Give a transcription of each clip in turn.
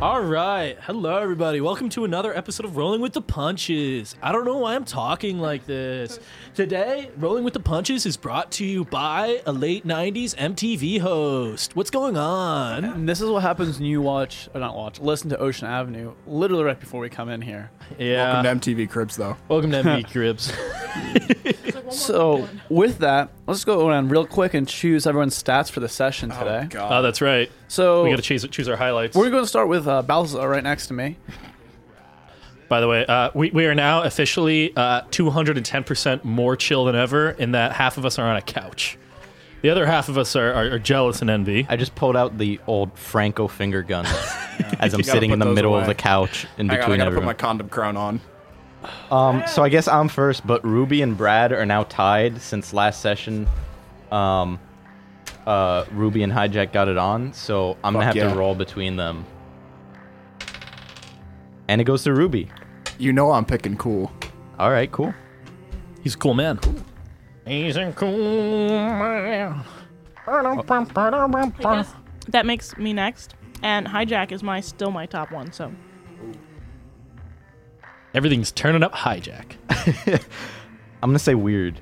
All right. Hello, everybody. Welcome to another episode of Rolling with the Punches. I don't know why I'm talking like this. Today, Rolling with the Punches is brought to you by a late 90s MTV host. What's going on? And this is what happens when you watch, or not watch, listen to Ocean Avenue literally right before we come in here. Yeah. Welcome to MTV Cribs, though. Welcome to MV Cribs. So, with that, let's go around real quick and choose everyone's stats for the session today. Oh, that's right. So, We we got to choose, choose our highlights. are going to start with uh, Balza right next to me. By the way, uh, we, we are now officially uh, 210% more chill than ever in that half of us are on a couch. The other half of us are, are, are jealous and envy. I just pulled out the old Franco finger gun as I'm You gotta sitting put in the those middle of away. the couch in Hang on, I between gotta put my everyone. condom crown on. um, so I guess I'm first, but Ruby and Brad are now tied since last session. Um, uh, Ruby and Hijack got it on, so I'm gonna Fuck have yeah. to roll between them. And it goes to Ruby. You know I'm picking cool. All right, cool. He's a cool man. He's a cool man. I guess that makes me next. And hijack is my still my top one. So Everything's turning up hijack. I'm gonna say weird.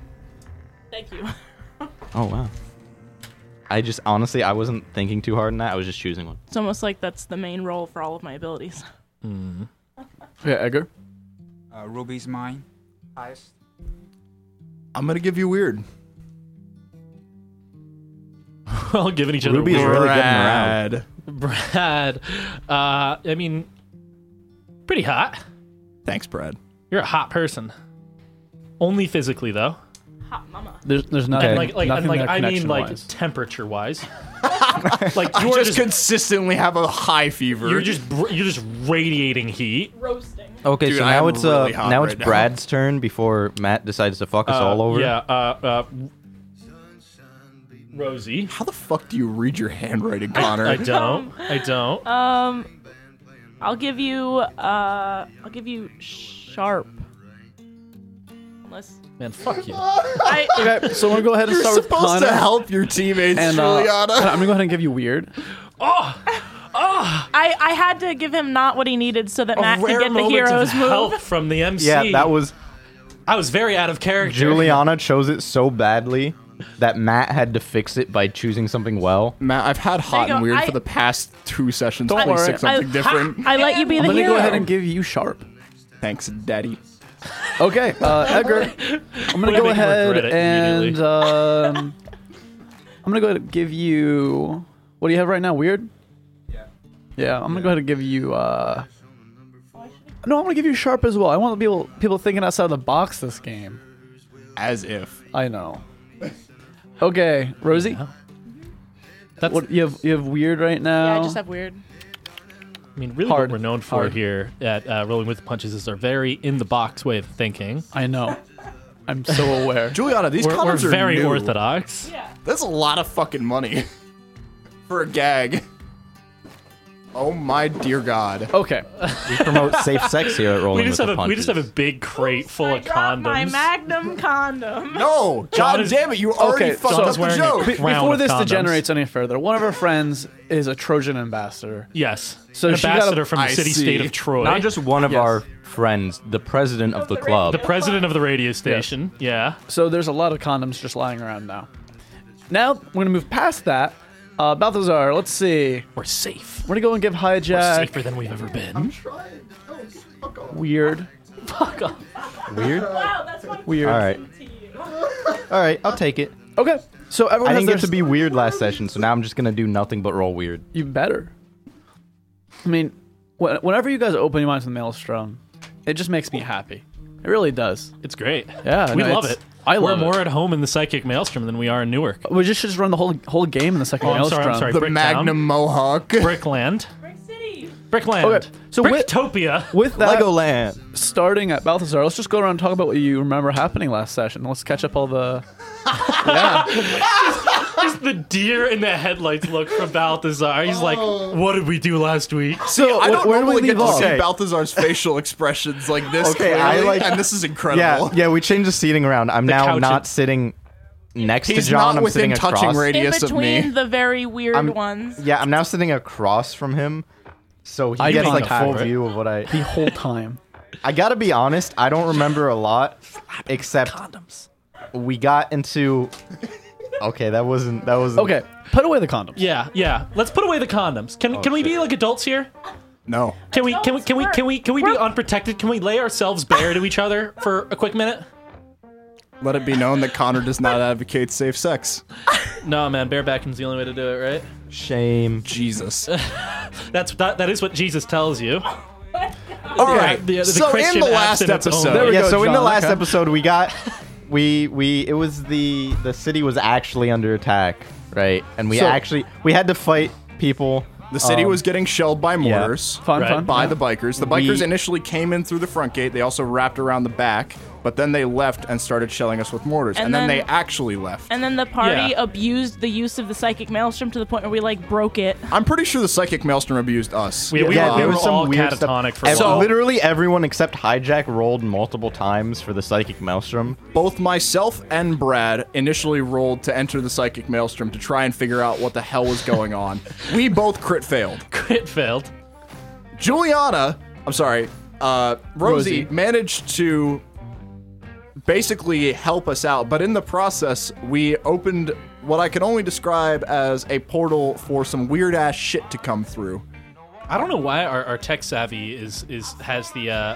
thank you. Oh wow. I just honestly I wasn't thinking too hard on that. I was just choosing one. It's almost like that's the main role for all of my abilities. Yeah, Edgar. Uh, Ruby's mine. Highest. I'm gonna give you weird. We're all giving each other Ruby is weird- really good in Brad. Brad. Uh, I mean, pretty hot. Thanks, Brad. You're a hot person. Only physically though, Hot mama. There's, there's nothing. and like, like, nothing and like there I mean, like connection-wise. temperature wise. like you're Just, just, consistently have a high fever. you're just br- you're just radiating heat. Roasting. Okay, Dude, so I now am it's uh really hot now right it's now. Brad's turn before Matt decides to fuck us all Uh, over. Yeah. Uh, uh, Rosie. How the fuck do you read your handwriting, Connor? I don't. I don't. Um, I'll give you. Uh, I'll give you sharp. Unless Man, fuck you. I. Okay, so we'll go ahead and You're start with supposed Connor. to help your teammates, and, uh, Juliana. I'm gonna go ahead and give you weird. I, I had to give him not what he needed so that Matt could Rare get the moment hero's of move. help from the MC. Yeah, that was I was very out of character. Juliana chose it so badly that Matt had to fix it by choosing something well. Matt, I've had hot you and go. weird I- for the past two sessions. Don't Please worry. pick something I- different. I let you be I'm the gonna hero. go ahead and give you sharp. Thanks, Daddy. Okay, uh, Edgar. Way I'm gonna to go make him ahead regret it and immediately. um, I'm gonna go ahead and give you. What do you have right now? Weird. Yeah. Yeah. I'm gonna go ahead and give you. Uh, no, I'm gonna give you sharp as well. I want people people thinking outside the box this game. As if. I know. Okay, Rosie. That's, What you have? You have weird right now. yeah, I just have weird. I mean, really, Hard. what we're known for Hard. here at uh, Rolling with the Punches is our very in the box way of thinking. I know. I'm so aware. Juliana, these We're, we're condoms are very new. orthodox. That's a lot of fucking money for a gag. Oh my dear God. Okay. We promote safe sex here at Rolling We just with have the a we just have a Punches. big crate full I of dropped My condoms. magnum condom. No, John God is- damn it! You already Okay, fucked John's up the wearing a joke. cr- Round Before of this condoms. degenerates any further, one of our friends is a Trojan ambassador. yes, So an she got a- ambassador from the I city see. state of Troy, Not just one of Yes. our friends, the president of the club. president of the radio station. Yeah, So there's a lot of condoms just lying around now. Now we're gonna move past that. Uh, Balthazar, let's see. we're safe. We're gonna go and give Safer hijack than we've ever been. weird. Fuck off. Weird. Wow, that's one Weird. All right. Oh, to you. All right, I'll take it. Okay. So everyone I has didn't their get to be weird last session, so now I'm just gonna do nothing but roll weird. You better. I mean, wh- whenever you guys open your minds to the maelstrom, it just makes me happy. It really does. It's great. Yeah, we no, love it's- it. I love we're more at it. home in the psychic maelstrom than we are in Newark. We just should just run the whole whole game in the second Oh, I'm maelstrom. sorry, I'm sorry. The Bricktown. Magnum Mohawk. Brickland, Brick City. Brickland. Okay, so with- Bricktopia. With that, Legoland. starting at Balthazar, let's just go around and talk about what you remember happening last session. Let's catch up all the. yeah. Just the deer in the headlights look from Balthazar. He's like, Oh. "What did we do last week?" So I don't where do we normally get leave to off? see Balthazar's facial expressions like this. Okay, I clearly, like- and this is Yeah, incredible. yeah. We changed the seating around. I'm now couch not is- sitting next He's to John. not I'm within sitting touching across. radius in of me. between the very weird ones. Yeah, I'm now sitting across from him, So he Eye gets like a contact, full right? view of what I. the whole time. I gotta be honest. I don't remember a lot, except Condoms. we got into. Okay, that wasn't. That was Okay, put away the condoms. Yeah, yeah. Let's put away the condoms. Can can we be shit. like adults here? No. Can we can we can we Adults, can we can we be we're- unprotected? Can we lay ourselves bare to each other for a quick minute? Let it be known that Connor does not advocate safe sex. No, man, barebacking's the only way to do it, right? shame. Jesus. That's that, that is what Jesus tells you. All right. the- the so in Christian the last abstinence only. episode, There we yeah, go, so in the John, last okay. episode we got we we it was the the city was actually under attack, right? And we So- actually we had to fight people. the city um, was getting shelled by mortars. Fun, Right. fun. by yeah. the bikers. The We- bikers initially came in through the front gate. They also wrapped around the back, but then they left and started shelling us with mortars. And, And then, then- they actually left. And then the party Yeah. abused the use of the psychic maelstrom to the point where we like broke it. I'm pretty sure the psychic maelstrom abused us. We, we, yeah, were, we there were was some all weird catatonic for a ev- while. literally everyone except Hijack rolled multiple times for the psychic maelstrom. Both myself and Brad initially rolled to enter the psychic maelstrom to try and figure out what the hell was going on. we both crit failed. Crit failed. Juliana, I'm sorry, uh, Rosie, managed to basically help us out, but in the process, we opened what I can only describe as a portal for some weird ass shit to come through. I don't know why our, our tech savvy is is has the uh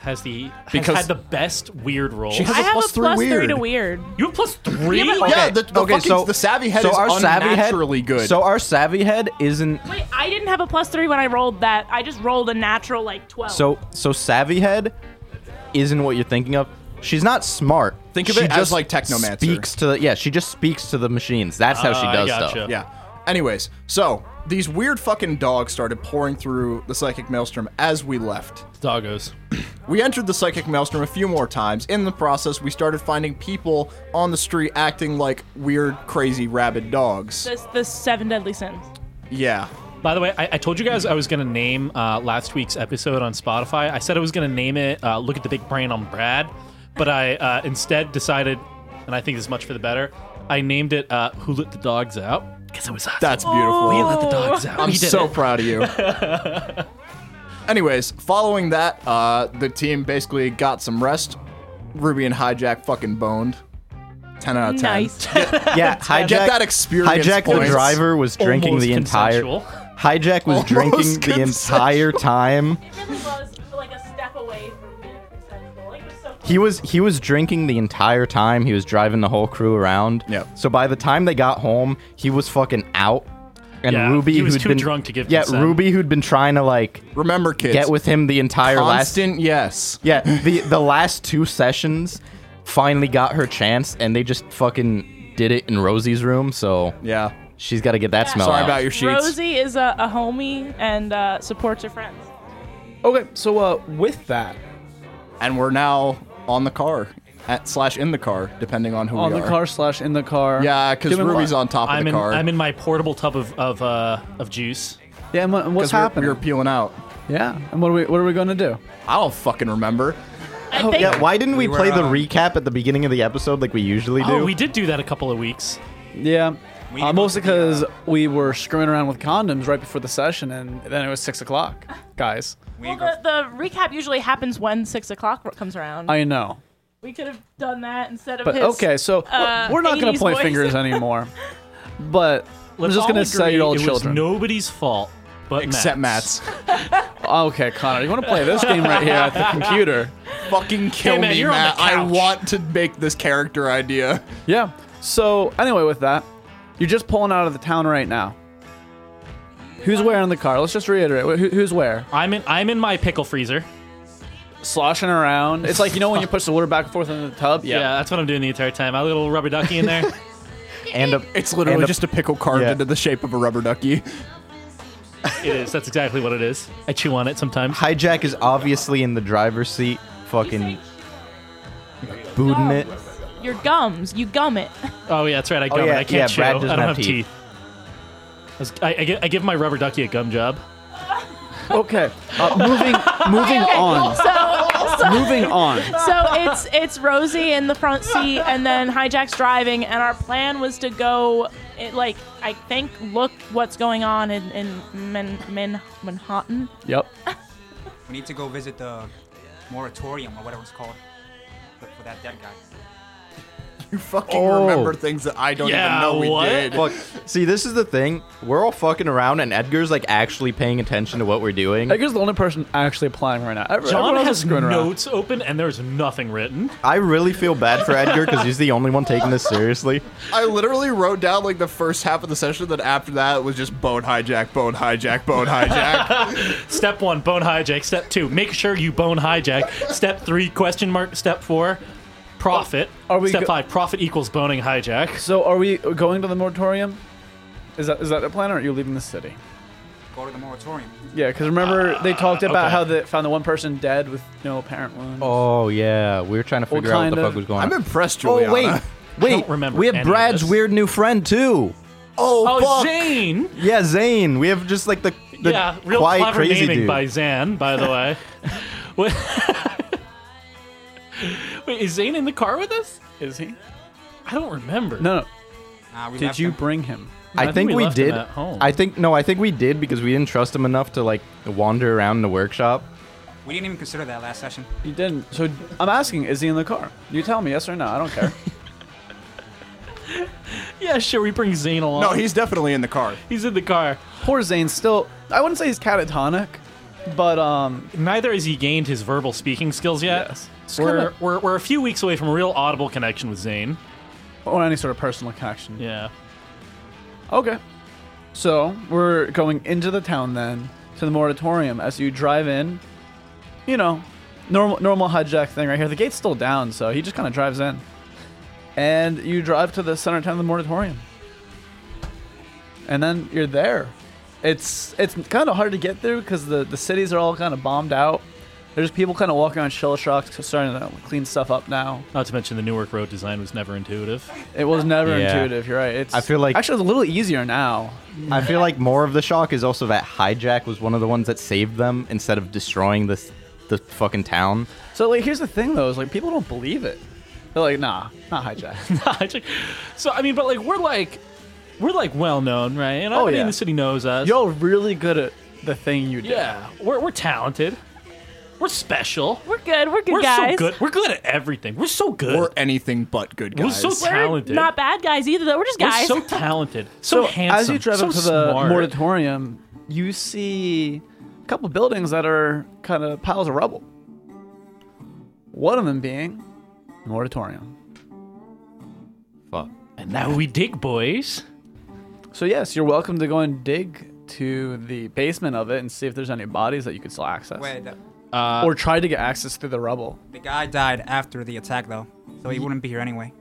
has the has Because- had the best weird roll. She has- I a have plus a three plus three weird. to weird. you have plus three. Yeah, but- Yeah, the, the okay, fucking so the savvy head so is our savvy head unnaturally good. So our savvy head isn't Wait, I didn't have a plus three when I rolled that. I just rolled a natural like twelve. so so savvy head isn't what you're thinking of. She's not smart. Think of she it as just like Technomancer. Speaks to the, yeah, she just speaks to the machines. That's how she Ah, I does gotcha. stuff. yeah. Anyways, so these weird fucking dogs started pouring through the psychic maelstrom as we left. doggos. We entered the psychic maelstrom a few more times. In the process, we started finding people on the street acting like weird, crazy, rabid dogs. this the seven deadly sins. Yeah. By the way, I, I told you guys I was gonna name uh, last week's episode on Spotify. I said I was gonna name it uh, "Look at the Big Brain on Brad," but I uh, instead decided, and I think this is much for the better. I named it uh, "Who Let the Dogs Out" because it was us. That's beautiful. Oh. we let the dogs out. I'm we did so it. proud of you. Anyways, following that, uh, the team basically got some rest. Ruby and Hijack fucking boned. 10 out of 10. Nice. Yeah, hijack. Get that experience Hijack the points. driver was drinking Almost the entire. consensual. Hijack was Almost drinking the consensual. entire time. It really was like a step away from being consensual. Like, it was so He was he was drinking the entire time. He was driving the whole crew around. Yep. So by the time they got home, he was fucking out. And Yeah, Ruby, he was who'd too been drunk to give Yeah, consent. Ruby, who'd been trying to like Remember, kids. get with him the entire last constant yes. Yeah, the the last two sessions finally got her chance, and they just fucking did it in Rosie's room. So Yeah. she's got to get that Yeah. smell Sorry out. about your sheets. Rosie is a, a homie and uh, supports her friends. Okay, so uh, with that, And we're now on the car. At slash in the car, depending on who on we the are. car slash in the car. Yeah, because Given Ruby's what- on top of I'm the in. car. I'm in my portable tub of of uh, of juice. Yeah, and what- and what's 'Cause we're- happening? We were peeling out. Yeah, and what are we what are we gonna do? I don't fucking remember. I think Yeah, why didn't we, We were, play the uh, recap at the beginning of the episode like we usually do? Oh, we did do that a couple of weeks. Yeah, We uh, need mostly to go to the, because we were screwing around with condoms right before the session, and then it was six o'clock, guys. We well, need to go the, the recap usually happens when six o'clock ro- comes around. I know, we could have done that instead of but his. okay, so uh, we're not gonna 80s point voice. fingers anymore. But Let's I'm just all gonna say agree all it children. was nobody's fault, but Except Matt's. okay, Connor, you want to play this game right here at the computer? fucking kill man, me, you're on the Matt. I couch. want to make this character idea. Yeah. So anyway, with that, you're just pulling out of the town right now. Who's where in the car? Let's just reiterate. wh- Who, who's where? I'm in. I'm in my pickle freezer. Sloshing around. It's like you know when you push the water back and forth into the tub. Yeah, that's what I'm doing the entire time. My little rubber ducky in there. and a, It's literally and a- just a pickle carved yeah. into the shape of a rubber ducky. it is. That's exactly what it is. I chew on it sometimes. hijack is obviously in the driver's seat, fucking booting it. Your gums, you gum it. Oh yeah, that's right. I gum. Oh, it. yeah, I can't yeah, chew. Brad I doesn't don't have have teeth. teeth. I was- I, I gi- I give my rubber ducky a gum job. Okay. Uh, moving moving on. So, Moving on. So it's it's Rosie in the front seat, and then Hijack's driving. And our plan was to go, it, like I think, look what's going on in in Man, Man, Manhattan. Yep. We need to go visit the moratorium or whatever it's called for, for that dead guy. You fucking Oh. remember things that I don't Yeah, even know we what? did. Fuck. See, this is the thing. We're all fucking around, and Edgar's like actually paying attention to what we're doing. Edgar's the only person actually applying right now. Everyone John else is has screwing around. notes open and there's nothing written. I really feel bad for Edgar because he's the only one taking this seriously. I literally wrote down like the first half of the session, then after that it was just bone hijack, bone hijack, bone hijack. Step one, bone hijack. Step two, make sure you bone hijack. Step three, question mark. Step four, profit. Oh, Are we Step go- five, profit equals boning hijack. So are we going to the moratorium? Is that is that the plan, or are you leaving the city? Go to the moratorium. Yeah, because remember they talked about Uh, okay. how they found the one person dead with no apparent wound. Oh yeah, we were trying to Well, figure out what kind the of. fuck was going I'm on. impressed, Juliana. oh wait, wait. don't remember we any have of Brad's this. weird new friend too. Oh, Oh, fuck. Zane. Yeah, Zane. We have just like the, the yeah, real quiet clever crazy naming dude. by Zan, by the way. Wait, Wait, is Zane in the car with us? Is he? I don't remember. No, no. Uh, we Did left you him. bring him? I I, think think, we we, left him did. at home. I think no, I think we did because we didn't trust him enough to like wander around in the workshop. We didn't even consider that last session. You didn't. So I'm asking, is he in the car? You tell me, yes or no. I don't care. Yeah, sure. We bring Zane along. No, he's definitely in the car. he's in the car. Poor Zane's still. I wouldn't say he's catatonic, but um, Neither has he gained his verbal speaking skills yet. Yes. It's We're, kinda- we're we're a few weeks away from a real audible connection with Zane. or any sort of personal connection. Yeah. Okay. So we're going into the town then to the moratorium. As you drive in, you know, normal normal hijack thing right here. The gate's still down, so he just kind of drives in, and you drive to the center town of the moratorium, and then you're there. It's it's kind of hard to get through because the the cities are all kind of bombed out. There's people kind of walking on shell shocks, starting to clean stuff up now. Not to mention the Newark road design was never intuitive. It was never Yeah. intuitive. You're right. It's I feel like- actually it's a little easier now. I feel like more of the shock is also that Hijack was one of the ones that saved them instead of destroying this the fucking town. So like, here's the thing though, is like people don't believe it. They're like, nah, not hijack. so I mean, but like we're like we're like well known, right? And everybody Oh, yeah. in the city knows us. You're really good at the thing you do. Yeah, we're we're talented. We're special. We're good. We're good We're guys. so good. We're good at everything. We're so good. Or anything but good We're guys. so We're talented. not bad guys either, though. We're just We're guys. so talented. So, handsome. as you drive so up to the smart. moratorium, you see a couple buildings that are kind of piles of rubble. One of them being the moratorium. Fuck. and now we dig, boys. So yes, you're welcome to go and dig to the basement of it and see if there's any bodies that you could still access, Wait, the, or try to get access through the rubble. the guy died after the attack, though, so he wouldn't be here anyway.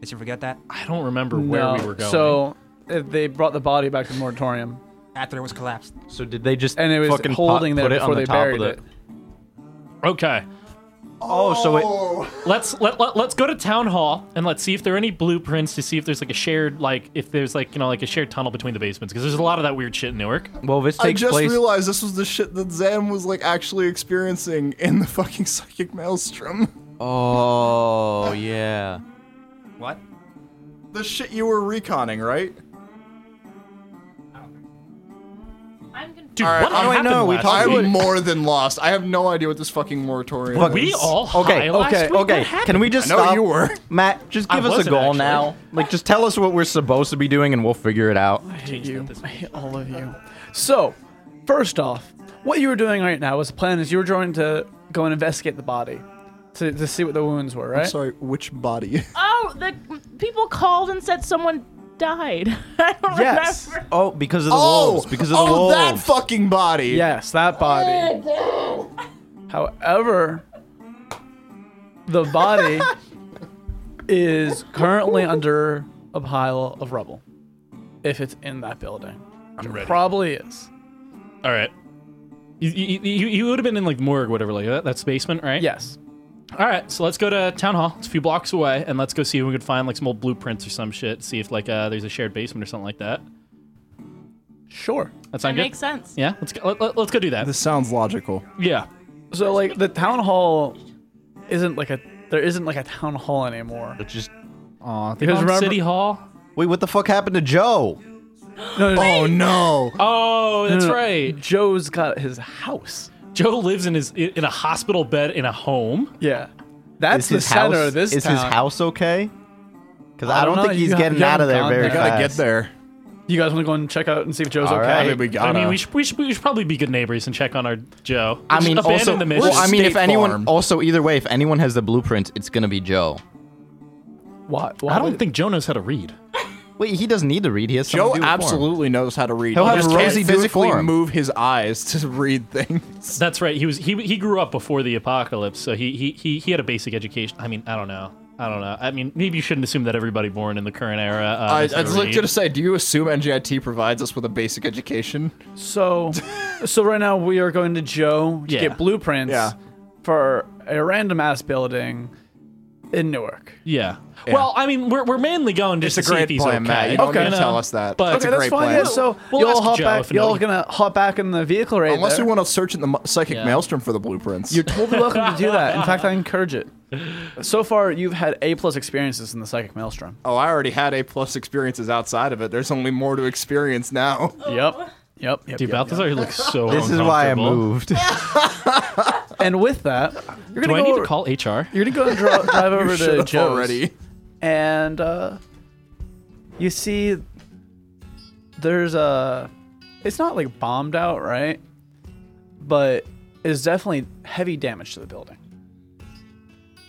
Did you forget that? I don't remember where No, we were going. So uh, they brought the body back to the moratorium. After it was collapsed. So did they just And it was fucking holding there put, put it on before the they top buried of the, it. okay, Oh, so it let's let, let let's go to town hall and let's see if there are any blueprints to see if there's like a shared like if there's like you know like a shared tunnel between the basements because there's a lot of that weird shit in Newark. well this I takes just place. realized this was the shit that Zam was like actually experiencing in the fucking psychic maelstrom. Oh yeah. What? The shit you were reconning, right? I'm confused. Dude, right, what I- happened no, we last talked- week? I'm more than lost. I have no idea what this fucking moratorium Fuck. is. We all Okay, high last okay, week? What okay. happened? Can we just I know stop? you were. Matt, just I give us a wasn't, goal actually. now. Like just tell us what we're supposed to be doing and we'll figure it out. hate Jeez, you. not this I hate all of you. So, first off, what you were doing right now was the plan is you were trying to go and investigate the body to, to see what the wounds were, right? Sorry, which body? Oh, the people called and said someone died. I don't Yes. remember. Oh, because of the wolves. Because of the oh, wolves. that fucking body. Yes, that body. However, the body is currently under a pile of rubble. If it's in that building, I'm ready. probably is. All right. You, you, you, you would have been in like morgue, whatever, like that. That's basement, right? Yes. All right. So let's go to town hall. It's a few blocks away, and let's go see if we can find like some old blueprints or some shit. See if like uh, there's a shared basement or something like that. Sure. That That sound good? makes sense. Yeah. Let's go. Let, let, us go do that. This sounds logical. yeah. So like the town hall isn't like a there isn't like a town hall anymore. It's just Aw, Because remember, City Hall. wait. What the fuck happened to Joe? no, no, no, Oh no! Oh, that's no, no. right. Joe's got his house. Joe lives in his in a hospital bed in a home. Yeah, that's Is the his center house, of this Is town. his house okay? Because I, I don't don't, know, think you he's ha- getting you out of haven't there gone very I there. gotta fast. get there. You guys want to go and check out and see if Joe's All okay? right. I mean, we I gotta. mean, we should, we should we should probably be good neighbors and check on our Joe. I mean, Just abandon also, the mission. well, I mean, if State anyone, Farm. also either way, if anyone has the blueprint, it's gonna be Joe. Why, why I don't would- think Joe knows how to read. Wait, he doesn't need to read. He has someone Joe do it for him. absolutely knows how to read. He'll he have just can't Rosie do it physically for him. move his eyes to read things. That's right. He was he he grew up before the apocalypse, so he he he, he had a basic education. I mean, I don't know. I don't know. I mean, maybe you shouldn't assume that everybody born in the current era. Uh, I, I knows how to was like read. gonna say, do you assume NGIT provides us with a basic education? so. so right now we are going to Joe to Yeah. get blueprints Yeah. for a random ass building in Newark. Yeah. Well, I mean, we're, we're mainly going just It's a to see if great he's plan, okay. Matt. You don't Okay. need You to know? tell us that. But- That's Okay, a that's great fine. plan. Yeah, so We'll you all ask hop Joe back. if Y'all nobody- gonna hop back in the vehicle right Unless there. you want to search in the mu- psychic Yeah. maelstrom for the blueprints. You're totally welcome to do that. In fact, I encourage it. So far, you've had A plus experiences in the psychic maelstrom. oh, I already had A plus experiences outside of it. There's only more to experience now. Yep. Yep. yep, Dude, yep. Balthazar looks so. This is why I uncomfortable. moved. And with that, you're Do gonna I go. need to call HR? You're gonna go and dri- drive over Should to have Joe's, already. and uh, you see there's a. It's not like bombed out, right? But it's definitely heavy damage to the building.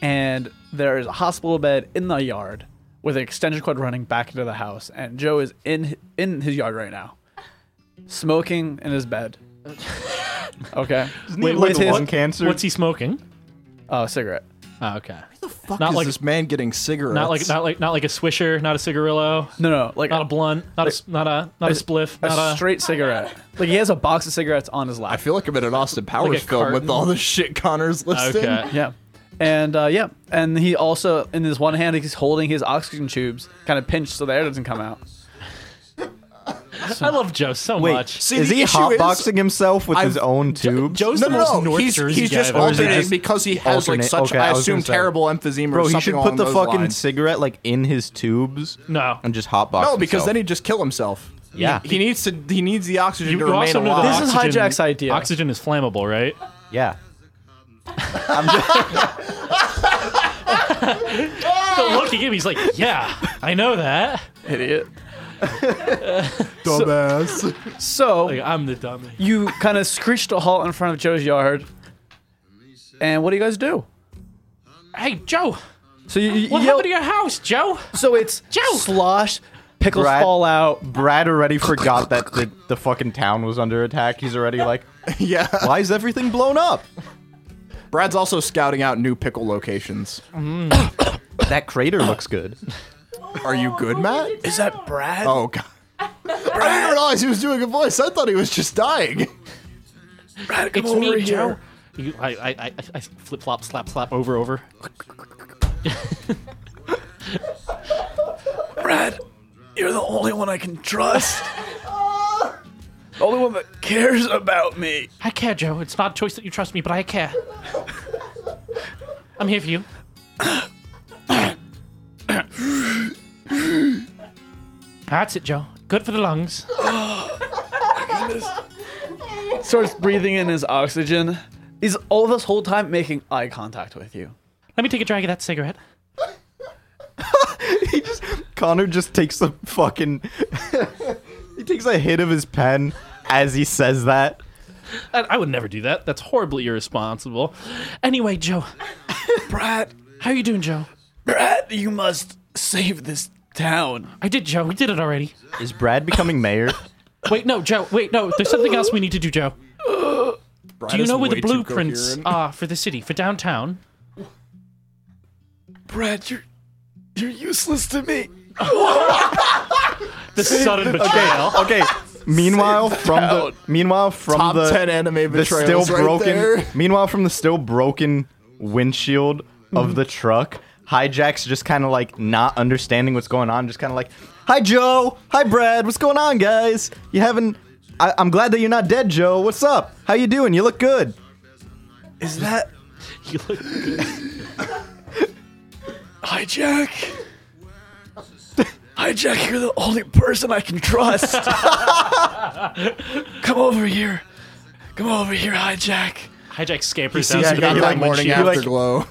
And there is a hospital bed in the yard with an extension cord running back into the house, and Joe is in in his yard right now, smoking in his bed. Okay, Wait, with his lung cancer. What's he smoking? oh cigarette. Oh, okay. Fuck Not is like- this man getting cigarettes. Not like not like not like a swisher, not a cigarillo, No, no, like not a blunt, not a s- not a not a spliff, a not a. straight cigarette. Like he has a box of cigarettes on his I lap. feel like I'm in an Austin Powers Like a film carton. with all the shit Connor's listing. Okay. Yeah, and uh, yeah, and he also in his one hand he's holding his oxygen tubes, kind of pinched so the air doesn't come out. I love Joe so Wait, much. See, is the he issue hotboxing himself with his I've- own tubes? Joe's No, the no, most no. North he's, Jersey he's guy just I've ever seen. alternating just because he has alternate- like such, okay, I I was assume, gonna say. terrible emphysema Bro, or he something should along put the those fucking lines. cigarette like in his tubes No. and just hotbox. No, because himself. then he'd just kill himself. Yeah. He needs to. He needs the oxygen You, to you remain also know that alive. This is oxygen- Hijack's idea. Oxygen is flammable, right? yeah. The look he gave me, he's like, "Yeah, I know that. Idiot. dumbass. Like, So I'm the dummy." you kind of screeched a halt in front of Joe's yard, and what do you guys do? Hey, Joe, So you, you what yell- happened to your house, Joe? so it's Joe! slosh, pickles Brad- fall out. Brad already forgot that the, the fucking town was under attack. He's already like, yeah. why is everything blown up? Brad's also scouting out new pickle locations. That crater looks good. Are you good, Matt? Is that Brad? Oh god. I didn't realize he was doing a voice. I thought he was just dying. Brad, come It's over me, Joe. here. You, I, I, I, I flip flop, slap, slap, over, over. Brad, you're the only one I can trust. the only one that cares about me. I care, Joe. It's not a choice that you trust me, but I care. I'm here for you. That's it, Joe. Good for the lungs. starts breathing in his oxygen. He's all this whole time making eye contact with you. Let me take a drag of that cigarette. Connor just takes the fucking. he takes a hit of his pen as he says that. I, I would never do that. That's horribly irresponsible. Anyway, Joe, Brad, how you doing, Joe? Brad, you must save this town. I did, Joe. We did it already. Is Brad becoming mayor? Wait, no, Joe. Wait, no. There's something else we need to do, Joe. Do you know where the blueprints are for the city, for downtown? Brad, you're you're useless to me. The sudden betrayal. Okay. Meanwhile, from the meanwhile from Top the ten anime the still betrayals right broken. there. Meanwhile, from the still broken windshield of the truck, hijacks just kind of like not understanding what's going on. Just kind of like, "Hi Joe, hi Brad, what's going on, guys? You haven't? I, I'm glad that you're not dead, Joe. What's up? How you doing? You look good." Is that You look Hi, Jack. Hi, Jack. You're the only person I can trust. Come over here. Come over here, Hi, Jack. hijack scampers sees down. Yeah, some you like that when morning she- you like- afterglow?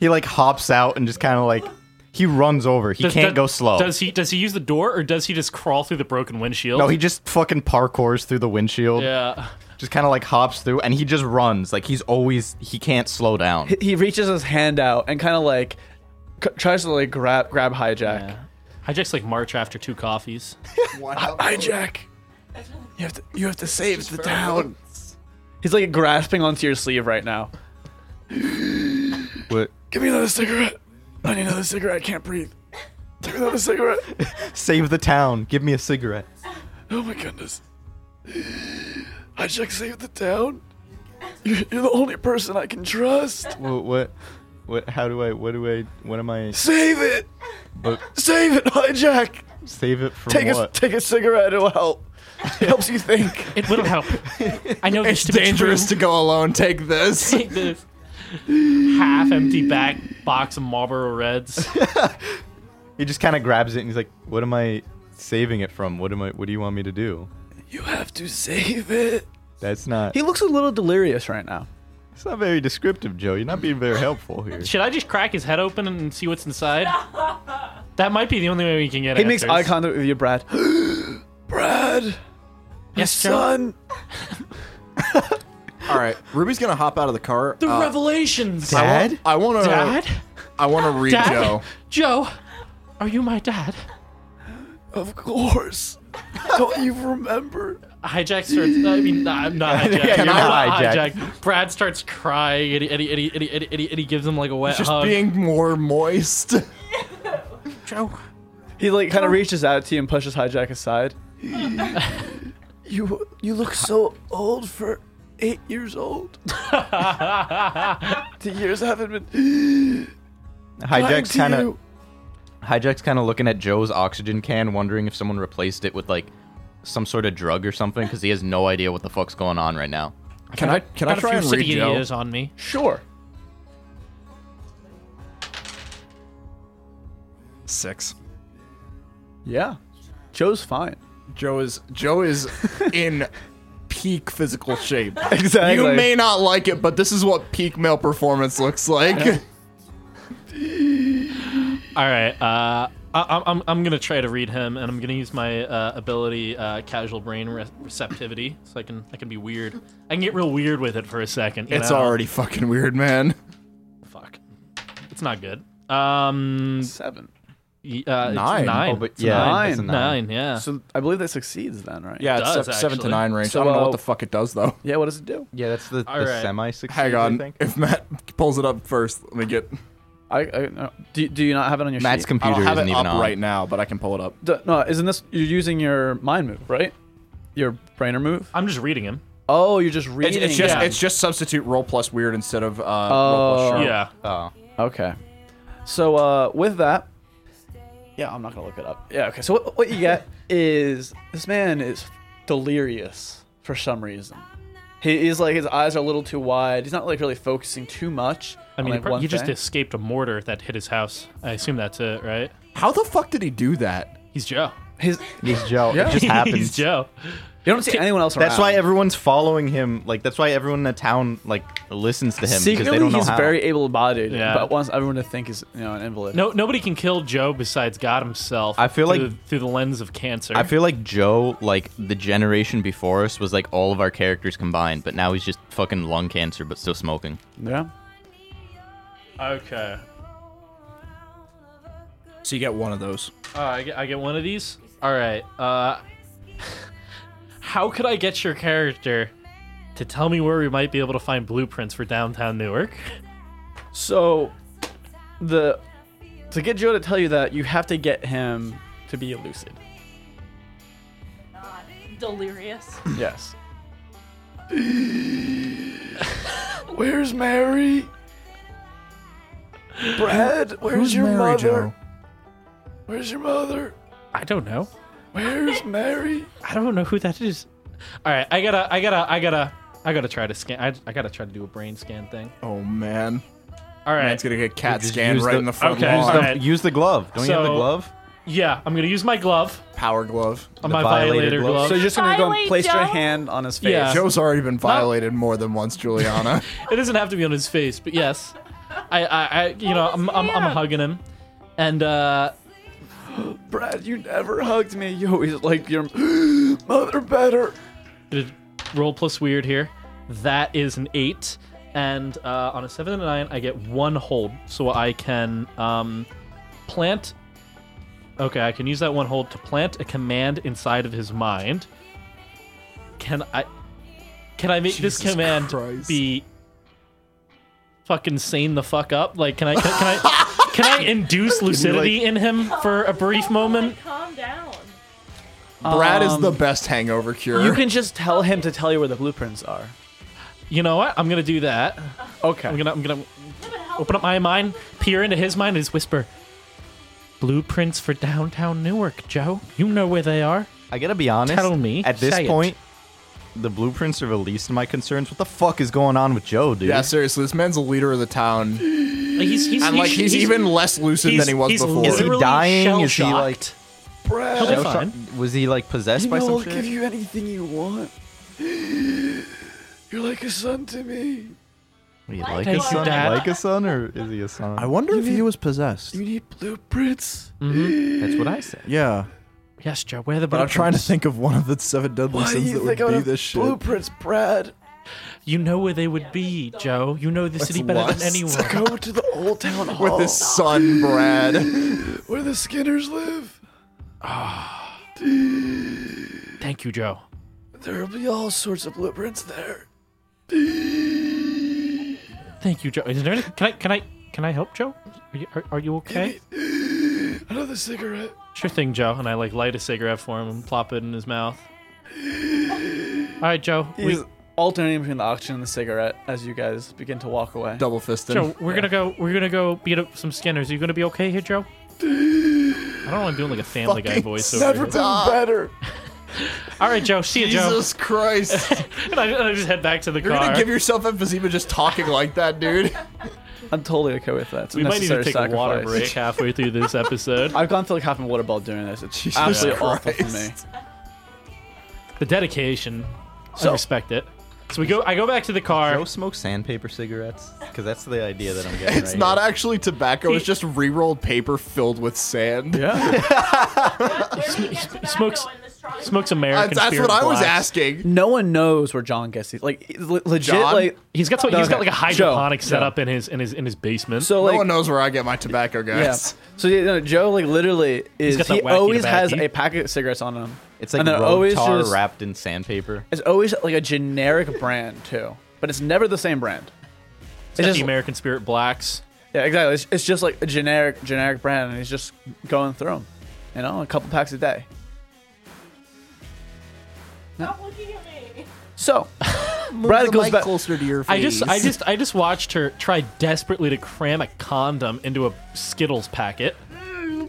He like hops out and just kind of like he runs over. He Does- can't does- go slow. Does he? Does he use the door, or does he just crawl through the broken windshield? no, he just fucking parkours through the windshield. Yeah. Just kind of like hops through and he just runs. Like he's always he can't slow down. He reaches his hand out and kind of like c- tries to like grab grab Hijack. yeah. Hijack's like March after two coffees. Hijack. You have to you have to save the town. He's like grasping onto your sleeve right now. What? Give me another cigarette. I need another cigarette. I can't breathe. Give me another cigarette. Save the town. Give me a cigarette. Oh my goodness. Hijack saved the town. You're, you're the only person I can trust. What? What? What? How do I? What do I? What am I? Save it. But Save it, Hijack. save it from Take a what? take a cigarette. It'll help. It helps you think. It will help. I know this It's to be dangerous to true. go alone. Take this. Take this half-empty back box of Marlboro Reds. he just kind of grabs it and he's like, "What am I saving it from? What am I? What do you want me to do?" You have to save it. That's not. He looks a little delirious right now. It's not very descriptive, Joe. You're not being very helpful here. Should I just crack his head open and see what's inside? That might be the only way we can get He answers. makes eye contact with you, Brad. Brad, Yes, Joe? son. All right, Ruby's gonna hop out of the car. The Uh, revelations. Dad? I want Dad? to. I want to read Dad? Joe. Joe, are you my dad? Of course. Don't you remember? Hijack starts. I mean, nah, I'm not hijack. Yeah, You're you're not not hijack. Brad starts crying, and he, and, he, and, he, and, he, and, he, and he- and he gives him like a wet Just hug. being more moist. Joe. He like kind of reaches out to you and pushes Hijack aside. you you look so old for eight years old. the years haven't been. Hijack's kind kind of Hijack's kind of looking at Joe's oxygen can, wondering if someone replaced it with like some sort of drug or something, because he has no idea what the fuck's going on right now. Can I? Can I Got a try few and read city Joe? ideas on me. Sure. Six. Yeah. Joe's fine. Joe is Joe is in peak physical shape. Exactly. You may not like it, but this is what peak male performance looks like. All right. Uh, I, I'm, I'm gonna try to read him, and I'm gonna use my uh, ability, uh, casual brain re- receptivity, so I can I can be weird. I can get real weird with it for a second. you It's know? already fucking weird, man. Fuck. It's not good. Um. seven. y- Uh, Nine. It's nine. Oh, but It's yeah, Nine. that's a Nine. Yeah. So I believe that succeeds then, right? Yeah, does, it's se- seven to actually. nine range. So, I don't know uh, what the fuck it does though. Yeah. What does it do? Yeah, that's the, All right. semi six. Hang on. If Matt pulls it up first, let me get. I, I no. do. Do you not have it on your Matt's sheet? I computer don't have isn't it even up on. right now, but I can pull it up. D- no, isn't this you're using your mind move, right? Your brainer move. I'm just reading him. Oh, you're just reading. It's, it's just Yeah. it's just substitute roll plus weird instead of uh, roll plus Oh. sharp. Yeah. Oh. Okay. So uh, with that, yeah, I'm not gonna look it up. Yeah. Okay. So what, what you get is this man is delirious for some reason. He is like his eyes are a little too wide. He's not like really focusing too much. I on, mean, like, you one just thing. escaped a mortar that hit his house. I assume that's it, right? How the fuck did he do that? He's Joe. His, He's Joe. It just He's happens. Joe. you don't see anyone else That's around. why everyone's following him. Like that's why everyone in the town like listens to him because they Secretly, don't know he's how. very able-bodied, Yeah. but wants everyone to think he's you know an invalid. No, nobody can kill Joe besides God himself. I feel through, like- through the lens of cancer. I feel like Joe, like the generation before us, was like all of our characters combined, but now he's just fucking lung cancer, but still smoking. Yeah. okay. So you get one of those. Uh, I, get, I get one of these. All right. Uh, how could I get your character to tell me where we might be able to find blueprints for downtown Newark? So, the to get Joe to tell you that, you have to get him to be lucid. Delirious. Yes. Where's Mary? Brad, where's Who's your Mary mother? Joe? Where's your mother? I don't know. Where's Mary? I don't know who that is. All right, I gotta, I gotta, I gotta, I gotta try to scan. I, I gotta try to do a brain scan thing. Oh man, All right. man's gonna get cat Just scanned use right the- in the front okay. lawn. Use Use the- Alright. the, glove. Don't you have the So- glove? yeah, I'm gonna use my glove, Power glove. on The my violator, violator glove. glove. So you're just gonna go and Finally, place your Joe. hand on his face. Yeah. Joe's already been violated more than once, Juliana. it doesn't have to be on his face, but yes, I I, I you know I'm, I'm I'm hugging him, and uh, Brad, you never hugged me. You always liked your mother better. gonna roll plus weird here. That is an eight, and uh, on a seven and a nine, I get one hold, so I can um, plant. Okay, I can use that one hold to plant a command inside of his mind. Can I? Can I make this Jesus command Christ. be fucking sane the fuck up? Like, can I? Can, can I? Can I induce lucidity in him for a brief moment? Calm down. Brad is Um, the best hangover cure. You can just tell him to tell you where the blueprints are. You know what? I'm gonna do that. Okay. I'm gonna. I'm gonna. open up my mind, peer into his mind, and just whisper, "Blueprints for downtown Newark, Joe. You know where they are." I gotta be honest. Tell me. At this Say it. point, the blueprints have released my concerns. What the fuck is going on with Joe, dude? yeah, seriously, this man's a leader of the town, and Like, he's he's, he's, like he's, even less lucid he's- than he was he's before. Is he literally dying? Is he, like- shell-shocked. Brad, He'll be Joe fine. tr- was he like possessed by some I'll shit? give you anything you want. You're like a son to me. Are you like Thank a you, son? Dad. Like a son, or is he a son? wonder if he was possessed. You need blueprints. Mm. That's what I said. Yeah, Yes, Joe. Where are the but I'm blueprints? trying to think of one of the seven deadly Why do sins you that think would I would be have this shit. blueprints, Brad? You know where they would be, Joe. You know the city better lust. than anyone. Go to the old town hall With Oh. his son, Brad. where the Skinners live. Thank you, Joe. There'll be all sorts of blueprints there. Thank you, Joe. Is there any? Can I? Can I? Can I help, Joe? Are you, are, are you okay? Another cigarette. Sure thing, Joe. And I like light a cigarette for him and plop it in his mouth. All right, Joe. we- He's alternating between the oxygen and the cigarette as you guys begin to walk away. Double fisted. Joe, we're gonna go. We're gonna go beat up some Skinners. Are you gonna be okay here, Joe? I don't want to do like a Family Guy voice over here. better. All right, Joe. See you, Joe. Jesus Christ. And I, and I just head back to the You're car. gonna give yourself emphysema just talking like that, dude. I'm totally okay with that. It's a we might need to necessary take a sacrifice. water break halfway through this episode. I've gone through like half a water bottle during this. It's Jesus absolutely Christ. awful for me. The dedication. I So- respect it. So we go. I go back to the Joe car. smoke sandpaper cigarettes? Because that's the idea that I'm getting. It's right not Here. actually tobacco, it's just re-rolled paper filled with sand. Yeah. smokes- Smokes American. That's, that's Spirit what I was Blacks. asking. no one knows where John gets these. Like le- legit. John? Like He's got so, he's got like a Okay. Joe, hydroponic Joe. setup in his in his in his basement. so. no Like one knows where I get my tobacco, yeah. guys. So you know, Joe like literally is got that he wacky always has tobacco. a packet of cigarettes on him. It's like and they're road always tar just, wrapped in sandpaper. It's always like a generic brand too, but it's never the same brand. it's just- the American Spirit Blacks. Yeah, exactly. It's, it's just like a generic generic brand, and he's just going through them. You know, a couple packs a day. Stop looking at me. So Brad goes back. closer to your face. I just, I just, I just watched her try desperately to cram a condom into a Skittles packet.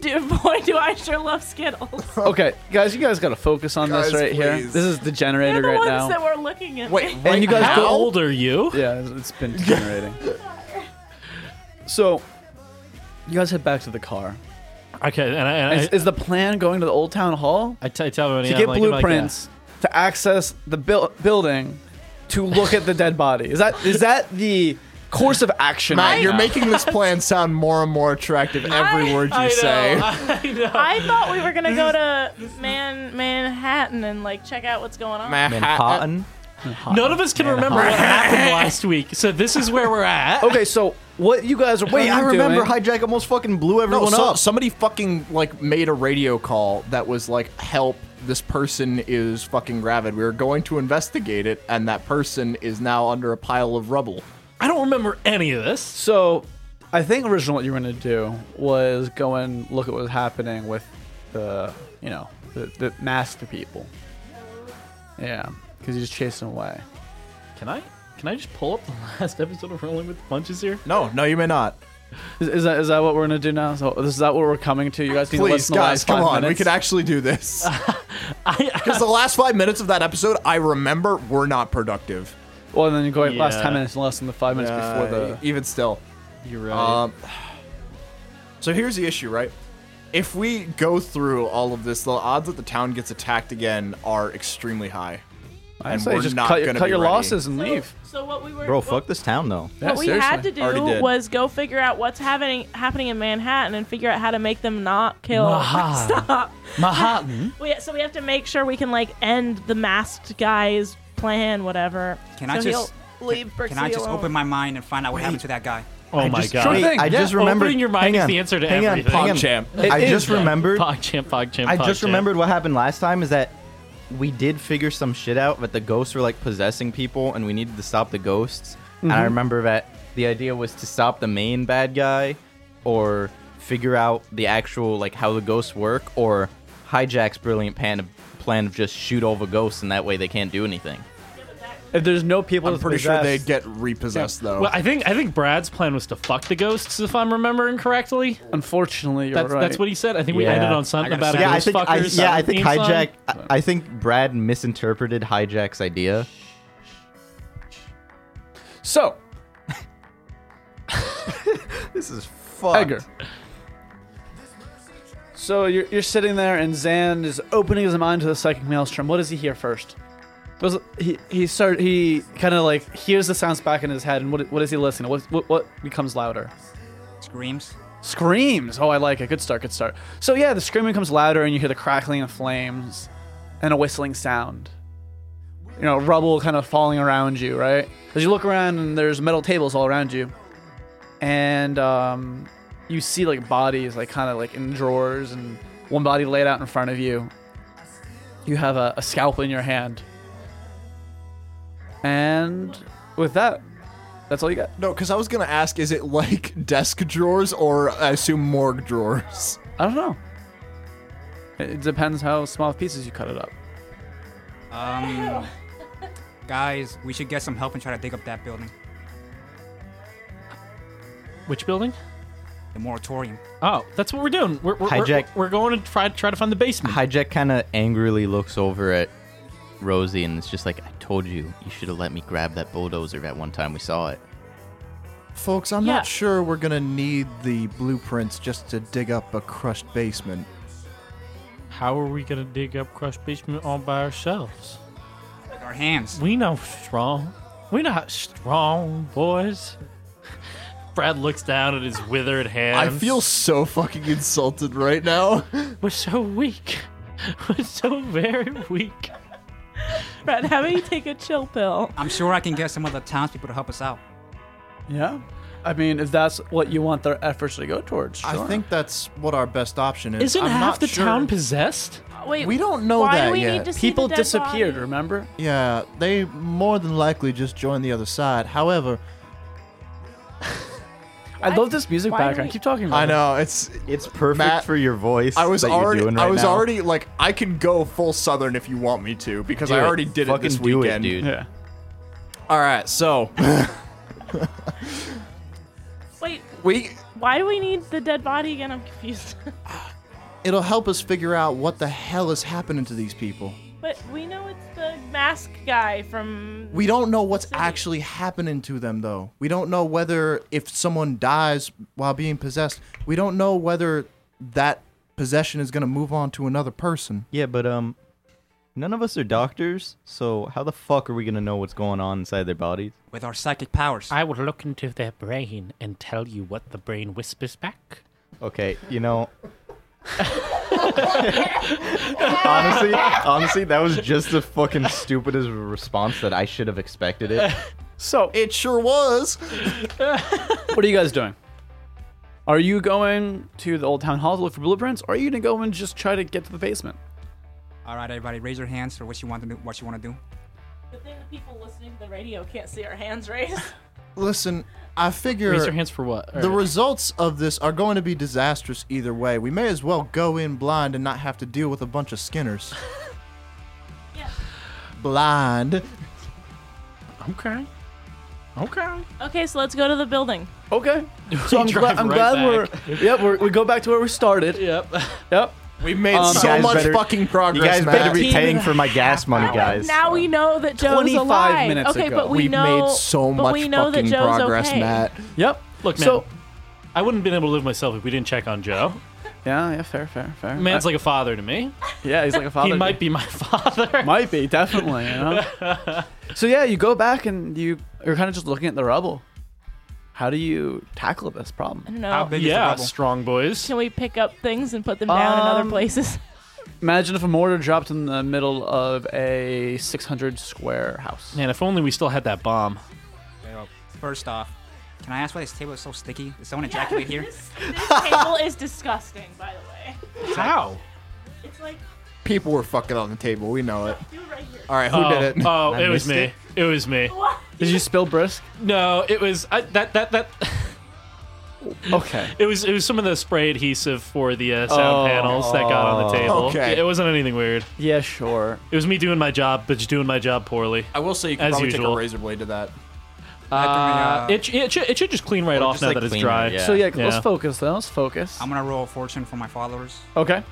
Dude, boy, do I sure love Skittles. Okay, guys, you guys gotta focus on Guys, this right here. please. This is the They're generator the right ones now. that were looking at Wait, me. wait, you guys How go- old are you? Yeah, it's- it's been generating. so, you guys head back to the car. Okay, and I, and I, Is, is the plan going to the old town hall I, t- I tell everybody to I'm get like, I'm like, blueprints to access the buil- building to look at the dead body? Is that is that the course of action? Matt, right you're now? making this plan sound more and more attractive every I- word you yeah. I know, say. I know. I thought we were gonna go to Man Manhattan and like check out what's going on. Manhattan. None of us can remember what happened last week, so this is where we're at. Okay, so what you guys are Wait, I planning on remember doing- Hijack almost fucking blew No, everyone so- up. somebody fucking like made a radio call that was like, "Help! This person is fucking rabid. We are going to investigate it, and that person is now under a pile of rubble." I don't remember any of this. So, I think originally what you were gonna do was go and look at what was happening with the, you know, the, the masked people. Yeah, because you just chased them away. Can I? Can I just pull up the last episode of Rolling with the Punches here? No, no, you may not. Is, is that is that what we're gonna do now? So is that what we're coming to? You guys need to Please, listen to the guys, last come five on. We minutes? could actually do this I, because the last five minutes of that episode, I remember, were not productive. Well, and then you go like, last Yeah. 10 minutes and less than the five minutes before before the. the Uh, e-, even still. You're right. Um, so here's the issue, right? If we go through all of this, the odds that the town gets attacked again are extremely high. I and say we're just not cut, your- gonna cut be your ready. losses and leave. So, so what we were Bro, what- fuck this town though. Yeah, What we had to seriously. Already do did. was go figure out what's happening happening in Manhattan and figure out how to make them not kill. Aha. Stop. Manhattan. We, so we have to make sure we can like end the masked guy's plan, whatever. Can so I just he'll leave Can I just open my mind and find out what happened to that guy? Oh my just, god. Wait, Sure thing, I yeah. just remembered. Opening your mind hang is on, the answer to hang everything. On, hang on. PogChamp. It I is. just remembered. PogChamp, PogChamp, I just PogChamp. remembered what happened last time is that we did figure some shit out, but the ghosts were like possessing people, and we needed to stop the ghosts. And I remember that the idea was to stop the main bad guy, or figure out the actual like how the ghosts work, or hijack's brilliant plan of, plan of just shoot all the ghosts, and that way they can't do anything. If there's no people, I'm that's pretty sure they possessed- get repossessed though. Well, I think I think Brad's plan was to fuck the ghosts, if I'm remembering correctly. Unfortunately, you're That's right. that's what he said. I think we Yeah. ended on I something gotta about a say- Yeah, I ghost think I, fuckers. uh, yeah, I think theme song. hijack. I, I think Brad misinterpreted hijack's idea. So, This is fuck. Edgar. So you're, you're sitting there, and Zan is opening his mind to the psychic maelstrom. What does he hear first? Does he he start he kind of like hears the sounds back in his head, and what what is he listening? to? What what, what becomes louder? Screams. Screams! Oh, I like it. Good start. Good start. So yeah, the screaming comes louder, and you hear the crackling of flames, and a whistling sound. You know, rubble kind of falling around you, right? As you look around, and there's metal tables all around you, and um, you see like bodies, like kind of like in drawers, and one body laid out in front of you. You have a, a scalpel in your hand, and with that, that's all you got. no, because I was gonna ask, is it like desk drawers or I assume morgue drawers? I don't know. It it depends how small pieces you cut it up. Um, guys, we should get some help and try to dig up that building, Which building? the moratorium. Oh, that's what we're doing. We're, we're, we're- Hijack. We're, going to try try to find the basement. Hijack kind of angrily looks over at Rosie and it's just like, I told you, you should have let me grab that bulldozer that one time we saw it. Folks, I'm Yeah. not sure we're gonna need the blueprints just to dig up a crushed basement. How are we gonna dig up crushed basement all by ourselves? With our hands. We know strong. We not strong boys. Brad looks down at his withered I hands. feel so fucking insulted right now. we're so weak. We're so very weak. Brad, how about you take a chill pill? I'm sure I can get some of the townspeople to help us out. Yeah. I mean, if that's what you want their efforts to go towards, sure. I think that's what our best option is. Isn't I'm half not the sure. town possessed? Wait, We don't know why that do we yet. Need to see people the dead disappeared. body? Remember? Yeah, they more than likely just joined the other side. However, I love this music why do background. we- Keep talking. About I it. know it's. It's perfect Matt, for your voice. I was that you're already. doing right I was now. already like I can go full southern if you want me to because Do I it. already did Fucking it this do weekend. It, dude. Yeah. All right, so Wait, we why do we need the dead body again? I'm confused. it'll help us figure out what the hell is happening to these people. but we know it's the mask guy from. We don't know what's actually happening to them, though. We don't know whether if someone dies while being possessed, we don't know whether that possession is going to move on to another person. Yeah, but um, none of us are doctors, so how the fuck are we gonna know what's going on inside their bodies? With our psychic powers. I will look into their brain and tell you what the brain whispers back. Okay, you know. honestly, honestly, that was just the fucking stupidest response that I should have expected it. So, It sure was. what are you guys doing? Are you going to the old town hall to look for blueprints, or are you gonna go and just try to get to the basement? All right, everybody, raise your hands for what you want to do. What you want to do? The thing that people listening to the radio can't see our hands raised. Listen, I figure Raise your hands for what? the results of this are going to be disastrous either way. We may as well go in blind and not have to deal with a bunch of skinners. Yeah. Blind. okay. Okay. Okay, so let's go to the building. Okay. So I'm, drive glad I'm right glad we're. Yep. We're, we go back to where we started. Yep. Yep. We made Um, so guys much better- fucking progress. You guys better Matt. be paying for my gas money, Now- guys. Now we know that Joe's 25 alive. minutes okay, ago. but we We've know made so but much we know that fucking Joe's progress, okay. Matt. Yep. Look, man, So I wouldn't have been able to live myself if we didn't check on Joe. yeah, yeah, fair, fair, fair. Uh, Man's like a father to me. yeah, he's like a father. He might be my father. Might be definitely. You know? so yeah, you go back and you you're kind of just looking at the rubble. How do you tackle this I problem? don't How know. big yeah, is the rubble? strong boys. Can we pick up things and put them down in other Um, places? Imagine if a mortar dropped in the middle of a 600 square house. Man, if only we still had that bomb. First off, can I ask why this table is so sticky? Did someone ejaculate here? table is disgusting, by the way. How? It's like People were fucking on the table. We know it. do right here. All right, who oh, did it? Oh, I it was missed me. it. It was me. Did you spill brisk? No, it was I, that that that. Okay. It was it was some of the spray adhesive for the uh, sound Oh. panels that got on the Oh. table. Okay. It, it wasn't anything weird. Yeah, sure. It was me doing my job, but just doing my job poorly. Uh, I will say you can As probably take usual. a razor blade to that. Uh, it, sh- it, should, it should just clean right Or off just, now like, that it's clean dry. it, yeah. So yeah, let's Yeah. focus though. Let's focus. I'm gonna roll fortune for my followers. Okay.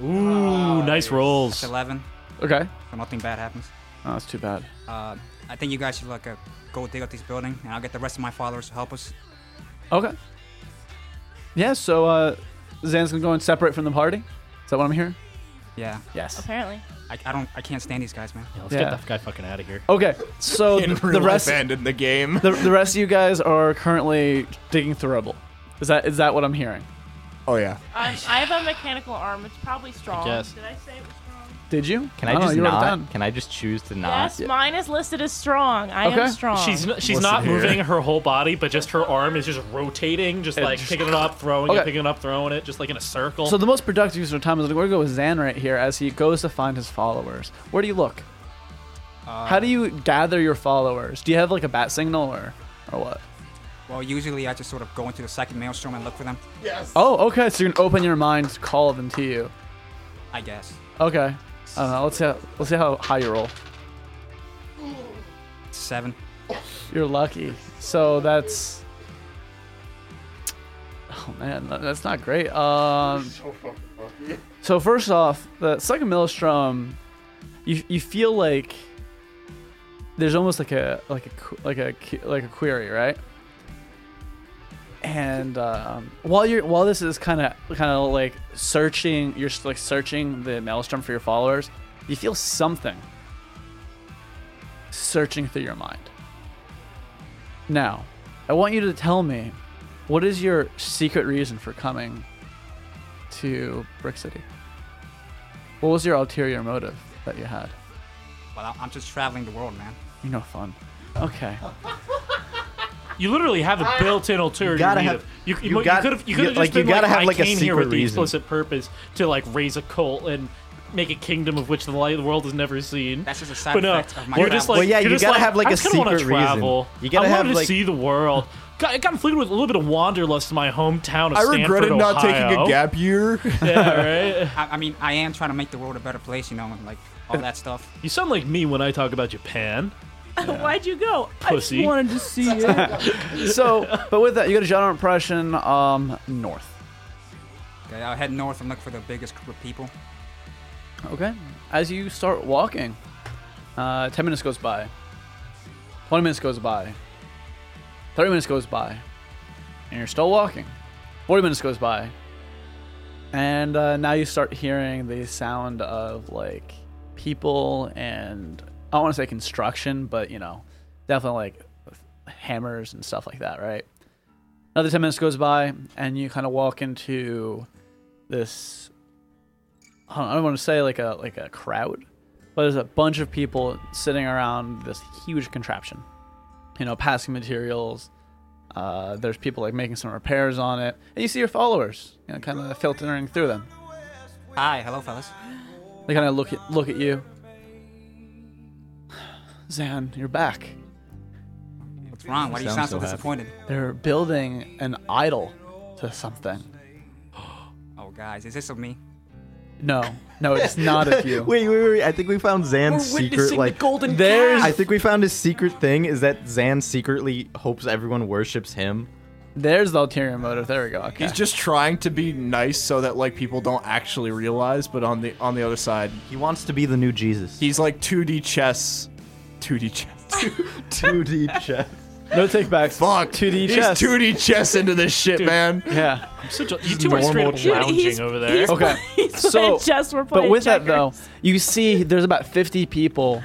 Ooh, nice It's rolls. 11, Okay. so nothing bad happens. Oh, that's too bad. Uh, I think you guys should like uh, go dig up this building, and I'll get the rest of my followers to help us. Okay. Yeah. So uh, Zan's gonna go and separate from the party. Is that what I'm hearing? Yeah, Yes. Apparently. I, I don't, I can't stand these guys, man. Yeah, let's Yeah. get that guy fucking out of here. Okay. So In th- real the rest life and in the game. the, the rest of you guys are currently digging through rubble. Is that is that what I'm hearing? Oh yeah. Um, I have a mechanical arm. It's probably strong. guess. Did I say it was strong? Did you? Can I don't know, just Oh, you wrote it not? down. Can I just choose to not? Yes, mine is listed as strong. I Okay. am strong. She's n- she's Listen not here. moving her whole body, but just her arm is just rotating, just And like just- picking it up, throwing it, Okay. picking it up, throwing it, just like in a circle. So the most productive use of time is we're gonna go with Zan right here as he goes to find his followers. Where do you look? Uh, How do you gather your followers? Do you have like a bat signal or or what? Well, usually I just sort of go into the second maelstrom and look for them. Oh, okay. So you can open your mind, to call them to you. I guess. Okay. I don't know. Let's see. How, let's see how high you roll. Seven. You're lucky. So that's. Oh man, that- that's not great. Um. So first off, the second maelstrom, you you feel like there's almost like a like a qu- like a que- like a query, right? And um, while you're while this is kind of kind of like searching, you're s- like searching the maelstrom for your followers. You feel something searching through your mind. Now, I want you to tell me what is your secret reason for coming to Brick City? What was your ulterior motive that you had? Well, I- I'm just traveling the world, man. You know, fun. Okay. you literally have a built-in ulterior gotta motive. have- you, you you got- could have you you- could have like, just you been gotta like, have, I like, a came here with secret the reason. explicit purpose to like raise a cult and make a kingdom of which the light of the world has never seen. That's just a side but no, effect of my you're just travel. like Well, yeah, you're you just gotta have, like, I a just kinda wanna secret reason. travel. You gotta I wanted have, to like- see the world. Got, got inflicted with a little bit of wanderlust in my hometown of I Stanford, regretted not taking Ohio. a gap year. Yeah, right. I, I mean, I am trying to make the world a better place, you know, and like all that stuff. You sound like me when I talk about Japan. Why'd you go? I Pussy. just wanted to see it. So, but with that, you got a genre impression um, north. Okay, I'll head north and look for the biggest group of people. Okay. As you start walking, uh, 10 minutes goes by. 20 minutes goes by. 30 minutes goes by. And you're still walking. 40 minutes goes by. And uh, now you start hearing the sound of like people and I don't want to say construction, but you know, definitely like hammers and stuff like that, right? Another 10 minutes goes by and you kind of walk into this I don't, I don't want to say like a like a crowd, but there's a bunch of people sitting around this huge contraption. You know, passing materials. Uh, there's people like making some repairs on it, and you see your followers, you know, kind of filtering through them. Hi, hello, fellas. They kind of look at look at you. Zan, you're back. What's wrong? Why do you Sounds sound so, so happy. disappointed? They're building an idol to something. Oh, guys, is this of me? No, no, it's not of you. Wait, wait, wait! I think we found Zan's secret. Like, golden There's I think we found his secret thing. Is that Zan secretly hopes everyone worships him, There's the ulterior motive. There we go. Okay. He's just trying to be nice so that like people don't actually realize, but on the on the other side, He wants to be the new Jesus. he's like 2D chess, 2D chess. 2D chess. no take backs. Fuck, 2D He's chess. 2D chess into this shit, man. Yeah. I'm such a, you two are straight normal up Dude, lounging he's- over there. he's- Okay. He's So, playing chess, we're But playing with that though, checkers. you see there's about 50 people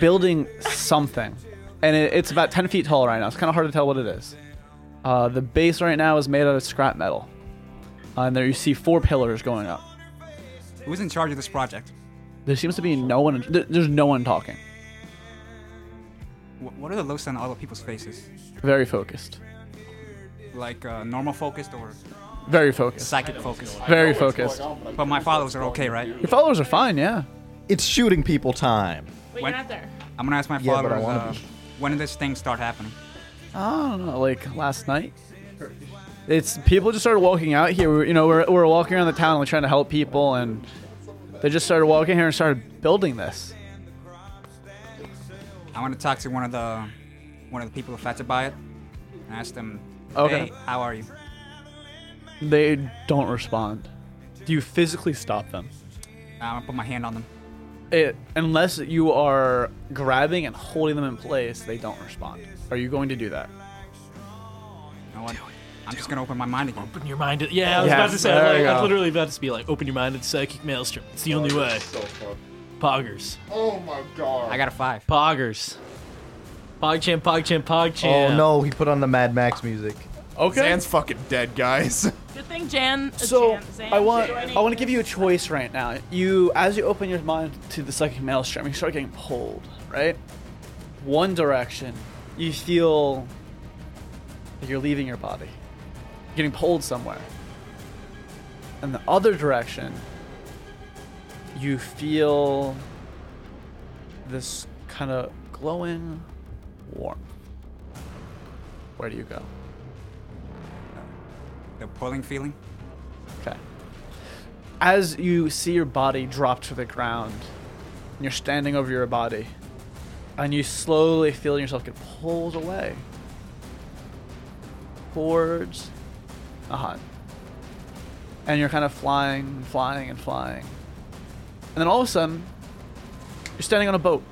building something, and it, it's about 10 feet tall right now. It's kind of hard to tell what it is. Uh, the base right now is made out of scrap metal, uh, and there you see four pillars going up. Who's in charge of this project? There seems to be no one. There, there's no one talking. Wh- What are the looks on other people's faces? Very focused. Like uh, normal focused or Very focused. psychic focused? Very focused. But my followers are okay, right? Your followers are fine. Yeah. It's shooting people time. Wait, When- you're not there. I'm gonna ask my Yeah, but I followers wanna uh, be. when did this thing start happening? I don't know, Uh, like last night. It's people just started walking out here. We, you know, we're, we're walking around the town, like trying to help people, and they just started walking here and started building this. I want to talk to one of the one of the people affected by it and ask them, Okay. "Hey, how are you?" They don't respond. Do you physically stop them? I'm gonna put my hand on them. It, unless you are grabbing and holding them in place, they don't respond. Are you going to do that? You know what? I'm just gonna open my mind again. Open your mind. To, yeah, I was Yes, about to say. there I was you I was go. literally about to be like, open your mind to the psychic maelstrom. It's the only way. Poggers. I got a five. Poggers. Pogchamp, Pogchamp, Pogchamp. Oh no, he put on the Mad Max music. Zan's fucking dead, guys. Good thing Jan. So Jan, Zan, I want Jan- I want to give you a choice right now. You, as you open your mind to the psychic maelstrom, you start getting pulled right, one direction. You feel like you're leaving your body, getting pulled somewhere. And the other direction, you feel this kind of glowing warmth. Where do you go? The pulling feeling. Okay. As you see your body drop to the ground, and you're standing over your body, and you slowly feel yourself get pulled away towards a hut. And you're kind of flying and flying and flying. And then all of a sudden, you're standing on a boat.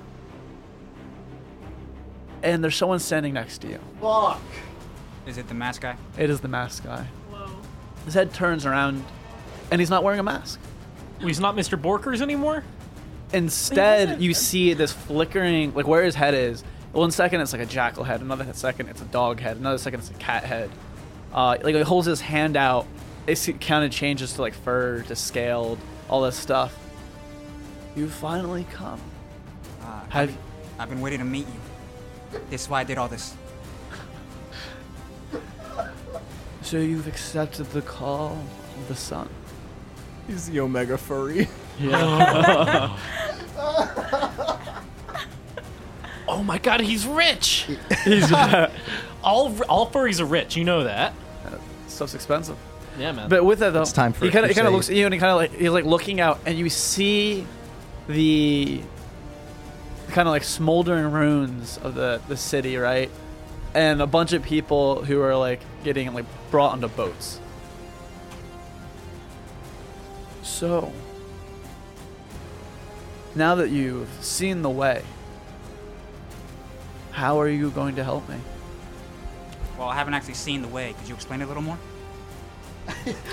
And there's someone standing next to you. Is it the mask guy? It is the mask guy. Whoa. His head turns around, and he's not wearing a mask. He's not Mr. Borkers anymore? Instead, you see this flickering, like where his head is. One second it's like a jackal head, another second it's a dog head, another second it's a cat head. Uh, like he holds his hand out, it kind of changes to like fur, to scaled, all this stuff. You finally come. Uh, Have I've been waiting to meet you. This is why I did all this. so you've accepted the call of the sun. He's the Omega furry. Oh my god, he's rich! he's, all, all furries are rich, you know that. Stuff's expensive. Yeah, man. But with that though, It's time for he a kind of he kind of crusade. looks at you and he kind of like he's like looking out, and you see the kind of like smoldering ruins of the the city, right? And a bunch of people who are like getting like brought onto boats. So now that you've seen the way, how are you going to help me? Well, I haven't actually seen the way. Could you explain it a little more?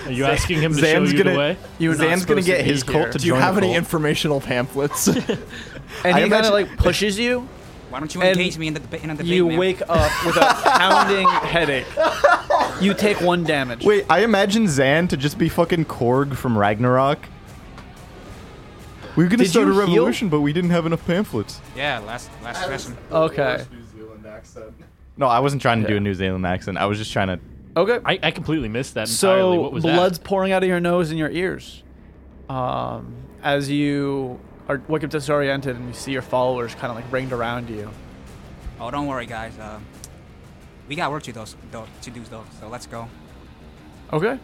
are you asking him to Zan's show you gonna- the way? You're not Zan's gonna supposed to get be his here. cult to Do you join have the any cult. informational pamphlets? And I he kind of imagine- like pushes you. Why don't you And engage me in the deba- in the debate? You man? wake up with a pounding headache. You take one damage. Wait, I imagine Zan to just be fucking Korg from Ragnarok. We were gonna Did start a you heal? revolution, but we didn't have enough pamphlets. Yeah, last last session. Okay. No, I wasn't trying to do Yeah. a New Zealand accent. I was just trying to. Okay. I, I completely missed that entirely. so what was blood's that? pouring out of your nose and your ears. Um, as you are wake up disoriented and you see your followers kind of like ringed around you. Oh, don't worry, guys. Uh, we got work to those though, to do though. So let's go. Okay.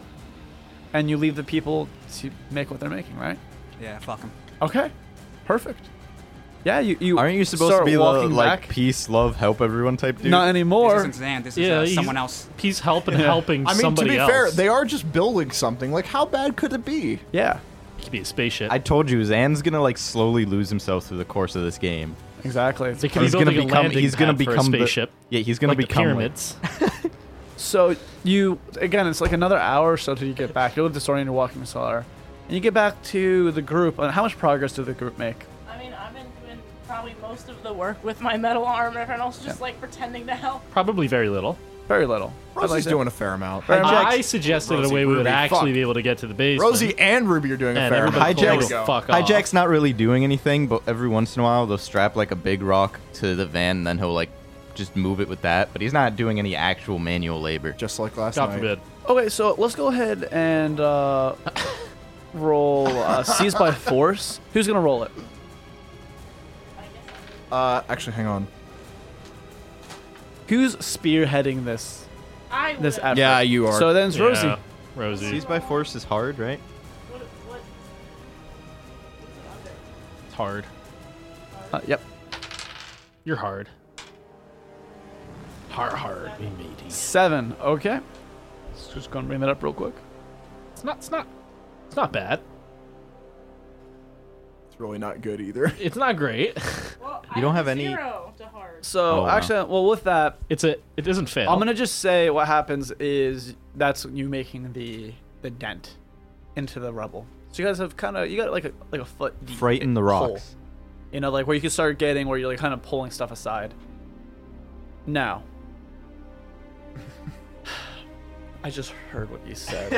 And you leave the people to make what they're making, right? Yeah, fuck 'em. Okay. Perfect. Yeah, you, you Aren't you supposed start to be the walking like back? peace, love, help everyone type dude? Not anymore. This isn't Zan. This is Yeah, uh, he's- someone else. He's helping, helping I mean, somebody to be else. fair, they are just building something. Like, how bad could it be? Yeah, could be a spaceship. I told you, Zan's gonna like slowly lose himself through the course of this game. exactly. they could be He's gonna building a become. landing He's gonna pad for a become the- spaceship. yeah, he's gonna like the become like- pyramids. So you again, it's like another hour or so till you get back. You'll have disoriented walking this hour, and you get back to the group. And how much progress did the group make? I mean, I've been doing probably most of the work with my metal armor, and also just like pretending to help. Probably very little. Very little. Rosie's Like that. doing a fair amount. Fair amount. I suggested Rosie, a way we would Ruby, actually fuck. be able to get to the base. Rosie and Ruby are doing a and fair everybody amount. told her Hijack's- to fuck off. Hijack's not really doing anything, but every once in a while they'll strap like a big rock to the van, and then he'll like just move it with that. But he's not doing any actual manual labor. Just like last God night. forbid. Okay, so let's go ahead and uh, roll uh, seize by force. Who's gonna roll it? Uh, actually, hang on. Who's spearheading this I this would. effort? Yeah, you are. So then it's Yeah, Rosie. Rosie. Seize by force is hard, right? What, what, It's hard. Uh, yep. You're hard. Hard, hard. We made it. Seven. Okay. Let's just go and bring that up real quick. It's not. It's not. It's not bad. It's really not good either. It's not great. well, You I don't have have any- Zero to hard. So Oh, wow. actually, well, with that, It's a. It doesn't fail. I'm gonna just say what happens is that's you making the the dent into the rubble. So you guys have kind of you got like a like a foot deep Frighten the hole. rocks. You know, like where you can start getting where you're like kind of pulling stuff aside. Now, I just heard what you said.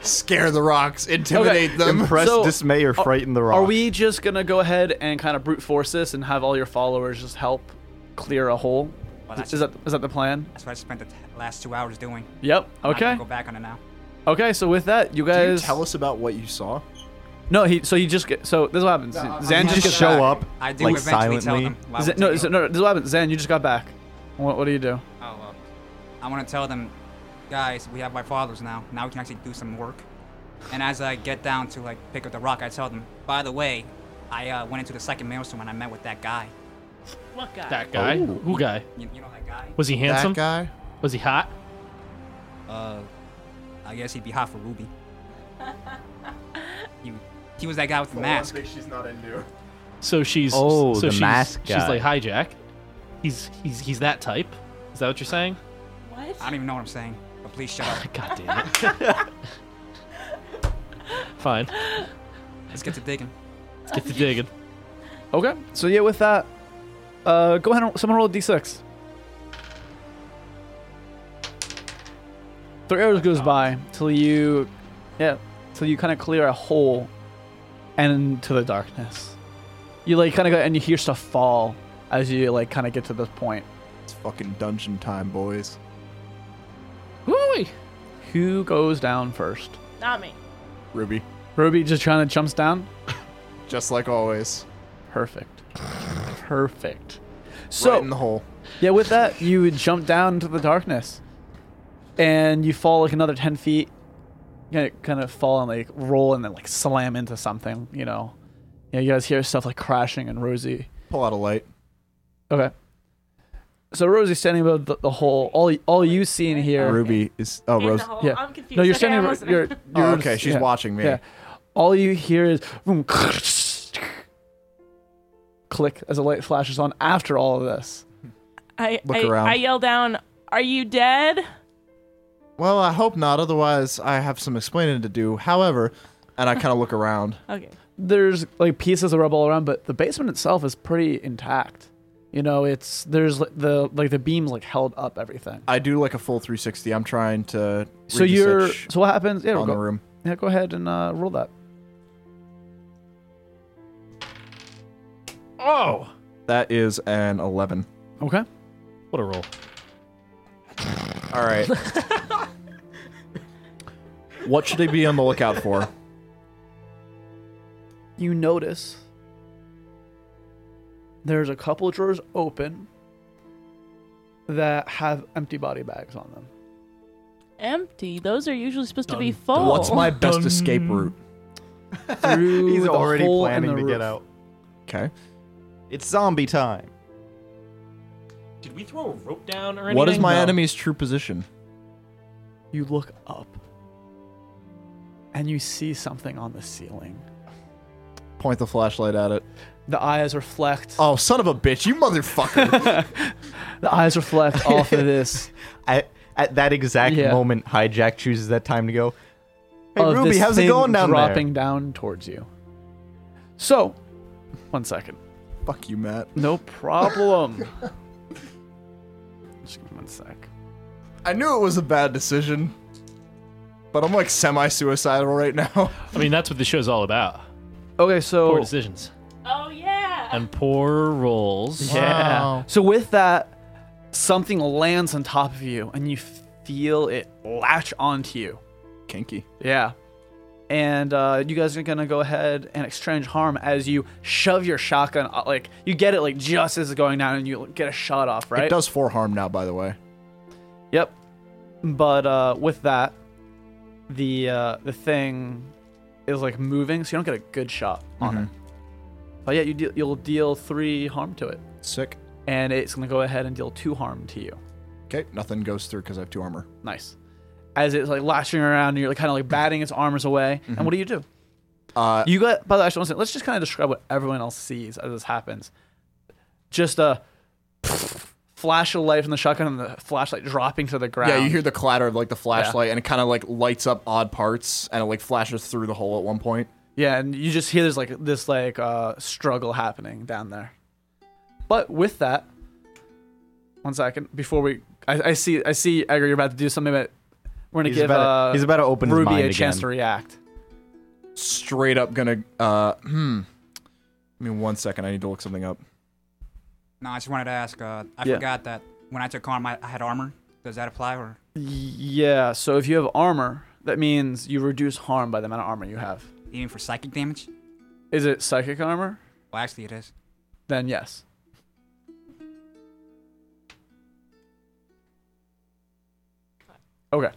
Scare the rocks, intimidate Okay. them. Impress, So, dismay, or frighten the rocks. Are we just gonna go ahead and kind of brute force this and have all your followers just help clear a hole? Well, Is that's, that is that the plan? that's what I spent the t- last two hours doing. Yep. I'm not gonna Okay. Go back on it now. Okay. So with that, you guys Can you tell us about what you saw? No, he. So he just get. So this is what happens. Zan I'm just, just gets show back. up I do like silently. eventually tell them. why Zan, we're no, taking Z- over. no, this is what happens. Zan, you just got back. What, what do you do? Oh, well. I want to tell them, guys, we have my fathers now. Now we can actually do some work. And as I get down to like pick up the rock, I tell them, by the way, I uh, went into the second maelstrom and I met with that guy. What guy? that guy. Who guy? You, you know that guy? Was he handsome? That guy? Was he hot? Uh, I guess he'd be hot for Ruby. he, he was that guy with the mask. she's not into. So she's. Oh, so the she's, mask She's guy. like hijack. He's he's he's that type. Is that what you're saying? What? I don't even know what I'm saying, but please shut up. God damn it. Fine. Let's get to digging. Let's get to digging. Okay. So yeah, with that, uh, go ahead. and Someone roll a d6. Three hours goes by till you, yeah, till you kind of clear a hole, and into the darkness. You like kind of go and you hear stuff fall as you like kind of get to this point. It's fucking dungeon time, boys. Woo! Who goes down first? Not me. Ruby, Ruby just trying to jumps down. just like always, Perfect. Perfect. right So in the hole. yeah, with that you would jump down into the darkness, and you fall like another ten feet. You kind of fall and like roll and then like slam into something. You know, yeah. You guys hear stuff like crashing and Rosie. Pull out a light. Okay. So Rosie's standing above the, the hole. All all you see and hear. Ruby is. Oh, In Rose. the hole. yeah. I'm confused. No, you're okay, standing. I'm above- listening. you're, Oh, you're okay, she's yeah, watching me. Yeah. All you hear is boom, click as the light flashes on. After all of this. I, Look I, around. I yell down, "Are you dead?" Well, I hope not. Otherwise, I have some explaining to do. However, and I kind of look around. Okay. there's like pieces of rubble all around, but the basement itself is pretty intact. You know, it's there's like, the like the beams like held up everything. I do like a full 360. I'm trying to. So you're research so what happens? Yeah, on the go, room. yeah, go ahead and uh, roll that. Oh! That is an 11. Okay. What a roll. All right. what should I be on the lookout for? You notice there's a couple of drawers open that have empty body bags on them. Empty. Those are usually supposed to be Dun, full. What's my best Dun. escape route? Through He's the already hole in planning the to roof. get out. Okay. It's zombie time. Did we throw a rope down or anything? What is my No. enemy's true position? You look up and you see something on the ceiling. Point the flashlight at it. The eyes reflect. Oh, son of a bitch, you motherfucker. The eyes reflect off of this. At, at that exact Yeah. moment, Hijack chooses that time to go. Hey of Ruby, this how's it thing going down dropping down towards you. So, one second. Fuck you, Matt. No problem. Just give me one sec. I knew it was a bad decision, but I'm like semi suicidal right now. I mean, that's what the show's all about. Okay, so Poor decisions Oh yeah. Um, and poor rolls. Yeah. Wow. So with that, something lands on top of you, and you feel it latch onto you. Kinky. Yeah. And uh, you guys are gonna go ahead and exchange harm as you shove your shotgun. uh, Like you get it, like just as it's going down, and you get a shot off, right? It does four harm now, by the way. Yep. But uh, with that, the uh, the thing is like moving, so you don't get a good shot on Mm-hmm. it. But yeah, you deal, you'll deal three harm to it, Sick. and it's gonna go ahead and deal two harm to you. Okay, nothing goes through because I have two armor. Nice. As it's like lashing around, and you're like kind of like batting its armors away. Mm-hmm. And what do you do? Uh, You got. By the way, actually, one second, let's just kind of describe what everyone else sees as this happens. Just a flash of light from the shotgun and the flashlight dropping to the ground. yeah, you hear the clatter of like the flashlight, and it kind of like lights up odd parts, and it like flashes through the hole at one point. Yeah, and you just hear there's like this like uh, struggle happening down there. But with that, one second before we, I, I see, I see, Edgar, you're about to do something, but we're gonna He's give about to- uh, he's about to open his Ruby mind a chance again. to react. Straight up, gonna. Uh, hmm. Give me one second. I need to look something up. No, I just wanted to ask. Uh, I Yeah. forgot that when I took arm, I, I had armor. Does that apply or? Yeah, so if you have armor, that means you reduce harm by the amount of armor you have. Even for psychic damage? Is it psychic armor? Well, actually, it is. Then yes. Okay.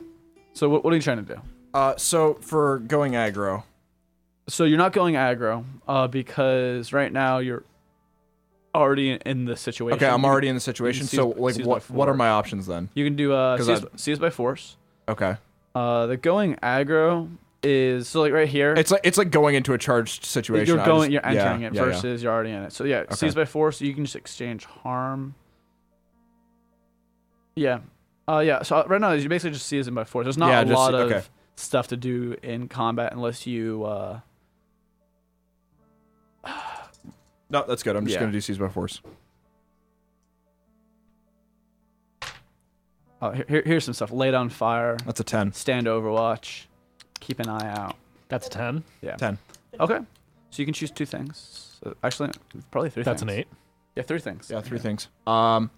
So what, what are you trying to do? Uh, so for going aggro, So you're not going aggro uh, because right now you're already in, in the situation. okay, I'm You- already in the situation. seize- So like, seize what by what are four. my options then? You can do uh, 'Cause seize, I- seize by force. Okay, Uh, the going aggro is so like right here. it's like it's like going into a charged situation. You're I going, just- you're yeah, entering it yeah, yeah. versus you're already in it. So yeah, seize by force. You can just exchange harm. Yeah, uh, yeah. So right now you basically just seize them by force. There's not Yeah, a just- lot of okay. stuff to do in combat unless you. Uh, No, that's good. I'm just Yeah. gonna do seize by force. oh, here- here, here's some stuff: lay down fire, That's a ten. stand overwatch, keep an eye out. That's a ten. Yeah. Ten. Okay, so you can choose two things. So, actually, probably three. That's an things. eight. Yeah, three things. Yeah, three things. Um.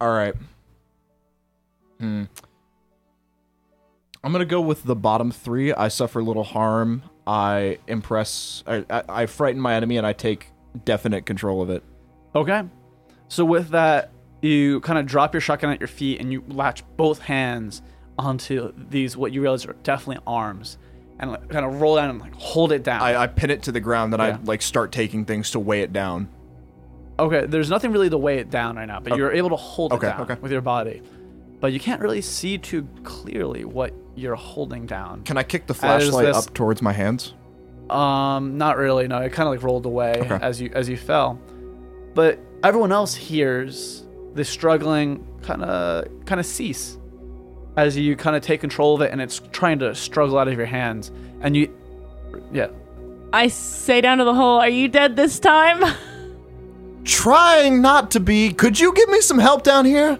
All right. Hmm. I'm gonna go with the bottom three. I suffer little harm. I impress. I, I, I frighten my enemy, and I take definite control of it. Okay. So with that, you kind of drop your shotgun at your feet and you latch both hands onto these what you realize are definitely arms, and like, kind of roll down and like hold it down. I, I pin it to the ground, then Yeah. I like start taking things to weigh it down. okay. There's nothing really to weigh it down right now, but you're able to hold Okay, it down okay. with your body, but you can't really see too clearly what you're holding down. Can I kick the As flashlight this- up towards my hands? Um, not really. No, it kind of like rolled away Okay. as you as you fell. But everyone else hears the struggling kind of kind of cease as you kind of take control of it, and it's trying to struggle out of your hands. And you, yeah, I say down to the hole, "Are you dead this time?" Trying not to be. Could you give me some help down here?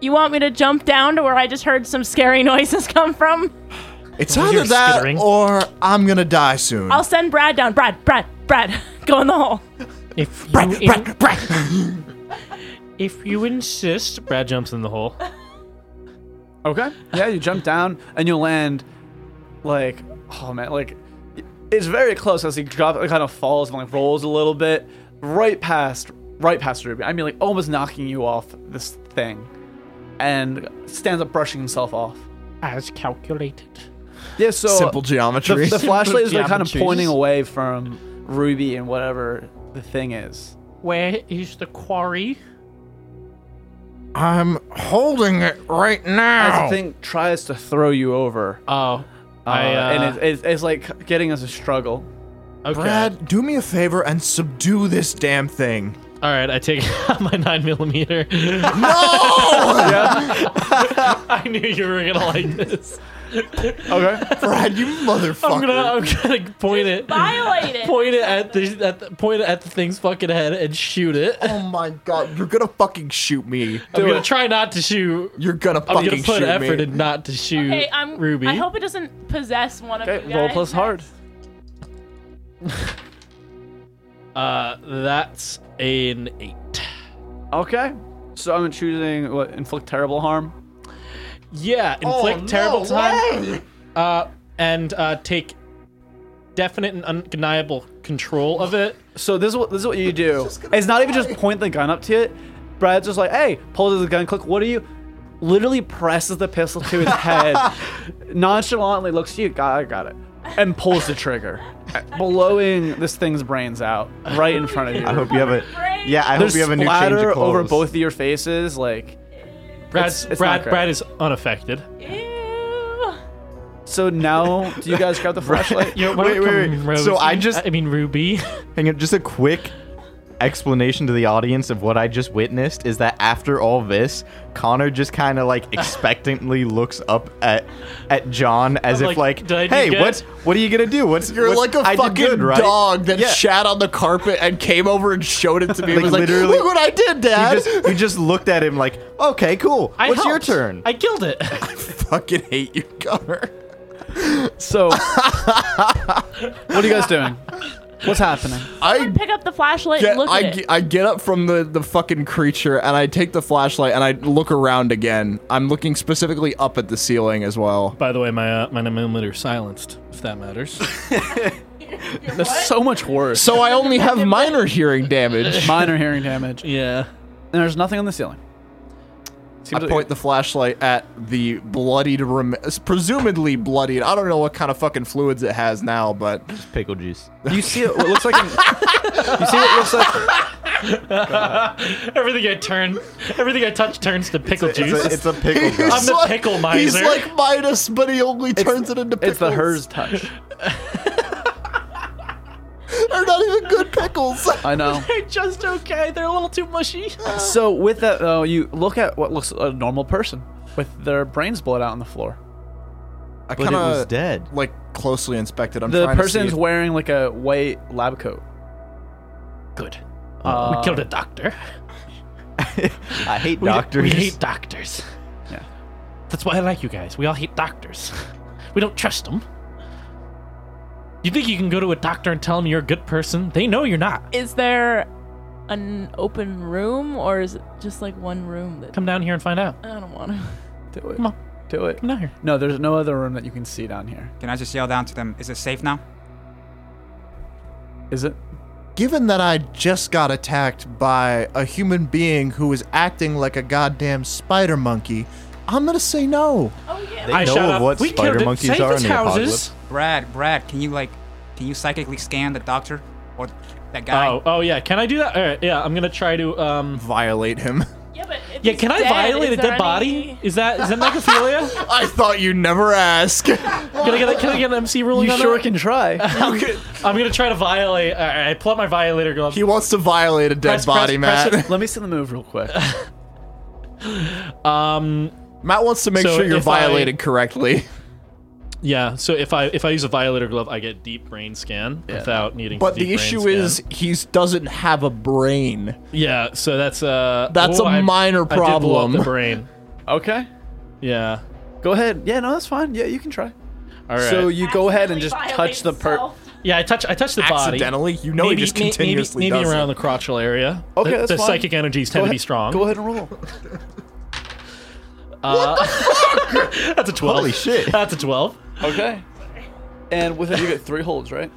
You want me to jump down to where I just heard some scary noises come from? It's was your either that skittering? or I'm gonna die soon. I'll send Brad down. Brad, Brad, Brad, go in the hole. If you, in- if you insist, Brad jumps in the hole. okay, yeah. You jump down and you land, like, oh man, like it's very close as he drop. It kind of falls and like rolls a little bit, right past, right past Ruby. I mean, like almost knocking you off this thing, and stands up, brushing himself off. As calculated. Yeah, so Simple geometry. the flashlight is like kind of Geometries. pointing away from Ruby and whatever the thing is. Where is the quarry? I'm holding it right now. As the thing tries to throw you over, Oh, uh, I, uh, and it's, it's, it's like getting us a struggle. okay. Brad, do me a favor and subdue this damn thing. All right, I take out my nine millimeter. No! I knew you were gonna like this. Okay. Brad, you motherfucker. I'm gonna, I'm gonna point it, Violate it. point it at the, at the, point it at the thing's fucking head and shoot it. Oh my god, you're gonna fucking shoot me. I'm gonna it. try not to shoot. You're gonna I'm fucking gonna put shoot effort me. in not to shoot Okay, I'm. Ruby. I hope it doesn't possess one of you Okay. guys. Roll plus hard. uh, that's an eight. Okay. So I'm choosing what inflict terrible harm. Yeah, inflict terrible time. Uh, and uh, take definite and undeniable control of it. So this is what this is what you do. It's not even just point the gun up to it. Brad's just like, hey, pulls the gun, click. What are you? Literally presses the pistol to his head, nonchalantly looks at you. Got, I got it, and pulls the trigger, blowing this thing's brains out right in front of you. I hope you have a. Great. Yeah, I hope There's you have a new change splatter of clothes. over both of your faces, like. Brad's, it's Brad, not great. Brad is unaffected. Ew. So now, do you guys grab the flashlight? You're Wait, wait, welcome, wait. So I Rosie. just- I mean Ruby. Hang on, just a quick explanation to the audience of what I just witnessed is that after all this, Connor just kind of like expectantly looks up at at John as I'm if like, like, "Did I do "Hey, good?" what's what are you gonna do? What's You're like what's- a I did fucking good, right?" dog that Yeah. shat on the carpet and came over and showed it to me. Like, was like, literally- look what I did, You Dad. just you just looked at him like, "Okay, cool. I what's your helped. turn?" I killed it. fucking hate you, Connor. So, what are you guys doing? What's happening? I Pick up the flashlight get, and look I, at ge- it. I get up from the, the fucking creature and I take the flashlight and I look around again. I'm looking specifically up at the ceiling as well. By the way, my uh, my millimeter silenced, if that matters. That's so much worse. So I only have minor hearing damage. Minor hearing damage. And yeah. there's nothing on the ceiling. I point the flashlight at the bloodied, rem- presumably bloodied. I don't know what kind of fucking fluids it has now, but Pickle juice. You see it, what looks like. An, you see what looks like. Everything I turn, everything I touch turns to pickle It's juice. a, it's a pickle He's juice. the pickle He's miser. like Midas, but he only turns it into pickles. It's the hers touch. They're not even good pickles. I know. They're just okay. They're a little too mushy. So with that, though, you look at what looks a normal person with their brains blowed out on the floor. I But it kind was of dead. like closely inspected. I'm The trying to person's see if- wearing like a white lab coat. Good. Uh, we killed a doctor. I hate We- doctors. We hate doctors. Yeah. That's why I like you guys. We all hate doctors. We don't trust them. You think you can go to a doctor and tell them you're a good person? They know you're not. Is there an open room or is it just like one room that Come down here and find out. I don't want to. Do it. Come on. Do it. Come down here. No, there's no other room that you can see down here. Can I just yell down to them? Is it safe now? Is it? Given that I just got attacked by a human being who is acting like a goddamn spider monkey, I'm gonna say no. Oh, They know shout of out, what "We killed spider it. monkeys Safe are as in the houses." Brad, Brad, can you like, can you psychically scan the doctor or that guy? Oh, oh yeah. Can I do that? All right. Yeah, I'm gonna try to. Um. Violate him. Yeah, but if Yeah, he's can I dead, violate a is there dead body? any- Is that is that necrophilia? I thought you'd never ask. can I get a, can I get an MC ruling You on sure that? can try. How could- I'm gonna try to violate. All right, I pull out my violator glove. he wants to violate a dead Press, body, press, Matt. press Let me see the move real quick. Matt wants to make So sure you're if I- violated correctly, Yeah, so if I if I use a violator glove, I get deep brain scan without needing. but deep the brain issue scan. is he doesn't have a brain. yeah. So that's uh That's a a I minor did blow up problem. the brain. Okay. Yeah. Go ahead. Yeah, no, that's fine. Yeah, you can try. All right. So you go ahead and Accidentally just violate touch the per. himself? yeah, I touch I touch the body. Accidentally, you know maybe, he just may- continuously maybe, maybe does it. around the crotchal area. Okay, the, that's the fine. psychic energies Go tend to be ahead- strong. Go ahead and roll. That's a twelve. Holy shit. That's a twelve. Okay. And with it, you get three holds, right?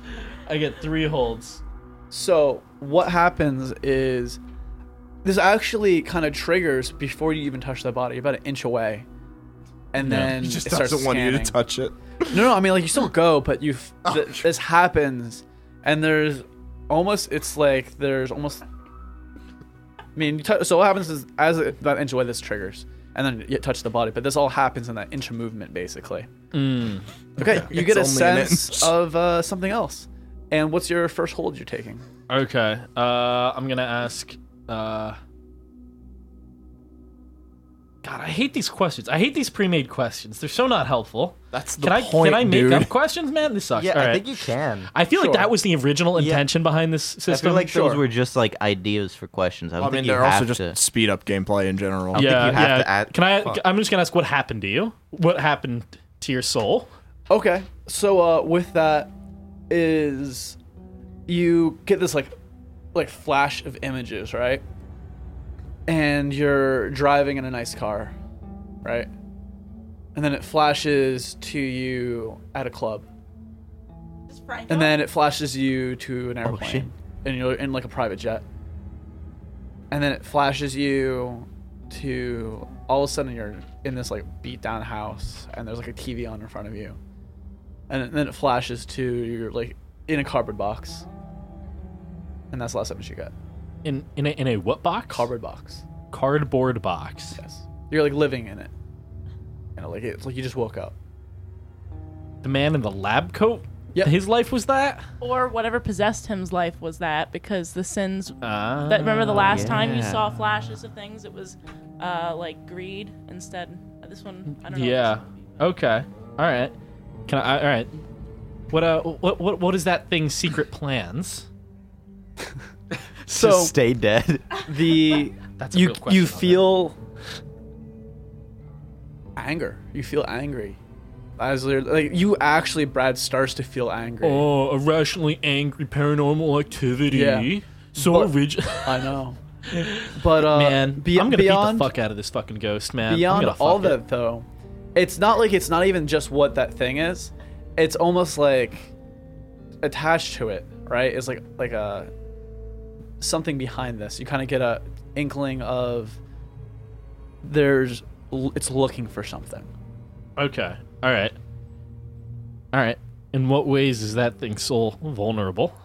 I get three holds. So what happens is this actually kind of triggers before you even touch the body, about an inch away, and then He just it starts doesn't want you to scanning. touch it. No, no, I mean like you still go, but you f- th- this happens, and there's almost it's like there's almost. I mean, you tou- so what happens is as it- that inch away, this triggers, and then you touch the body. But this all happens in that inch of movement, basically. Okay, you get a Mm. It's only an sense inch. of uh, something else. And what's your first hold you're taking? Okay. Uh, I'm gonna ask. Uh, God, I hate these questions. I hate these pre-made questions. They're so not helpful. That's the Can I point, can I make dude. up questions, man? This sucks. Yeah, All I right. think you can. I feel like Sure. that was the original Yeah. intention behind this I system. feel like sure. those were just like ideas for questions. I don't I mean, think you they're have also just to. speed up gameplay in general. think yeah, you have yeah. to add- Can I? Fuck. I'm just gonna ask what happened to you. What happened to your soul? Okay, so uh, with that is you get this like like flash of images, right? And you're driving in a nice car, right? And then it flashes to you at a club, and then it flashes you to an airplane, shit. and you're in like a private jet. And then it flashes you to all of a sudden you're in this like beat down house, and there's like a TV on in front of you, and then it flashes to you're like in a cardboard box, and that's the last image you got. In in a, in a what box? Cardboard box. Cardboard box. Yes. You're like living in it. You know, like it's like you just woke up. The man in the lab coat. Yep. His life was that. Or whatever possessed him's life was that because the sins Ah. that remember the last time you yeah. saw flashes of things it was uh like greed instead. Uh, This one I don't know. Yeah. Okay. All right. Can I? All right. What uh? What what what is that thing's secret plans? So stay dead. the That's a you real question. you I'll bet. feel anger. You feel angry. As you're- like you actually Brad starts to feel angry. Oh, irrationally angry paranormal activity. Yeah. So But- original. I know. But uh man, be- I'm gonna beyond beat the fuck out of this fucking ghost, man. I'm beyond gonna fuck all it. that though it's not like it's not even just what that thing is it's almost like attached to it right it's like like a something behind this you kind of get a inkling of there's l- it's looking for something Okay. All right. All right. In what ways is that thing soul vulnerable?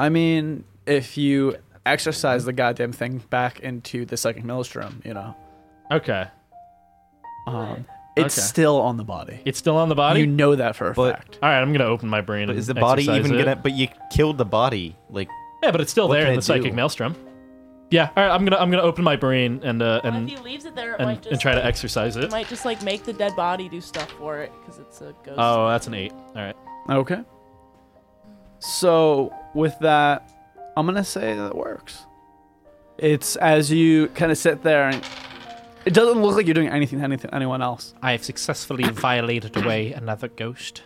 i mean if you exercise the goddamn thing back into the psychic maelstrom you know Okay. um, it's Okay. still on the body It's still on the body. you know that for a But- fact all right, I'm gonna open my brain. and Is the body exercise even it. gonna? But you killed the body. Like Yeah, but it's still What there can in I the psychic do? maelstrom. Yeah. All right. I'm gonna I'm gonna open my brain and uh, Well, and if he leaves it there it might and, just and try to exercise it. it might just like make the dead body do stuff for it because it's a ghost. Oh, that's an eight. All right. Okay. So with that, I'm gonna say that it works. It's as you kind of sit there, and it doesn't look like you're doing anything to anything, anyone else. I have successfully violated away another ghost.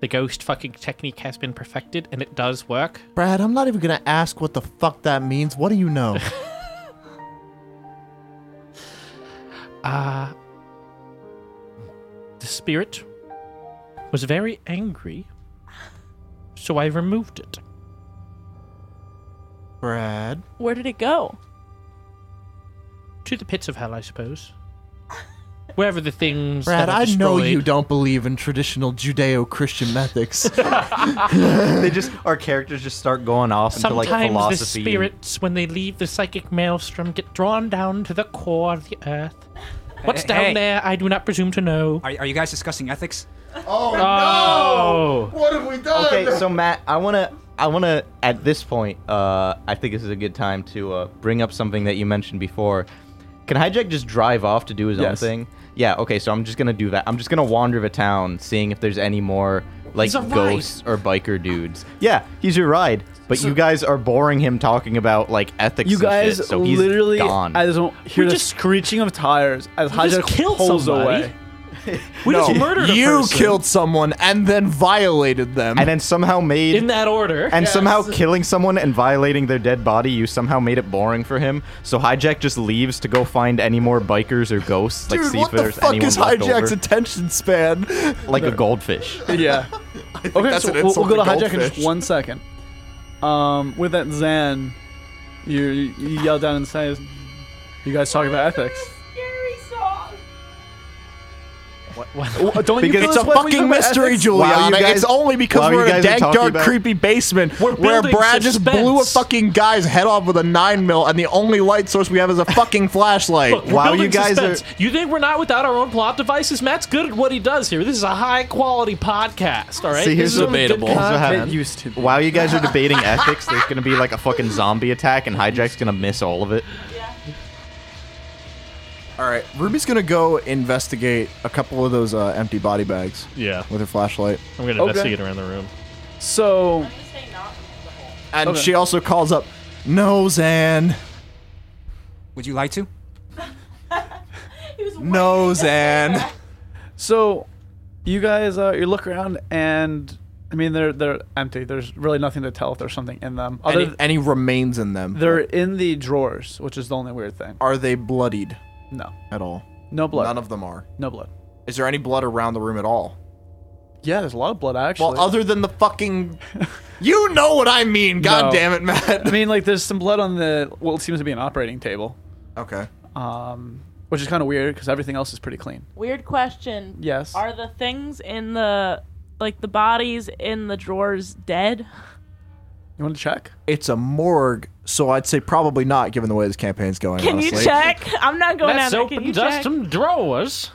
The ghost fucking technique has been perfected and it does work. Brad, I'm not even gonna ask what the fuck that means. What do you know? Uh, the spirit was very angry, so I removed it. Brad, Where did it go? To the pits of hell, I suppose. Wherever the things. Brad, that are I know you destroyed- don't believe in traditional Judeo-Christian methods. they just our characters just start going off into Sometimes like philosophy. the spirits, when they leave the psychic maelstrom, get drawn down to the core of the earth. What's Hey, down hey. there, I do not presume to know. Are, are you guys discussing ethics? Oh, what have we done? okay, so Matt, I wanna, I wanna, at this point, uh, I think this is a good time to uh, bring up something that you mentioned before. Can hijack just drive off to do his own Yes. thing? Yeah. Okay, so I'm just gonna do that. I'm just gonna wander the town, seeing if there's any more like He's a ride. ghosts or biker dudes. Yeah, he's your ride. But you guys are boring him talking about like ethics. You and guys shit, so he's literally, gone. I just don't hear the just- screeching of tires as Hydra just killed pulls somebody. away. we just No, murdered a Oh, you person. killed someone and then violated them. and then somehow made in that order. And somehow killing someone and violating their dead body, you somehow made it boring for him. So Hijack just leaves to go find any more bikers or ghosts, like Dude, see what if the there's fuck anyone is left Hijack's over. attention span? like a goldfish. Yeah. okay, that's so we'll, an we'll insult go to to hijack in just goldfish. one second. Um, with that Zan, you, you yell down and say, "You guys talk about ethics." Scary song. Wh- Don't you Because feel it's a this way when you fucking talk about mystery, ethics? Juliana. Wow, you it's guys- only because wow, you we're in a guys are dank, talking dark, about- creepy basement where building Brad just blew a suspense. fucking guy's head off with a nine mil, and the only light source we have is a fucking flashlight. Look, we're Wow, building you guys are- suspense. You think we're not without our own plot devices? Matt's good at what he does here. This is a high quality podcast. All right. See, this here's is what we did debatable. Here's what Content happened. used to be. While you guys are debating ethics, there's gonna be like a fucking zombie attack, and Hijack's gonna miss all of it. All right, Ruby's gonna go investigate a couple of those uh, empty body bags Yeah, with her flashlight, I'm gonna Okay. investigate around the room. So and she also calls up, "No, Zan, Would you like to? no, Zan." so you guys uh, you look around and I mean they're they're empty. There's really nothing to tell if there's something in them. Other Any, th- any remains in them? they're in the drawers, which is the only weird thing. Are they bloodied No. at all? No blood. None of them are. no blood. Is there any blood around the room at all? Yeah, there's a lot of blood actually. Well, other than the fucking, you know what I mean. God No. damn it, Matt. I mean like there's some blood on the what seems to be an operating table. okay. Um which is kind of weird because everything else is pretty clean. Weird question. Yes. Are the things in the like the bodies in the drawers dead? You want to check? It's a morgue, so I'd say probably not, given the way this campaign's going. Can honestly. you check? I'm not going Let's out there. Can open you just check? some drawers.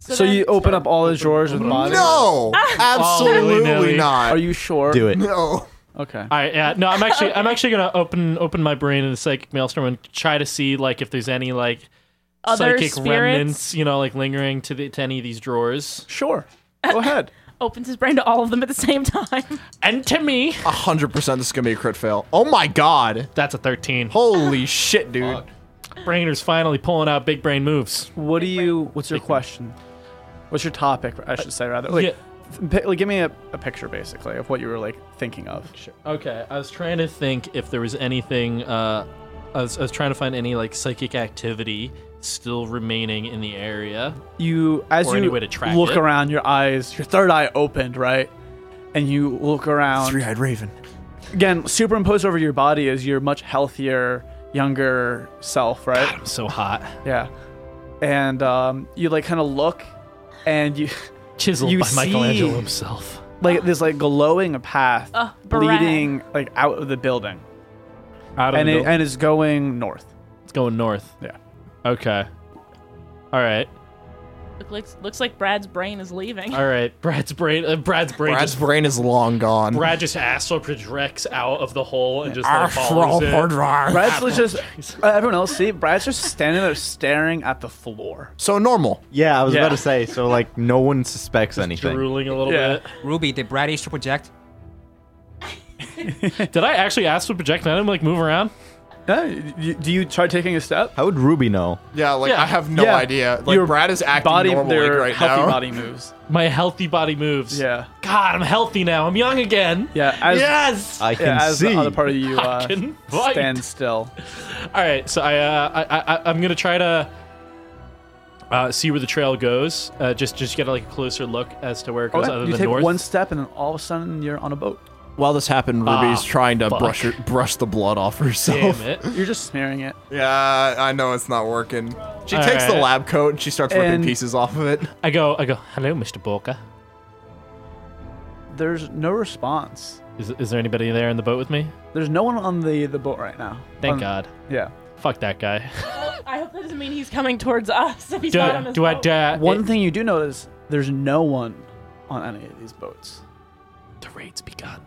So, you oh, open up all the drawers with bodies. No, Ah. absolutely willy-nilly. not. Are you sure? Do it. No. Okay. All right, yeah, no, I'm actually, I'm actually gonna open, open my brain in a psychic maelstrom and try to see like if there's any like Other psychic spirits? remnants, you know, like lingering to the to any of these drawers. Sure. Go ahead. Opens his brain to all of them at the same time. And to me, A hundred percent, this is gonna be a crit fail. Oh my god! that's a 13. Holy shit, dude! Brainer's finally pulling out big brain moves. What do you? What's your question? What's your topic? I should say rather. Like, th- like, give me a, a picture basically of what you were like thinking of. Okay, I was trying to think if there was anything. Uh, I was, I was trying to find any like psychic activity still remaining in the area. You, as Or you any way to track look it. around, your eyes, your third eye opened, right? And you look around. Three-eyed raven. Again, superimposed over your body is your much healthier, younger self, right? I'm so hot. Yeah. And um, you like kind of look, and you Chiseled You by Michelangelo see- himself. like this like glowing path Ugh, Brad. leading like out of the building, Out of and the it, building. and it's going north. it's going north. Yeah. Okay. All right. Look, looks, looks like Brad's brain is leaving. All right. Brad's brain. Uh, Brad's brain. Brad's just, brain is long gone. Brad just astral projects out of the hole and just like, follows it. Brad's li- just uh, everyone else see Brad's just standing there staring at the floor. So normal. Yeah, I was Yeah. about to say. So like, no one suspects anything. drooling a little Yeah. Ruby, did Brad H to project? bit. Did I actually astral project? and I didn't like move around. Yeah, y- y- do you try taking a step? How would Ruby know? Yeah, like Yeah. I have no Yeah. idea. Like Your Brad is acting Body, normally their right healthy now. body moves. My healthy body moves. Yeah, God, I'm healthy now. I'm young again. yeah. As, yes. I yeah, can as see. the other part of you uh, can fight. stand still. All right, so I, uh, I, I- I, I'm gonna try to uh, see where the trail goes. Uh, just, just get like a closer look as to where it goes, Okay, other Oh, You than take north. one step, and then all of a sudden you're on a boat. While this happened, Ruby's Ah, trying to fuck. brush her, brush the blood off herself. Damn it! You're just smearing it. Yeah, I know it's not working. She All takes the right. lab coat and she starts ripping And- pieces off of it. I go, I go. Hello, Mr. Borka. There's no response. Is, is there anybody there in the boat with me? There's no one on the the boat right now. Thank Um, God. Yeah. Fuck that guy. I hope that doesn't mean he's coming towards us. If he's Do, not on his do I boat. dare? One thing you do notice: there's no one on any of these boats, the raid's begun.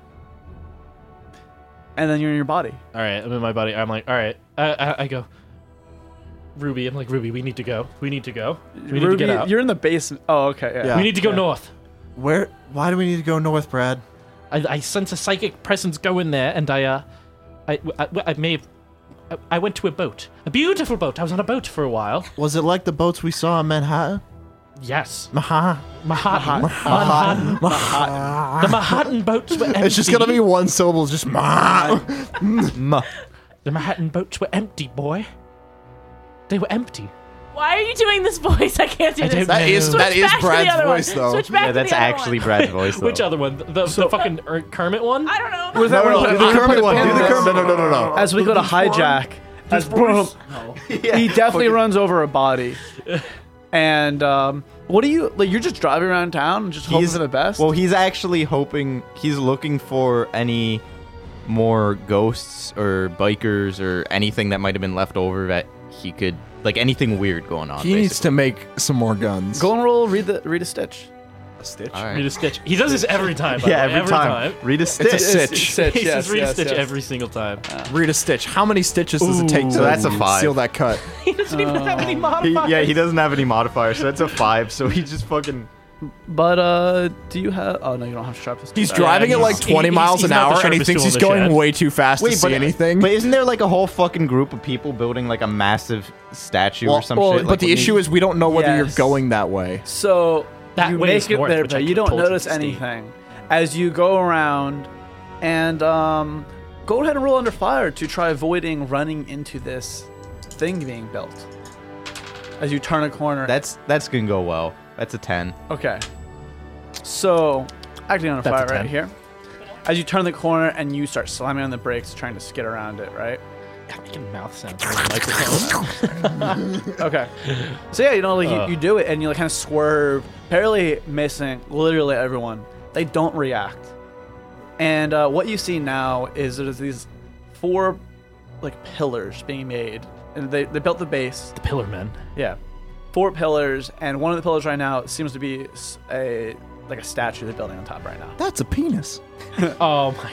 and then you're in your body. All right, I'm in my body. I'm like, all right. I, I, I go. Ruby, I'm like Ruby. We need to go. We need to go. We need to Ruby, get out. You're in the basement. Oh, okay. Yeah. Yeah. We need to go north. Where? Why do we need to go north, Brad? I, I sense a psychic presence go in there, and I, uh, I, I, I may have. I, I went to a boat. A beautiful boat. I was on a boat for a while. Was it like the boats we saw in Manhattan? Yes. Maha. Manhattan. Manhattan. The Manhattan boats were empty. It's just gonna be one syllable. Just ma. Muh. The Manhattan boats were empty, boy. They were empty. Why are you doing this voice? I can't do I this. don't That is know. that Switch is back to the Brad's other one. voice though. Switch back yeah, to that's the other actually one. Brad's voice. Which though. other one? The, the, the fucking er, Kermit one? I don't know. Where's that No, no, one? no, the Kermit one. one. Do the Kermit. No, no, no, no, no. As we go to hijack, as boom, he definitely runs over a body, and um, What do you like? You're just driving around town, and just hoping for the best. Well, he's actually hoping he's looking for any more ghosts or bikers or anything that might have been left over that he could like anything weird going on. He needs basically. to make some more guns. go and roll. Read the read a stitch. a stitch. All right. Read a stitch. He does this every time. By yeah, the way. every, time. Read a stitch. a stitch. Stitch. He yes, says read a yes, stitch yes. every single time. Read a stitch. How many stitches does it take to So that's a five. seal that cut? He doesn't even Oh. have any He- modifiers. yeah, he doesn't have any modifiers, so that's a five. So he just fucking. But uh, do you have? Oh no, you don't have sharpest. He's Uh, driving he's- at like he- 20 he's- miles he's an not the hour and he sharpest tool thinks in he's the going shed. way too fast to see but, anything. But isn't there like a whole fucking group of people building like a massive statue Well, or some well, shit? but like, the when issue you- is we don't know whether Yes. you're going that way. So That you way make is it north, there, which but I you could've don't told you notice to stay. anything as you go around, and um, go ahead and roll under fire to try avoiding running into this thing being built. As you turn a corner. that's that's gonna go well. That's a ten. okay. So acting under That's a fire right 10. here. As you turn the corner and you start slamming on the brakes, trying to skid around it, right? Making mouth sounds. over the microphone. Okay. So yeah, you know, like Uh. you, you do it and you like kind of swerve, barely missing literally everyone. They don't react. And uh, what you see now is there's these four like pillars being made, and they, they built the base. the pillar men. Yeah, four pillars, and one of the pillars right now seems to be s- a like a statue they're building on top right now. That's a penis. Oh my.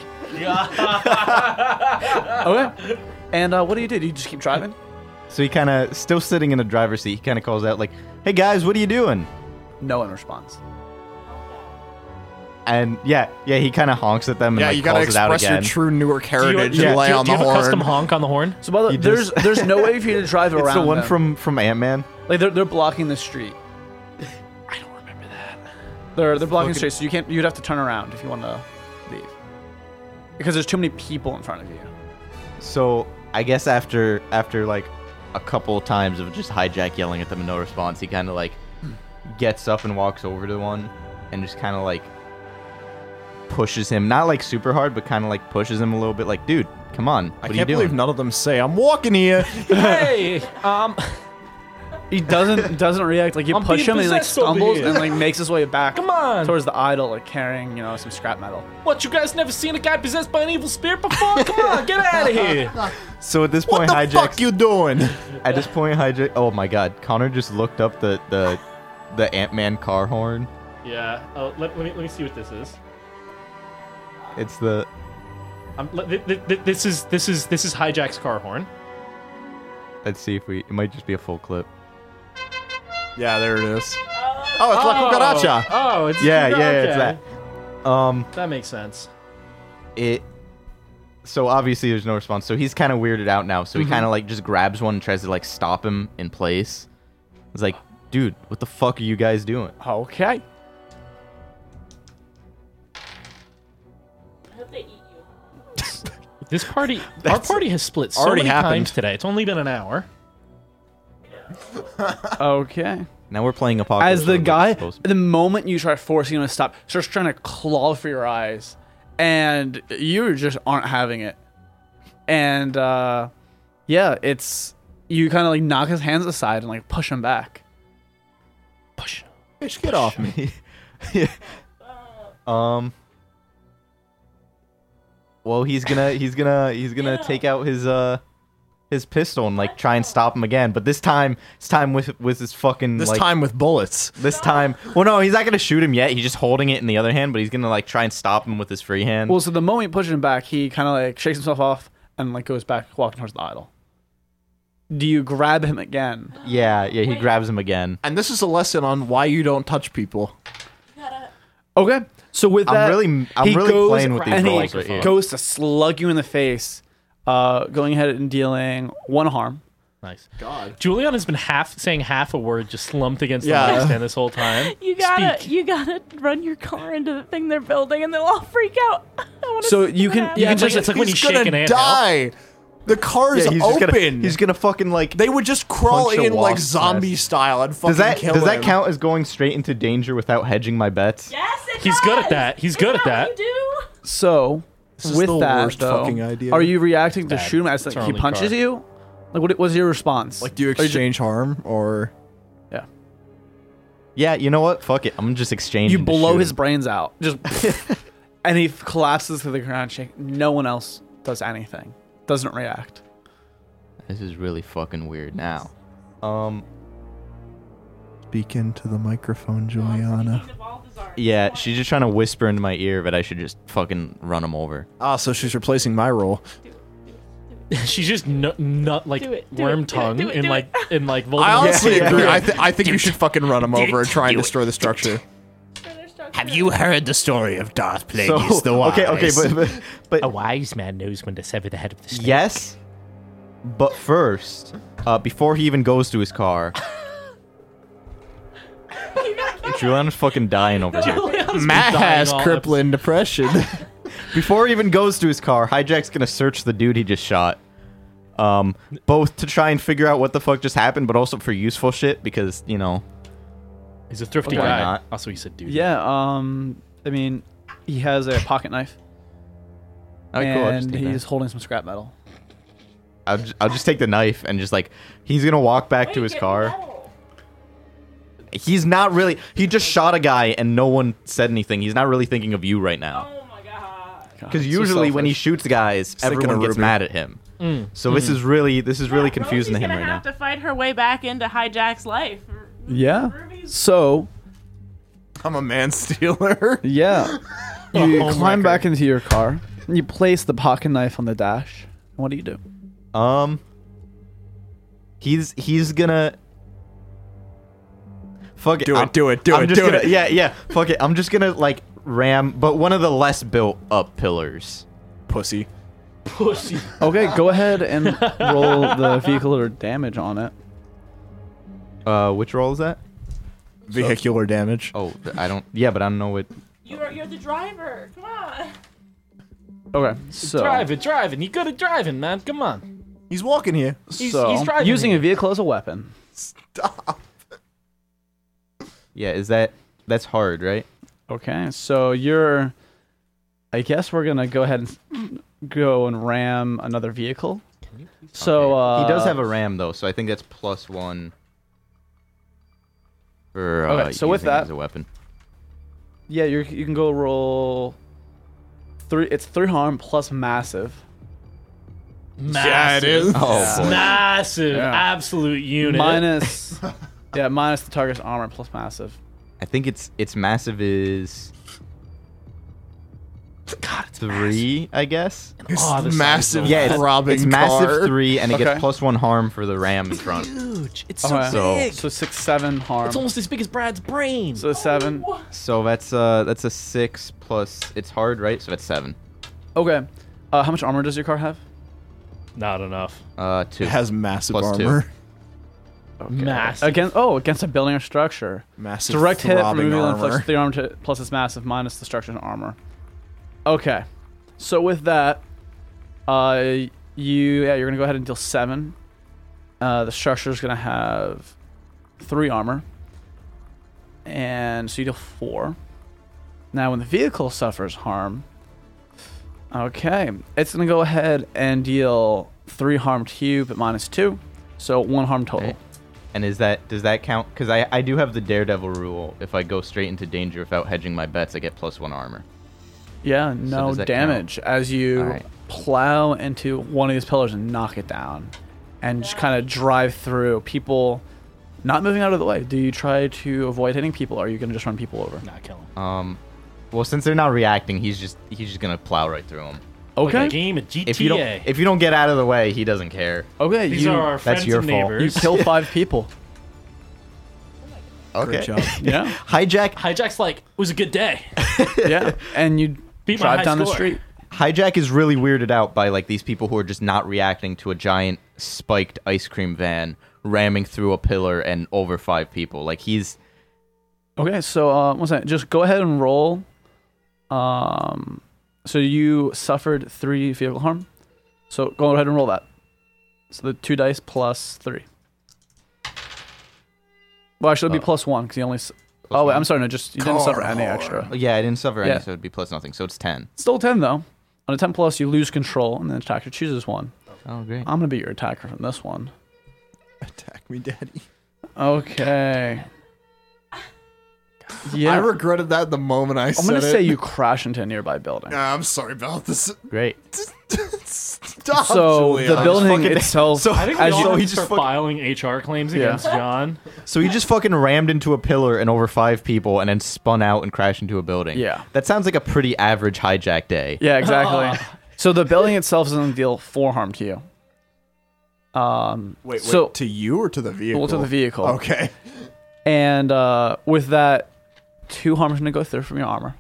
Oh, Okay. And uh, what do you do? Do you just keep driving? So he kind of still sitting in the driver's seat. He kind of calls out like, "Hey guys, what are you doing?" No one responds. And yeah, yeah, he kind of honks at them and Yeah, like you gotta calls it out express your again. true Newark heritage yeah, and lay do, on do the you have a custom horn. honk on the horn? So by the, You there's just- there's no way for you to drive around. it's the one them. from from Ant Man. like they're, they're blocking the street. I don't remember that. They're they're blocking the street, so you can't. You'd have to turn around if you want to leave, because there's too many people in front of you. So I guess after after like a couple times of just hijack yelling at them and no response, he kind of like gets up and walks over to one and just kind of like pushes him, not like super hard, but kind of like pushes him a little bit. Like, dude, come on, what I are you can't doing? believe none of them say, I'm walking here. hey, um, He doesn't doesn't react. Like you I'm push being him, and he like possessed over stumbles here. and like makes his way back. Come on. towards the idol, like carrying you know some scrap metal. what? You guys never seen a guy possessed by an evil spirit before? Come on, get out of here. so at this what point, the hijack. fuck you doing? At this point, hijack. Oh my god, Connor just looked up the the the Ant Man car horn. Yeah. Uh, let, let me let me see what this is. It's the Um, let- th- th- th- this is this is this is hijack's car horn. let's see if we it might just be a full clip. yeah, there it is. Oh, it's La Cucaracha. Oh, it's Yeah, okay. yeah, it's that. Um, That makes sense. it so obviously there's no response so he's kind of weirded out now so he Mm-hmm. kind of like just grabs one and tries to like stop him in place it's like dude what the fuck are you guys doing Okay. I hope they eat you. This party, our party has split so already many happened. times today. It's only been an hour. Okay. now we're playing apocalypse As the Road, guy, which is supposed- the moment you try forcing him to stop, starts trying to claw for your eyes, and you just aren't having it. And uh, yeah, it's you kind of like knock his hands aside and like push him back. Push. Bitch, get off me. um well he's gonna he's gonna he's gonna take out his uh his pistol and like try and stop him again but this time this time with with his fucking This like, time with bullets. This time, well, no, he's not gonna shoot him yet. He's just holding it in the other hand, but he's gonna like try and stop him with his free hand. Well, so the moment you push him back, he kind of like shakes himself off and like goes back, walking towards the idol. Do you grab him again? yeah, yeah, he grabs him again. And this is a lesson on why you don't touch people. Okay. So with I'm that, really- I'm he really goes playing with these and he rolls right here. goes to slug you in the face, uh, going ahead and dealing one harm. Nice. God. Julian has been half saying half a word, just slumped against Yeah. the nightstand this whole time. You gotta, Speak. you gotta run your car into the thing they're building, and they'll all freak out. I wanna So see you what can- happens. you Yeah, can it's like, just- it's like when you he's shake an gonna ant. die. The car's Yeah, he's just open. gonna he's gonna fucking like. they would just crawl Punch a in like wasp's zombie nest. style and fucking does that kill does that him. count as going straight into danger without hedging my bets? Yes, it He's good at does. that. He's Isn't good at What that. you do? So is with the that, worst though, fucking idea. are you reacting to Bad. shoot him as It's like, our he only punches car. you? Like what was your response? Like, do you Are ju- exchange harm or? yeah. Yeah, you know what? Fuck it. I'm just exchanging. You to blow shoot his him. brains out. Just and he collapses to the ground. Shake. No one else does anything. Doesn't react. This is really fucking weird now. Um. Speak into the microphone, Juliana. Yeah, she's just trying to whisper into my ear that I should just fucking run him over. Ah, so she's replacing my role. She's just nut, nut like Do it, do worm it, do it, tongue do it, in do it. like in like I Voldemort. honestly agree. I, th- I think you should fucking run him over and try and destroy the structure. Have heard the story of Darth Plagueis okay, okay, but but, but a wise man knows when to sever the head of the snake. Yes, but first, uh, before he even goes to his car, Juliana's fucking dying over here. Matt has crippling depression. Before he even goes to his car, Hijack's gonna search the dude he just shot. Um, both to try and figure out what the fuck just happened, but also for useful shit because you know. He's a thrifty Why guy. not? Also, he's a dude. Yeah. Um. I mean, he has a pocket knife Oh, cool. I'll just and take that. he's holding some scrap metal. I'll just, I'll just take the knife and just like he's gonna walk back to his car. He's not really. He just shot a guy and no one said anything. He's not really thinking of you right now. Oh my god. Because usually when he shoots guys, Thinking everyone of gets Ruby. mad at him. Mm. So this is really this is really confusing to Rosie's him gonna right now. have to fight her way back into Hijack's life. Yeah. Ruby's So I'm a man stealer. yeah, you Oh climb back into your car. And you place the pocket knife on the dash. And what do you do? Um, he's he's gonna. Fuck it. Do it, I'm- do it, do I'm it, just do gonna- it. Yeah, yeah. Fuck it. I'm just gonna like ram, but one of the less built up pillars. Pussy. Pussy. Okay, go ahead and roll the vehicular damage on it. Uh, which roll is that? Vehicular damage. Oh, th- I don't. Yeah, but I don't know what. You're, you're the driver. Come on. Okay, so Driving, driving. You good at driving, man. Come on. He's walking here. He's, so he's driving. using here. a vehicle as a weapon. Yeah, is that that's hard, right? Okay, so you're. I guess we're gonna go ahead and go and ram another vehicle. So uh, he does have a ram though, so I think that's plus one. For uh, Okay, so with using it that- as a weapon. Yeah, you you can go roll. Three. It's three harm plus massive. massive, Oh boy. massive, Yeah. absolute unit. Minus. yeah, minus the target's armor plus massive. I think it's it's massive is God, it's three, I guess. Oh, this massive sounds Yeah, it's, throbbing it's massive car. three, and it Okay. gets plus one harm for the ram in front. huge. It's so Okay. So big. So six, seven harm. It's almost as big as Brad's brain. So seven. so that's uh that's a six plus it's hard, right? So that's seven. Okay. Uh, how much armor does your car have? Not enough. Uh, two. It has massive Plus two. armor. Massive. Against oh, against a building or structure. Massive Direct hit throbbing removal armor. inflicts the armor to, plus its massive minus the structure's armor. Okay, so with that, uh, you yeah you're gonna go ahead and deal seven. Uh, the structure's gonna have three armor, and so you deal four. Now, when the vehicle suffers harm, okay, it's gonna go ahead and deal three harm to you, but minus two, so one harm total. Okay. And is that does that count? Because I I do have the daredevil rule. If I go straight into danger without hedging my bets, I get plus one armor. Yeah, no does that damage as you Alright. plow into one of these pillars and knock it down and just kind of drive through people not moving out of the way. Do you try to avoid hitting people or are you going to just run people over? Not killing. Um, well, since they're not reacting, he's just he's just gonna plow right through them. Like Okay. a game of GTA. If you don't if you don't get out of the way, he doesn't care. Okay, These you are our friends your and fault. you neighbors. kill 5 people. Okay. job. Yeah. Hijack Hijack's like, it was a good day. Yeah. And you Beat my drive high down the score. street. Hijack is really weirded out by like these people who are just not reacting to a giant spiked ice cream van ramming through a pillar and over five people. Like he's Okay, so uh, one second. Just go ahead and roll. Um, so you suffered three vehicle harm. So go ahead and roll that. So the two dice plus three. Well, actually, it'll be Oh. plus one because you only. S- oh wait, one? I'm sorry. No, just you didn't suffer any extra. Oh, yeah, I didn't suffer Yeah. any, so it'd be plus nothing. So it's ten. Still ten though. On a ten plus, you lose control, and the attacker chooses one. Oh great. I'm gonna be your attacker from this one. Attack me, daddy. Okay. Yeah. I regretted that the moment I I'm said gonna it. say you crash into a nearby building. Ah, I'm sorry about this. Great. Stop. So the Julian. building itself, So- so, I I think we as all you, have he to just start fucking- filing HR claims Yeah. against John. So he just fucking rammed into a pillar and over five people and then spun out and crashed into a building. Yeah. That sounds like a pretty average hijack day. yeah, exactly. so the building itself doesn't deal four harm to you. Um, Wait, wait, so- to you or to the vehicle? well, to the vehicle, Okay. and uh, with that, two harm is gonna go through from your armor,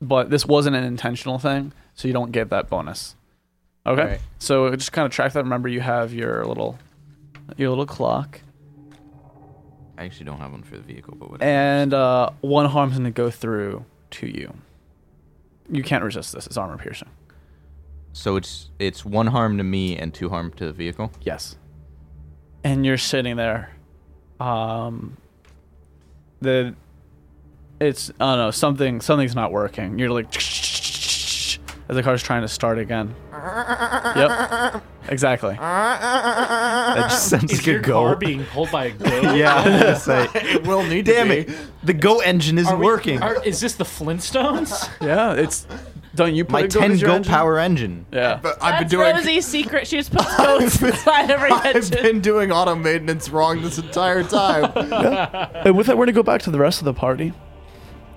but this wasn't an intentional thing, so you don't get that bonus. Okay, Right. so just kind of track that. Remember, you have your little, your little clock. I actually don't have one for the vehicle, but whatever. and uh, one harm's gonna go through to you. You can't resist this. It's armor piercing. so it's it's one harm to me and two harm to the vehicle. Yes. And you're sitting there. Um. The. It's I don't know something something's not working. You're like as the car's trying to start again. Yep. Exactly. That just sounds Is like a your car goat. being pulled by a goat? yeah. I was gonna say, It will need Damn to it! The goat engine isn't Are we- working. are- is this the Flintstones? Yeah. It's. Don't you put My a goat ten as your goat engine? power engine. Yeah. But I've been That's doing. Rosie's secret. She just puts goats inside every I've engine. been doing auto maintenance wrong this entire time. And with that, we're gonna go back to the rest of the party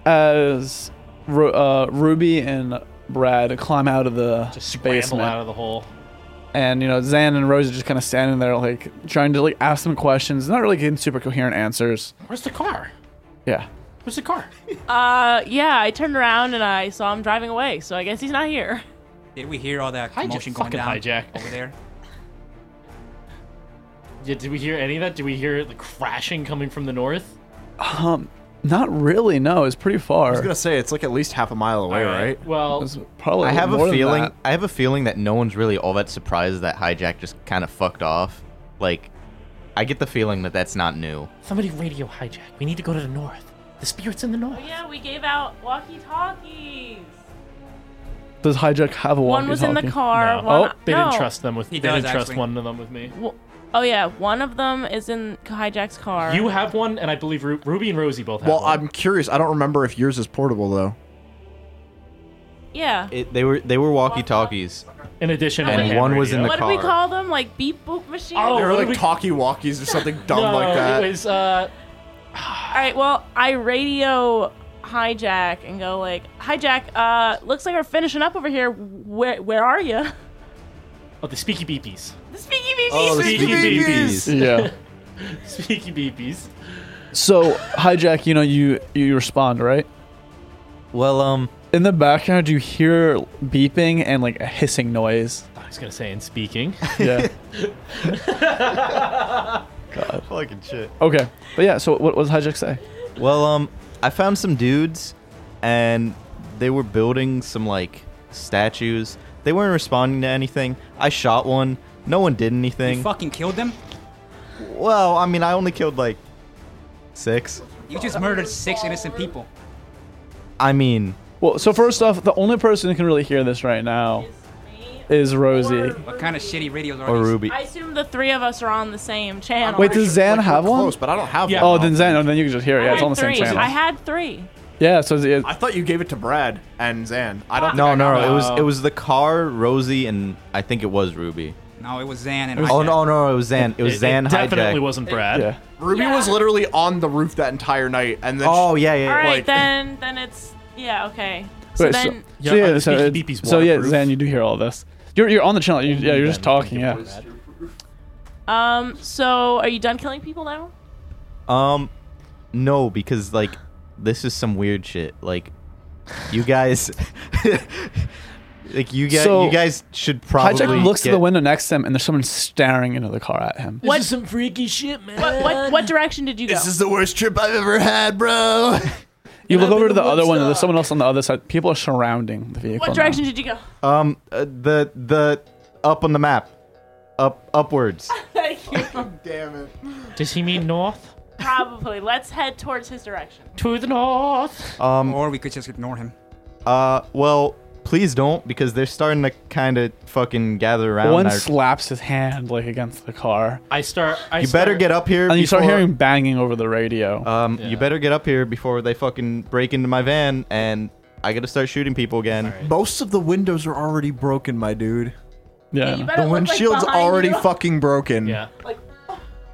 as Ru- uh, Ruby and Brad climb out of the Just scramble basement, out of the hole. and you know Zan and Rose are just kind of standing there, like trying to like ask them questions, not really getting super coherent answers. Where's the car? Yeah, Where's the car? Uh, yeah, I turned around and I saw him driving away, so I guess he's not here. Did we hear all that Hijack- commotion going fucking down hijack. over there? Yeah, did we hear any of that? Did we hear the crashing coming from the north? not really. No, it's pretty far. I was gonna say it's like at least half a mile away, right? Well, It's probably I have more a than feeling. that. I have a feeling that no one's really all that surprised that hijack just kind of fucked off. Like, I get the feeling that that's not new. Somebody radio hijack. We need to go to the north. The spirit's in the north. Oh yeah, we gave out walkie-talkies. Does hijack have a One was in the walkie-talkie? car. no. One, oh, they no. didn't trust them with. He they does, didn't trust actually. one of them with me. W- Oh yeah, one of them is in hijack's car. You have one, and I believe Ru- Ruby and Rosie both have Well, one. I'm curious. I don't remember if yours is portable though. yeah. It, they were they were walkie talkies. in addition, And I have one was in radio. the what did we car. call them? Like beep boop machines. Oh, They were what like do we- talkie walkies or something dumb No, like that. it was. Uh, All right. Well, I radio hijack and go like, hijack. Uh, looks like we're finishing up over here. Where where are you? oh, the Speaky Beepies. The speaky beep Oh, beep. Speaky Beepies. Yeah. Speaky Beepies. so hijack, you know, you you respond right. Well, um, In the background, you hear beeping and like a hissing noise. I was gonna say in speaking. Yeah. fucking shit. Okay. But yeah, so what, what does Hijack say? Well, um, I found some dudes, and they were building some like statues. They weren't responding to anything. I shot one. No one did You anything. fucking killed them? well, I mean, I only killed like six. You just murdered six innocent people. I mean, Well, so first off, the only person who can really hear this right now is Rosie. What kind of shitty radios are or these? Ruby. I assume the three of us are on the same channel. Wait, does Zan Like, have we're one? Close, but I don't have Yeah. Oh, one. then Zan, oh, then you can just hear it. Yeah, I it's had on the same three. channel. I had three. yeah, so it's, it, I thought you gave it to Brad and Zan. I don't. No, think I no, got no. It one. was it was the car, Rosie, and I think it was Ruby. No, it was Zan and Oh hijack. no, no, it was Zan. It was it, Zan it definitely hijack. wasn't Brad. yeah. Ruby Yeah. was literally on the roof that entire night, and then Oh yeah, yeah. All right, like- then then it's yeah okay. So Wait, then so, so Yeah, yeah, the so, Speaky it- Beepies so yeah, waterproof. Zan, you do hear all this. You're, you're on the channel. You, yeah, you're just talking. Yeah. um so are you done killing people now? Um, no, because like this is some weird shit. Like, you guys, like you guys, So, you guys should probably. Hijack looks get, to the window next to him, and there's someone staring into the car at him. What- This is some freaky shit, man. What what, what direction did you go? This is the worst trip I've ever had, bro. You look I've over to been the to other one, and there's Woodstock. someone else on the other side. People are surrounding the vehicle. what direction did you go? Um, uh, the the up on the map, up upwards. Thank you. Damn it. Does he mean north? Probably. Let's head towards his direction. To the north. Um, Or we could just ignore him. uh, well, please don't, because they're starting to kind of fucking gather around. One our- slaps his hand like against the car, I start. I you better get up here. and you start before- hearing banging over the radio. Um, Yeah. you better get up here before they fucking break into my van, and I gotta start shooting people again. Most of the windows are already broken, my dude. yeah, You no. The better look, like, windshield's behind already you. fucking broken. Yeah. Like.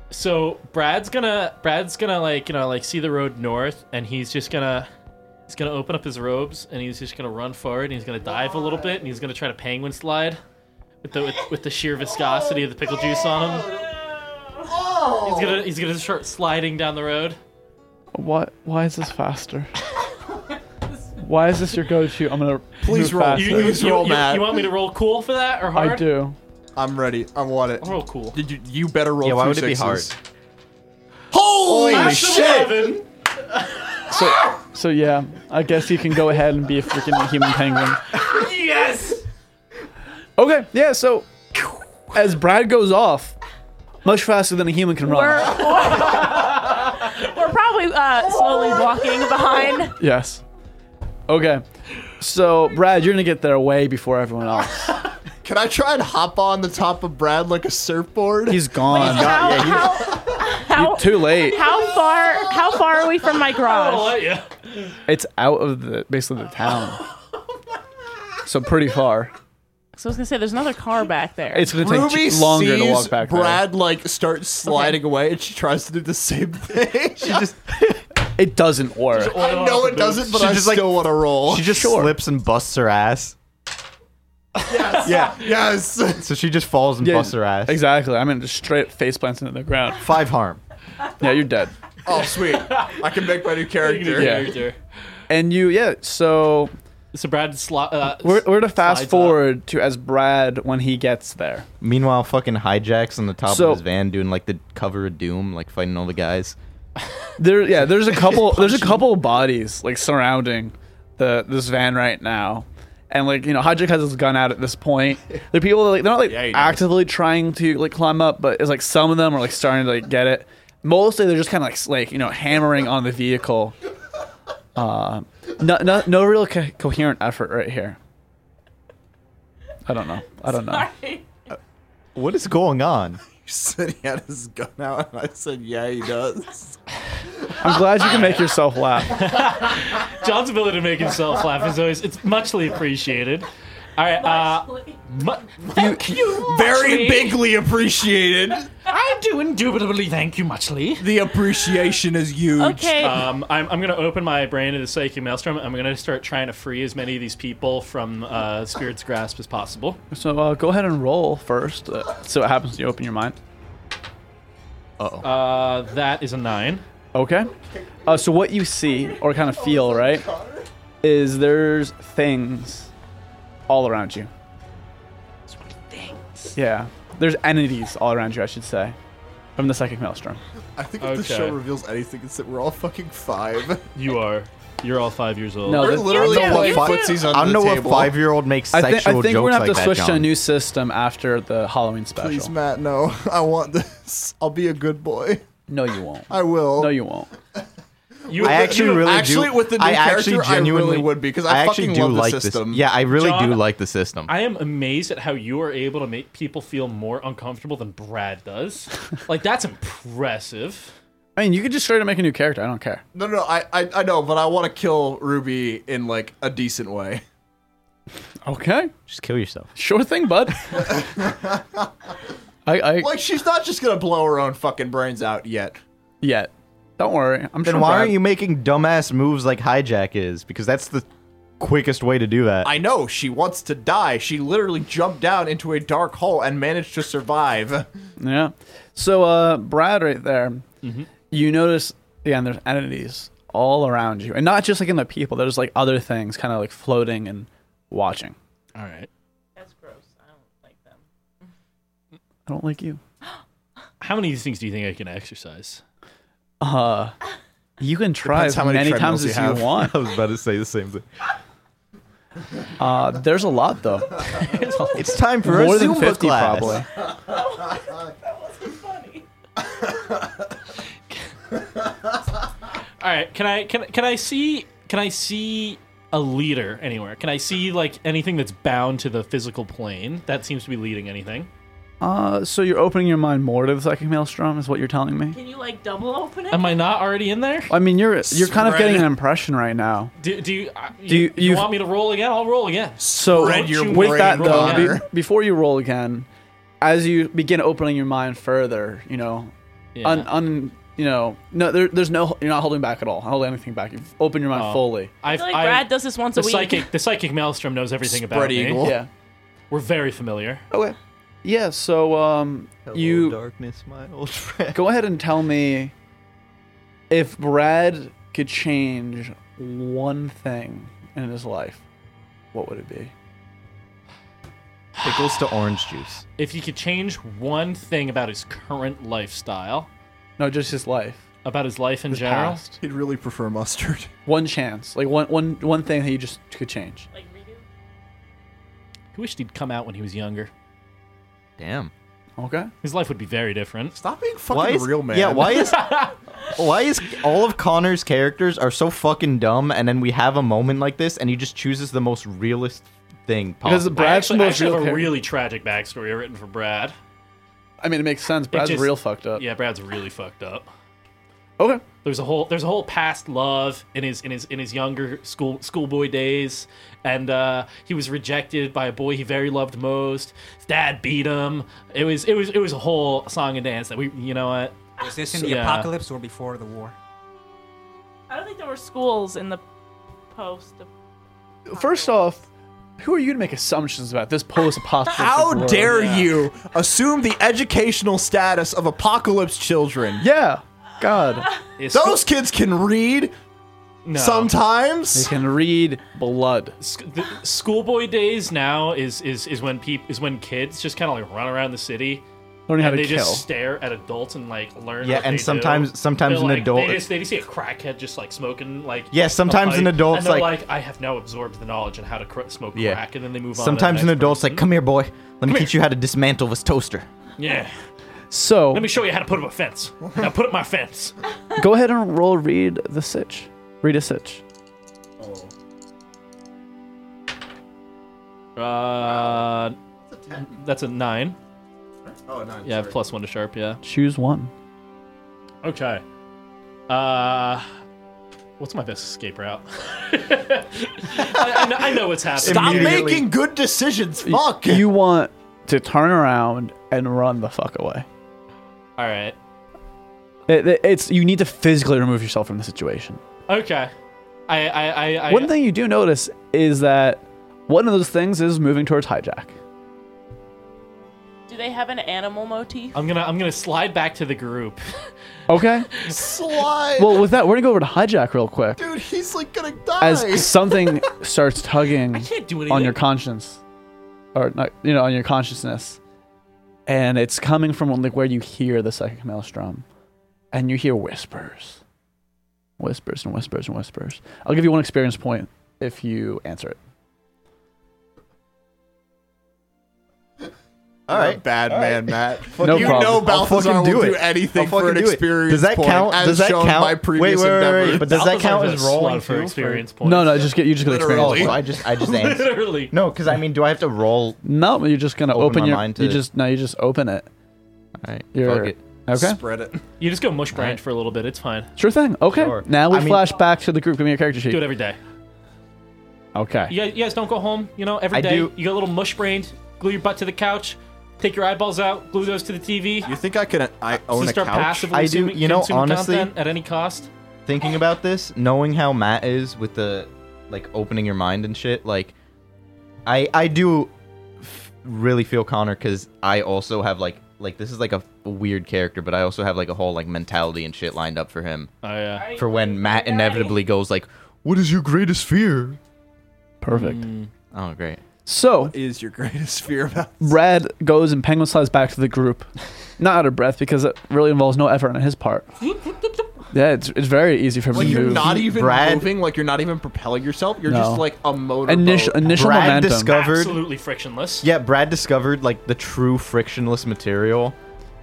So Brad's gonna Brad's gonna like you know like see the road north, and he's just gonna he's gonna open up his robes, and he's just gonna run forward, and he's gonna dive a little bit, and he's gonna try to penguin slide with the with, with the sheer viscosity of the pickle juice on him. Oh. He's gonna he's gonna start sliding down the road. Why? Why is this faster? why is this your go-to? I'm gonna Please move roll. faster. You, you, Please you- roll, you- Matt. you want me to roll cool for that or hard? I do. I'm ready. I want it. I'll Oh, roll cool. Did you, you better roll Yeah, why two would it be sixes. hard? Holy That's shit! 11. So yeah, I guess you can go ahead and be a freaking human penguin. Yes. Okay, yeah. So as Brad goes off, much faster than a human can run. We're, we're probably uh, slowly walking behind. Yes. Okay. So Brad, you're gonna get there way before everyone else. Can I try and hop on the top of Brad like a surfboard? He's gone. How, how, Too late. how far how far are we from my I'll let garage? you. It's out of the basically the town. So pretty far. So I was gonna say there's another car back there. It's gonna take Ruby ch- longer sees to walk back. there. Brad like starts sliding away, and she tries to do the same thing. she just, It doesn't work. I know it doesn't, but She I just, like- still want to roll. She just slips and busts her ass. yeah. yes. So she just falls and Yeah, busts her ass. Exactly. I mean, just straight face plants into the ground. Five harm. Yeah, you're dead. Oh, sweet. I can make my new character. Yeah. Character. And you, yeah. So So Brad slot. Uh, we're, we're to fast Slides up. forward to as Brad when he gets there. Meanwhile, fucking hijacks on the top So- of his van, doing like the cover of doom, like fighting all the guys. There, yeah. There's a couple. there's a couple of bodies like surrounding the this van right now, and like you know, Hajik has his gun out at this point. The people that, like they're not like Yeah, he does. actively trying to like climb up, but it's like some of them are like starting to like get it. Mostly they're just kind of like s- like you know hammering on the vehicle. Uh, no, no, no real co- coherent effort right here. I don't know. I don't know. What is going on? He said he had his gun out, and I said, "Yeah, he does." I'm glad you can make yourself laugh. John's ability to make himself laugh is always it's muchly appreciated. All right. Uh, mu- thank you. Very muchly. bigly appreciated. I do indubitably thank you muchly. The appreciation is huge. Okay. uh, Um, I'm, I'm gonna open my brain to the psychic maelstrom. I'm gonna start trying to free as many of these people from uh, spirit's grasp as possible. So uh, go ahead and roll first. Uh, so what happens when you open your mind? Uh, that is a nine. Okay. Uh, so what you see or kind of feel, right, is there's things all around you. Things. Yeah. There's entities all around you, I should say, from the psychic maelstrom. I think if this Okay. show reveals anything, it's that we're all fucking five. You are, you're all five years old. No, We're th- literally Yeah, playing you do. footsies under I don't know the what table. five year old makes I, sexual think I think jokes we're gonna have like to that, switch to a John. new system after the Halloween special. Please, Matt, no. I want this. I'll be a good boy. No, you won't. I will. No, you won't. you, I actually you- really do- actually, with the new I actually character, I really genuinely would be, 'cause I actually fucking do love the like system. This. Yeah, I really do John, like the system. I am amazed at how you are able to make people feel more uncomfortable than Brad does. like that's impressive. I mean, you could just straight up make a new character. I don't care. No, no, no, I, I, I know, but I want to kill Ruby in like a decent way. Okay. Just kill yourself. Sure thing, bud. I, I Like she's not just gonna blow her own fucking brains out yet. yet. Don't worry. I'm Then sure. why Brad- aren't you making dumbass moves like hijack is? Because that's the quickest way to do that. I know she wants to die. She literally jumped down into a dark hole and managed to survive. Yeah. So, uh, Brad, right there, you notice again. There's entities all around you, and not just like in the people. There's like other things, kind of like floating and watching. All right. That's gross. I don't like them. I don't like you. How many of these things do you think I can exercise? Uh, you can try Depends as how many many, times treadmills you as have. you want. I was about to say the same thing. Uh, there's a lot though, It's time for more a than Zumba fifty class. probably. All right. Can I can can I see can I see a leader anywhere? Can I see like anything that's bound to the physical plane that seems to be leading anything? Uh, so you're opening your mind more to the psychic maelstrom, is what you're telling me. Can you like double open it? Am I not already in there? I mean, you're you're kind of Spread getting it. an impression right now. Do, do you, uh, Do you- you, you you've- want me to roll again? I'll roll again. So Spread your with brain that though, broader. be- before you roll again, as you begin opening your mind further, you know, Yeah. un, un you know, no, there, there's no, you're not holding back at all. Holding anything back. You've opened your mind Oh. fully. I I've- feel like I- Brad does this once the a week. psychic the psychic maelstrom knows everything about Spread me. eagle. Yeah. We're very familiar. Okay. Yeah. So um, you darkness, my old friend. go ahead and tell me if Brad could change one thing in his life, what would it be? Pickles to orange juice. If he could change one thing about his current lifestyle, No, just his life. about his life in His general, past. He'd really prefer mustard. One chance, like one, one, one thing that you just could change. Like redo. he wished he'd come out when he was younger. Damn. Okay. His life would be very different. Stop being fucking Why is real, man. yeah? Why is why is all of Connor's characters are so fucking dumb? And then we have a moment like this, and he just chooses the most realist thing Because possible. I Brad's actually, the I most actually real have a character. really tragic backstory written for Brad. I mean, it makes sense. Brad's just- real fucked up. Yeah, Brad's really fucked up. Okay. There's a whole there's a whole past love in his in his in his younger school schoolboy days, and uh, he was rejected by a boy he very loved most. His dad beat him. It was it was it was a whole song and dance that we you know what Was this in the Yeah. apocalypse or before the war? I don't think there were schools in the post. First off, who are you to make assumptions about this post apocalyptic How dare you assume the educational status of apocalypse children? Yeah. God. It's- Those kids can read no. They sometimes. can read blood. Sc- the schoolboy days now is is is when peop is when kids just kind of like run around the city Learning how and to they kill. just stare at adults and like learn. Yeah, what and they do. sometimes- sometimes They're an like- adult- they just, they just see a crackhead just like smoking like. Yeah, a sometimes an pipe, adult's and they're like- I have now absorbed the knowledge on how to cr- smoke Yeah. crack, and then they move on. to the Sometimes an next adult's like, person. "Come here, boy. Let me teach you how to dismantle this toaster." Yeah, So let me show you how to put up a fence. Now put up my fence. go ahead and roll read the sitch. Read a sitch. Uh, that's a nine. Oh, nine. Yeah, I have plus one to sharp. Yeah. Choose one. Okay. Uh, what's my best escape route? I, I know, I know what's happening. Stop making good decisions. Fuck. You want to turn around and run the fuck away. All right. It- it- it's you need to physically remove yourself from the situation. Okay. I I I, I one thing you do notice is that one of those things is moving towards hijack. Do they have an animal motif? I'm gonna I'm gonna slide back to the group. Okay. Slide. well, with that, we're gonna go over to hijack real quick. Dude, he's like gonna die. As something starts tugging can't do on anything. your conscience, or not, you know, on your consciousness, and it's coming from like where you hear the psychic maelstrom, and you hear whispers, whispers and whispers and whispers. I'll give you one experience point if you answer it. All right. bad man, Matt. No you problem. know I'll Balthazar fucking do will it. do anything I'll fucking for an do it. experience Does that point, count? as Does that shown count? by previous wait, wait, wait, wait, endeavors. But does that count Balthazar's a as rolling slut for too? experience points? No, no, just get you just get experience. Oh, points. I just, I just answered. literally. No, because I mean, do I have to roll? No, you're just gonna Open open, my your. mind you to- just no, you just open it. All right, You're- fuck it. Okay, Spread it. You just go mush branch Alright. for a little bit. It's fine. sure thing. Okay, Sure. now we I mean- flash back to the group. Give me your character sheet. Do it every day. Okay. You guys, you guys don't go home. You know, every I day do- you get a little mush brained. Glue your butt to the couch. Take your eyeballs out. Glue those to the TV. You think I could? I So own a start couch. passively I do- consuming- you know, consuming honestly- content at any cost. Thinking about this, knowing how Matt is with the like opening your mind and shit, like I I do f- really feel Connor because I also have like like this is like a weird character, but I also have like a whole like mentality and shit lined up for him Oh yeah. for when Matt inevitably goes like, "What is your greatest fear?" Perfect. Oh, great. So Is your greatest fear about? Brad goes and penguin slides back to the group, not out of breath because it really involves no effort on his part. Yeah, it's, it's very easy for him Like to you're move. not even Brad- moving. Like you're not even propelling yourself. You're No. just like a motor. initial initial Brad momentum. discovered- Absolutely frictionless. Yeah, Brad discovered like the true frictionless material,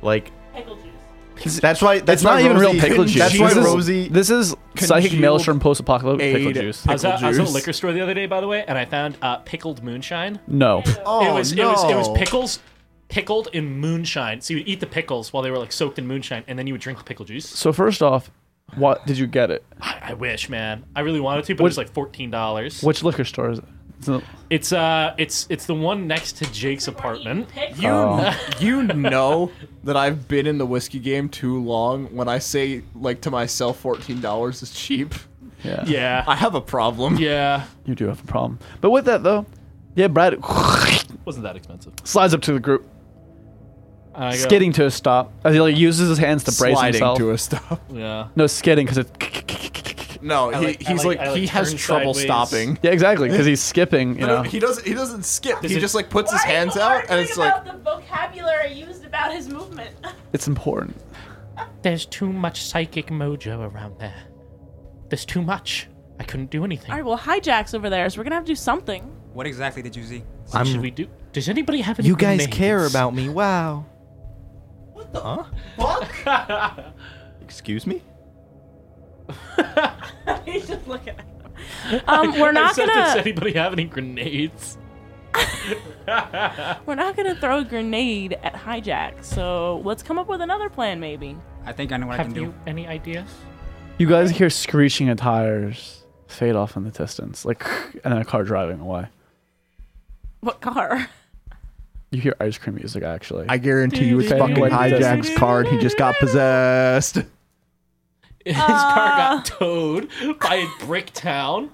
like Pickle juice. That's why. That's it's not why even Rosie, real pickle juice. That's why this Rosie. Is, this is Psychic congealed Maelstrom post apocalyptic pickle aid juice. I was, at, I was at a juice. liquor store the other day, by the way, and I found uh, pickled moonshine. No. Oh, it was it was it was no. pickles pickled in moonshine. So you would eat the pickles while they were like soaked in moonshine, and then you would drink the pickle juice. So first off, what did you get it? I, I wish, man. I really wanted to, but it was like fourteen dollars. Which liquor store is it? It's not- It's uh, it's it's the one next to Jake's apartment. Pick- You you know that I've been in the whiskey game too long when I say like to myself fourteen dollars is cheap. yeah. I Yeah, have a problem. yeah. You do have a problem. But with that though, yeah, Brad Wasn't that expensive? slides up to the group, And I go, skidding to a stop. As he like uses his hands to brace Sliding himself. to a stop. Yeah. No, skidding because it. No, he, like- I he's like- like, I like he has turn trouble sideways. stopping. Yeah, exactly. Because he's skipping. You know. He doesn't he doesn't skip. he it- just like puts his Why are hands you out and arguing it's like about the vocabulary used about his movement. It's important. There's too much psychic mojo around there. There's too much. I couldn't do anything. All right, well, hijacks over there, so we're gonna have to do something. What exactly did you see? what Hmm. should we do? Does anybody have any? You guys grenades? care about me. Wow. What the fuck? Excuse me? He's just looking. At um, we're I not said, Does gonna anybody have any grenades? we're not gonna throw a grenade at hijack. So let's come up with another plan, maybe. I think I know what I can Have do. you any ideas? You guys hear screeching of tires fade off in the distance, like, and then a car driving away. What car? You hear ice cream music actually. I guarantee you it's Dude, fucking like this. hijack's card. He just got possessed. His car got towed by Brick Town,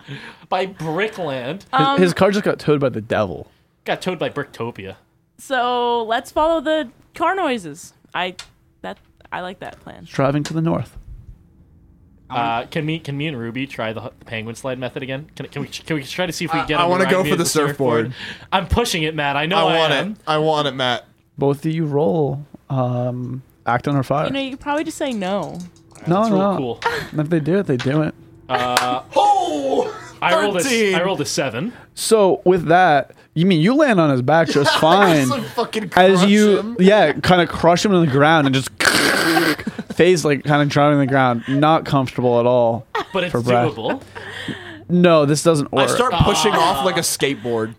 by Brickland. his, Um, his car just got towed by the devil. Got towed by Bricktopia. So let's follow the car noises. I that I like that plan. Driving to the north. Uh, can me, can me and Ruby try the, the penguin slide method again? Can, can we, can we try to see if we I- can get? I him wanna ride go me for as the surfboard. I'm pushing it, Matt. I know I I, want am. it. I want it, Matt. Both of you roll. Um, act on her fire. You know, you could probably just say no. no, It's real no. cool. And If they do it, they do it. I rolled a, 13. I rolled a seven. So with that, you mean you land on his back just fine. Just fucking as crush you him. yeah kind of crush him to the ground and just face like kind of drowning in the ground not comfortable at all But it's For Brad. doable. no this doesn't work I start Ah. pushing off like a skateboard.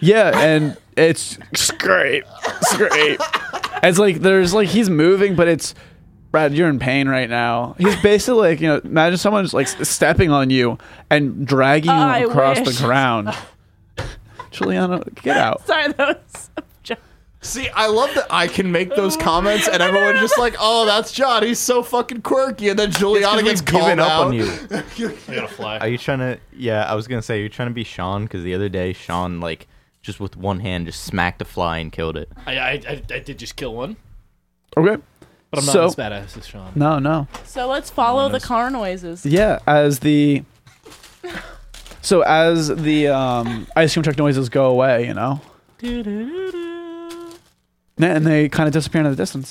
yeah and it's scrape scrape it's like there's like he's moving but it's Brad, you're in pain right now. He's basically like, you know, imagine someone's like s- stepping on you and dragging you I across wish. the ground. Juliana, get out. Sorry, that was a joke. See, I love that I can make those comments and everyone just like, oh, that's John. He's so fucking quirky. And then Juliana gets called given up out. on you. I gotta fly. Are you trying to? Yeah, I was gonna say, are you trying to be Sean? Because the other day, Sean like just with one hand just smacked a fly and killed it. I, I, I, I did just kill one, Okay. but I'm not So- as badass as Sean. No, no. So let's follow the car noises. Yeah, as the so as the um, ice cream truck noises go away, you know, and they kind of disappear into the distance.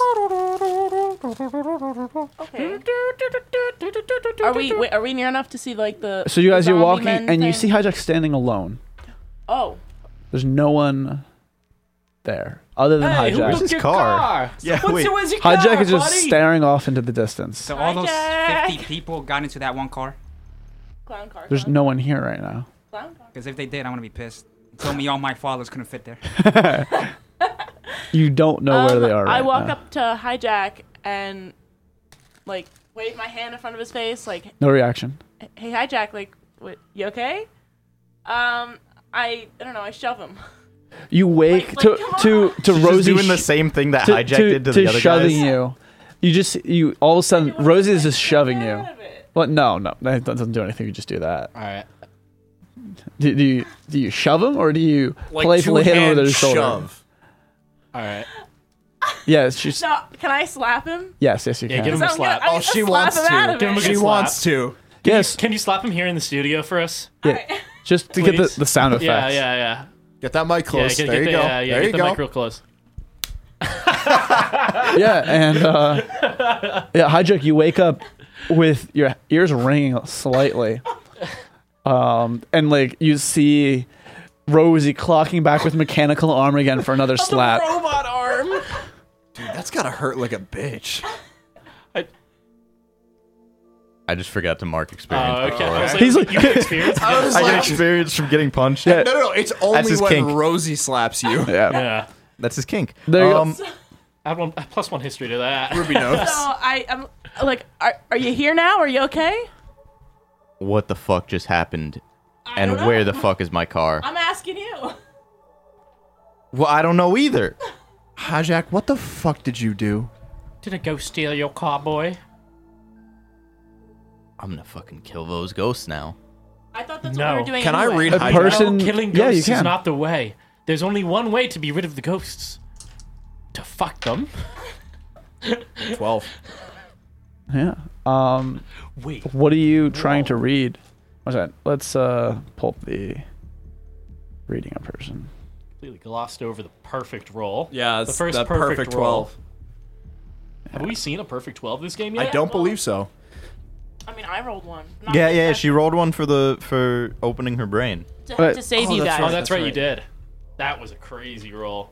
Okay. Are we wait, are we near enough to see like the? So you guys, the you're zombie walking, men and you see thing? Hijack standing alone. Oh, There's no one there other than Hey, who Hijack. took his your car? Yeah, wait. where's your Hijack car, is just buddy? staring off into the distance. So all Hijack! those 50 people got into that one car? clown car. There's clown, no one here right now. clown car. Because if they did, I'm going to be pissed. They told me all my followers couldn't fit there. You don't know where Um, they are. Right I walk now. up to hijack and like wave my hand in front of his face, like, No reaction. "Hey, hijack, like, what, you okay?" Um, I I don't know. I shove him. You wake Like- to like, come to on. to She's Rosie. just doing the sh- same thing that to, Hijack to- did to, to the other shoving guys. you. You just you all of a sudden Rosie is just shoving Get you. out of it. Well, no, no, that doesn't do anything. You just do that. All right. Do, do you do you shove him or do you Like playfully hit him two-hand over the shoulder? shove. All right. Yes, she's So can I slap him? yes, yes, you Yeah, can. give him a I'm gonna- slap. I'm Oh, gonna she slap wants him to. out of Give him a it. good She slap. wants to. yes, Can you slap him here in the studio for us? yeah. just to get Please. the, the sound effects. Yeah, yeah, yeah. Get that mic close. yeah, get, there get you the, go. Yeah, yeah, there get you the go. mic real close. yeah, and uh, yeah, hijack. You wake up with your ears ringing slightly, um, and like you see Rosie clocking back with mechanical arm again for another slap. Robot arm. Dude, that's gotta hurt like a bitch. I just forgot to mark experience. Oh, okay. before. I was like, He's like- you have experience? I was I get like, experience from getting punched. Yeah. no, no, no, it's That's only his when kink. Rosie slaps you. yeah. yeah. That's his kink. Um, There you go. I have one, plus one history to that. Ruby knows. So I, I'm like, are, are you here now? Are you okay? What the fuck just happened? And don't know. where the fuck is my car? I'm asking you. well, I don't know either. Hajak, what the fuck did you do? Did a ghost steal your car, boy? I'm gonna fucking kill those ghosts now. I thought that's what No. we were doing. Can I anyway. read A Hajak? person. Killing yeah, you ghosts is can. not the way. There's only one way to be rid of the ghosts. To fuck them. 12. Yeah. Um, Wait. what are you trying to read? What's that? Let's uh, pulp the reading a person. Completely glossed over the perfect roll. Yeah, it's the first the perfect, perfect roll. 12. Have we seen a perfect twelve this game I yet? don't believe so. I mean, I rolled one. Yeah, yeah. She rolled one for the for opening her brain. to, But- to save Oh, you that's guys. Oh, right. that's right, you did. That was a crazy roll.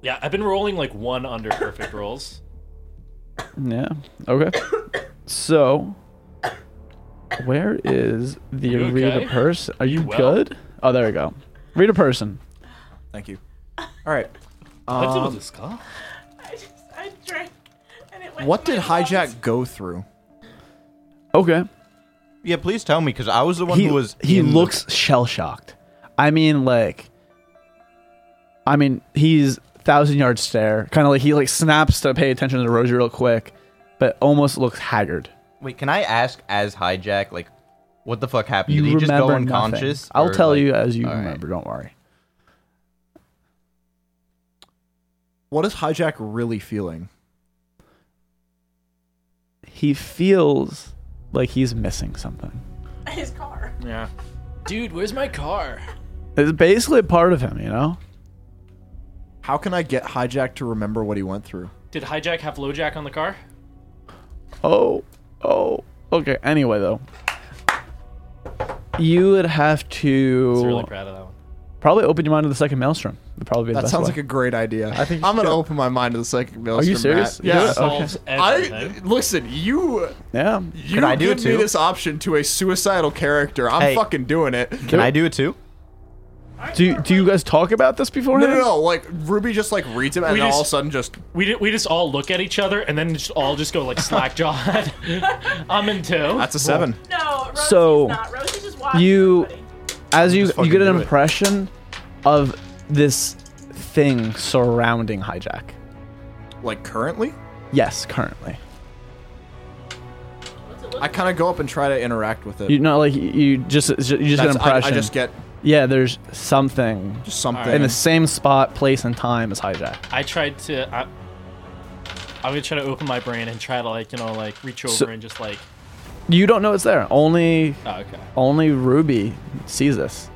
Yeah, I've been rolling like one under perfect rolls. Yeah. Okay. so, where is the You read okay? a person? Are you well? good? Oh, there we go. Read a person. Thank you. All right. What's Um, with this car? I just, I drank, and it went what to did my lungs. Hijack go through? Okay. Yeah, please tell me, because I was the one he who was. he in the- looks shell shocked. I mean, like, I mean, he's thousand yard stare, kind of like he like snaps to pay attention to Rosie real quick, but almost looks haggard. Wait, can I ask as hijack, like, what the fuck happened? You Did he just go remember nothing. unconscious? I'll or, tell like- you as you all right. remember. Don't worry. What is Hijack really feeling? He feels like he's missing something. His car. Yeah. Dude, where's my car? It's basically a part of him, you know. How can I get Hijack to remember what he went through? Did hijack have lowjack on the car? Oh, oh. Okay. Anyway, though, you would have to I'm really proud of that one. probably open your mind to the second maelstrom. Would probably be the That best sounds way. like a great idea. I think you I'm gonna should. open my mind to the psychic maelstrom. serious? Matt. You Yeah. Okay. Solves I everything. listen. You yeah. you Could I do it give me too? this option to a suicidal character. I'm Hey. fucking doing it. Can I do it too? Do do you guys talk about this No, beforehand? no, no. Like Ruby just like reads him, and We then all of a just- sudden just We, di- we just all look at each other and then just all just go like slackjawed. I'm in two. that's a seven. No, Rosie's So, not. Rosie's just watching you- everybody. As you Just you fucking get an do it. impression of this thing surrounding hijack. Like currently, Yes, currently. I kind of go up and try to interact with it. You know, like you just you just get an That's- I, I impression. just get yeah, there's something just something. in the same spot, place, and time as hijack. I tried to. I, I'm gonna try to open my brain and try to like you know like reach over So- and just like. You don't know it's there. Only Oh, okay. only Ruby sees this.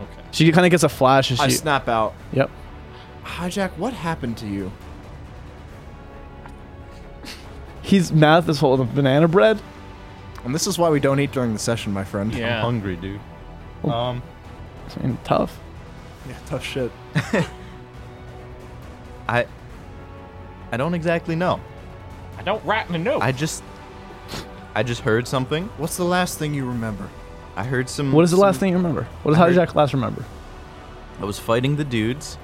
Okay. She kind of gets a flash. As I she, snap out. yep. Hijack, what happened to you? His mouth is full of banana bread. And this is why we don't eat during the session, my friend. Yeah. Hungry, dude. Oh. Um, I mean, tough. Yeah, tough shit. I, I don't exactly know. I don't rat in a note. I just, I just heard something. What's the last thing you remember? I heard some. What is the some- last thing you remember? What does hijack last remember? I was fighting the dudes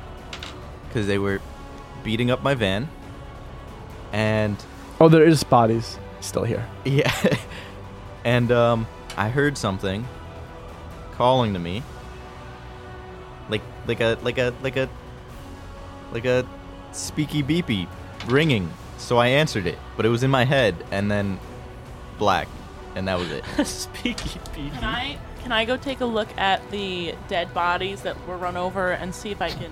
because they were beating up my van, and Oh, there is bodies still here. yeah, and um, I heard something calling to me, like like a like a like a like a speaky beepy ringing. So I answered it, but it was in my head, and then black, and that was it. Speaky Can I can I go take a look at the dead bodies that were run over and see if I can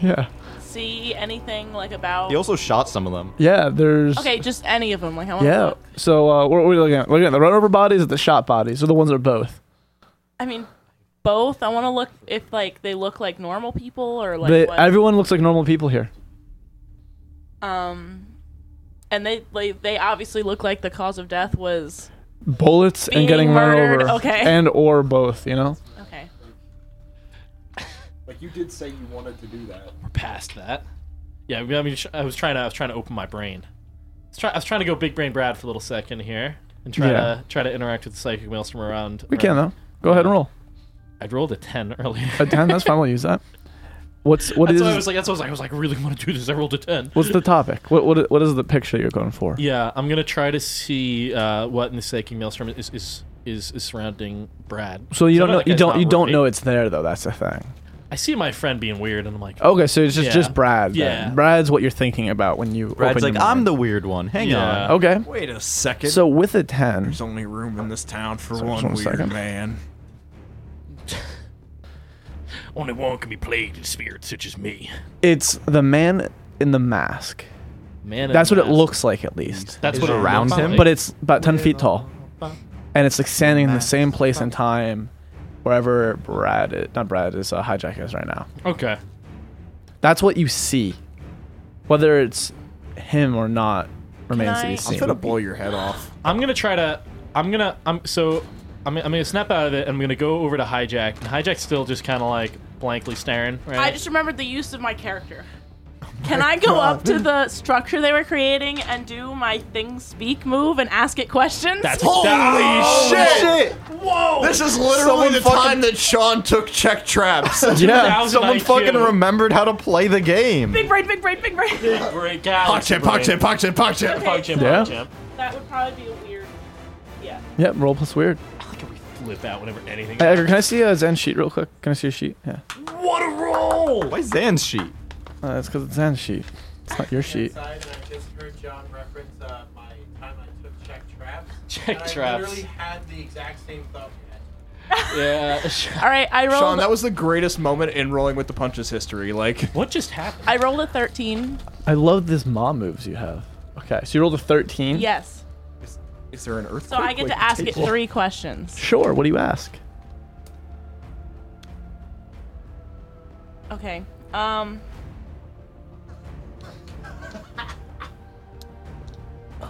Yeah. see anything like about? He also shot some of them. Yeah, there's. Okay, just any of them. Like I want to Yeah. look. So uh, what are we looking at? Looking at the run over bodies or the shot bodies, or the ones that are both. I mean, both. I want to look if like they look like normal people or like They- what. everyone looks like normal people here. um, and they like, they obviously look like the cause of death was Bullets Being and getting murdered, run over. okay. And or both, you know. okay. Like you did say you wanted to do that. We're past that. Yeah. I mean, I was trying to. I was trying to open my brain. I was, try, I was trying to go big brain Brad for a little second here. and try Yeah. to try to interact with the psychic maelstrom around. We can around- though. Go ahead and roll. I rolled a ten earlier. A ten. That's fine. We'll use that. What's what that's is? why I was like. That's what I was like. I was like, I really want to do this. I rolled a ten. what's the topic? What what what is the picture you're going for? Yeah, I'm gonna try to see uh, what in the psychic maelstrom is is is, is surrounding Brad. So you I don't know that you guy's don't not you don't right. know it's there though. That's the thing. I see my friend being weird, and I'm like, Okay, so it's just Yeah. just Brad. then. Yeah. Brad's what you're thinking about when you. Brad's open like, your I'm mind. the weird one. Hang Yeah. on. Okay. Wait a second. So with a ten, there's only room in this town for Sorry, just one one weird second. man. Only one can be plagued in spirits such as me. it's the man in the mask. man. in That's a what it mask. looks like at least. That's Is what it it around looks him? like. But it's about ten feet tall, and it's like standing in the same place and time, wherever Brad is, not Brad is uh, hijack is right now. okay. That's what you see. Whether it's him or not remains to I- be I'm seen. I'm gonna blow your head off. I'm gonna try to. I'm gonna. I'm so. I'm, I'm gonna snap out of it. and I'm gonna go over to hijack, and hijack's still just kind of like blankly staring. Right? I just remembered the use of my character. Oh Can I go up to the structure they were creating and do my thing speak move and ask it questions? That's Holy that- shit! Whoa! This is literally the time that Sean took check traps. Yeah, 1000 someone IQ. fucking remembered how to play the game. big brain, big brain, big brain. Big break out. Pogchamp, pogchamp, pogchamp, pogchamp. Okay, Pogchamp, Yeah. Pogchamp. that would probably be a weird. Yeah. Yep, roll plus weird. I like how we flip out whenever anything. Hey, Edgar, can I see a Zen sheet real quick? Can I see a sheet? Yeah. what a roll! Why Zan's sheet? Uh, it's because it's Zen's sheet. It's not your sheet. Inside, and I just heard John reference uh, my time I took check traps. Check and I traps. literally had the exact same thought you had. Yeah. All right, I rolled. Sean, that was the greatest moment in Rolling with the Punches history. Like, what just happened? I rolled a 13. I love this mom moves you have. Okay, so you rolled a 13? Yes. is there an earthquake? So I get to ask it three questions. Sure, what do you ask? Okay. Um.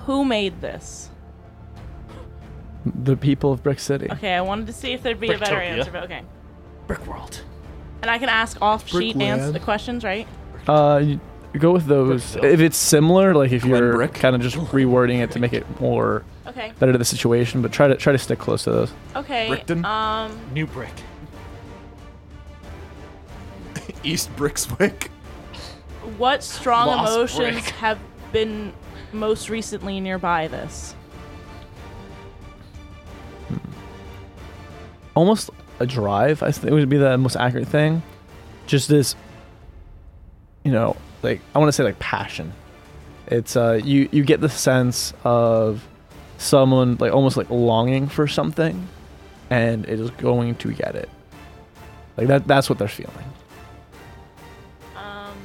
Who made this? The people of Brick City. Okay, I wanted to see if there'd be a better Bricktopia. answer, but okay. Brick world. And I can ask off sheet Brickland. ans- questions, right? Uh, you you go with those. If it's similar, like if you're Brick. kind of just rewording it to make it more Okay. better to the situation, but try to try to stick close to those. Okay. Brickton? Um. New brick. East Brixwick. What strong Lost emotions brick. have been most recently nearby this? Almost a drive, I think would be the most accurate thing. Just this, you know, like I want to say like passion. It's uh, you you get the sense of someone like almost like longing for something, and it is going to get it. Like that that's what they're feeling. Um.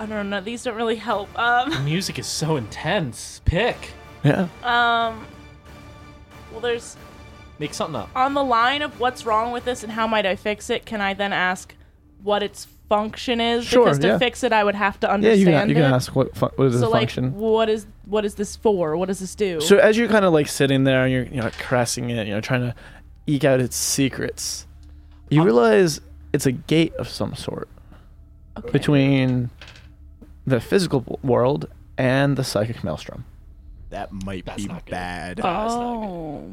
I don't know. These don't really help. Um. Music is so intense. Pick. Yeah. Um. Well, there's Make something up. on the line of what's wrong with this and how might I fix it. Can I then ask what its function is? Sure, because to yeah. fix it, I would have to Yeah, understand you can, you can it. ask what fu- what is so the like, function. what is what is this for? What does this do? So as you're kind of like sitting there and you're you know caressing it, you know trying to eke out its secrets, you realize it's a gate of some sort Okay. between the physical w- world and the psychic maelstrom. That might That's be not good. bad. Oh,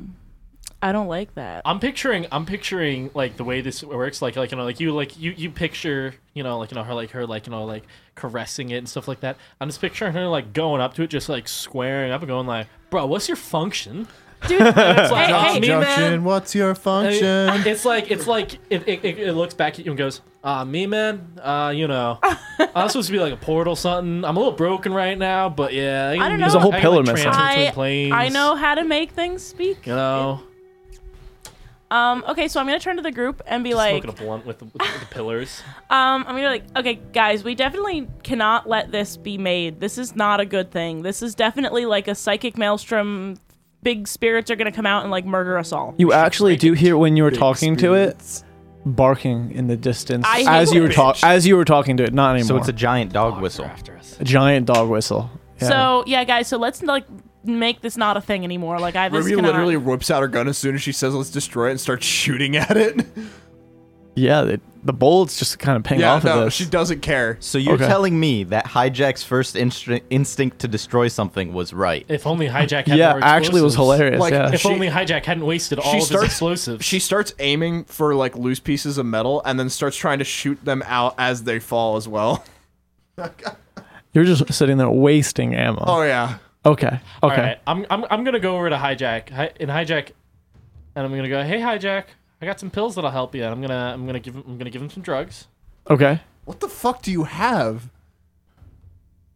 I don't like that. I'm picturing I'm picturing like the way this works, like like you know, like you like you you picture, you know, like you know, her like her like you know, like caressing it and stuff like that. I'm just picturing her like going up to it, just like squaring up and going like, bro, what's your function? Dude, hey, hey, "Ah, me, man. Junction, what's your function? I- It's like it's like it, it, it, it looks back at you and goes, ah, me man, uh, you know, I'm supposed to be like a portal or something. I'm a little broken right now, but yeah, I, can I don't use- know. There's a whole I can, pillar like, missing. transfer between I, planes, I know how to make things speak. you know, Um, okay, so I'm gonna turn to the group and be like, smoking a blunt with the, with the pillars. um, I'm gonna be like, okay, guys, we definitely cannot let this be made. This is not a good thing. This is definitely like a psychic maelstrom. Big spirits are gonna come out and like murder us all. You actually do hear when you were talking to it barking in the distance I hate as you were bitch. talk as you were talking to it. Not So anymore. it's a giant dog whistle. a giant dog whistle. Yeah. So yeah, guys, so let's like make this not a thing anymore. Like I this Ruby cannot. literally whips out her gun as soon as she says, let's destroy it, and starts shooting at it. Yeah, they, the bullet's just kind of paying off of this. doesn't care. So you're Okay. telling me that Hijack's first instr- instinct to destroy something was right? If only Hijack had Yeah, more actually it was explosives. hilarious, Like, yeah. If she- only Hijack hadn't wasted all of his explosives. She starts aiming for like loose pieces of metal and then starts trying to shoot them out as they fall as well. You're just sitting there wasting ammo. Oh, yeah. Okay. All Okay. right, I'm, I'm, I'm gonna go over to Hijack hi, and Hijack, and I'm gonna go, hey Hijack, I got some pills that'll help you. And I'm gonna I'm gonna give him I'm gonna give him some drugs. Okay. What the fuck do you have?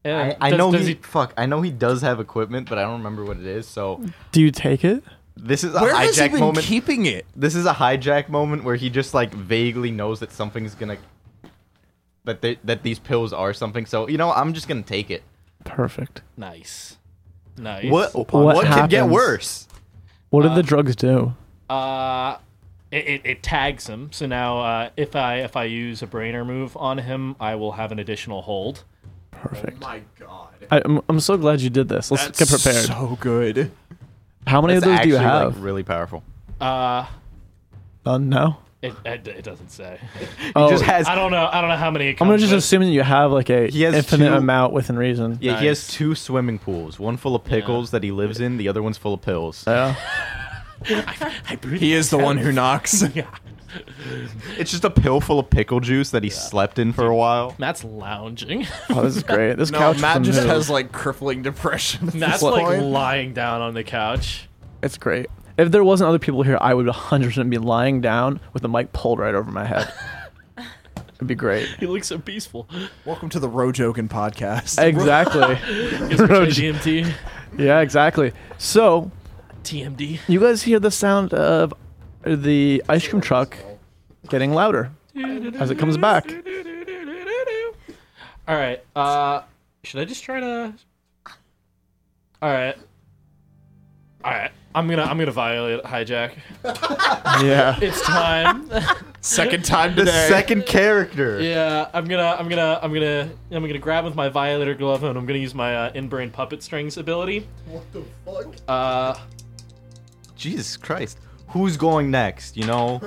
And I, I Uh, does- know does he, fuck. I know he does have equipment, but I don't remember what it is. So Do you take it? this is a Where hijack has he been moment. keeping it? This is a hijack moment where he just like vaguely knows that something's gonna that they, that these pills are something. So you know, I'm just gonna take it. Perfect. Nice, nice. What what, could get happens- worse? What did the drugs do? Uh, it, it, it tags him. So now uh, if I if I use a brainer move on him, I will have an additional hold. Perfect. My God. I, I'm, I'm so glad you did this. Let's get prepared. So good. How many That's of those do you actually, have? Like, really powerful. Uh, None. Uh, No. it, it, it doesn't say. Oh, just has- I don't know. I don't know how many. It I'm comes gonna just with. assume that you have like a He has infinite two- amount within reason. Yeah, he has Nice. two swimming pools. One full of pickles that he lives in. The other one's full of pills. Yeah. He is the one who knocks. It's just a pill full of pickle juice that he slept in for a while. Matt's lounging. Oh, this is great. This no, couch Matt is just amazing. has like crippling depression. at Matt's this like point. lying down on the couch. It's great. If there wasn't other people here, I would 100% be lying down with the mic pulled right over my head. It'd be great. He looks so peaceful. Welcome to the Rojokin podcast. Exactly. Gives him DMT, yeah, exactly. So, TMD. you guys hear the sound of the ice cream truck getting louder as it comes back. All right. Uh, should I just try to? All right. All right. I'm gonna I'm gonna violate hijack. Yeah. It's time. Second time The today. second character. yeah. I'm gonna I'm gonna I'm gonna I'm gonna grab with my violator glove and I'm gonna use my uh, in-brain puppet strings ability. What the fuck? Uh, Jesus Christ. Who's going next? You know,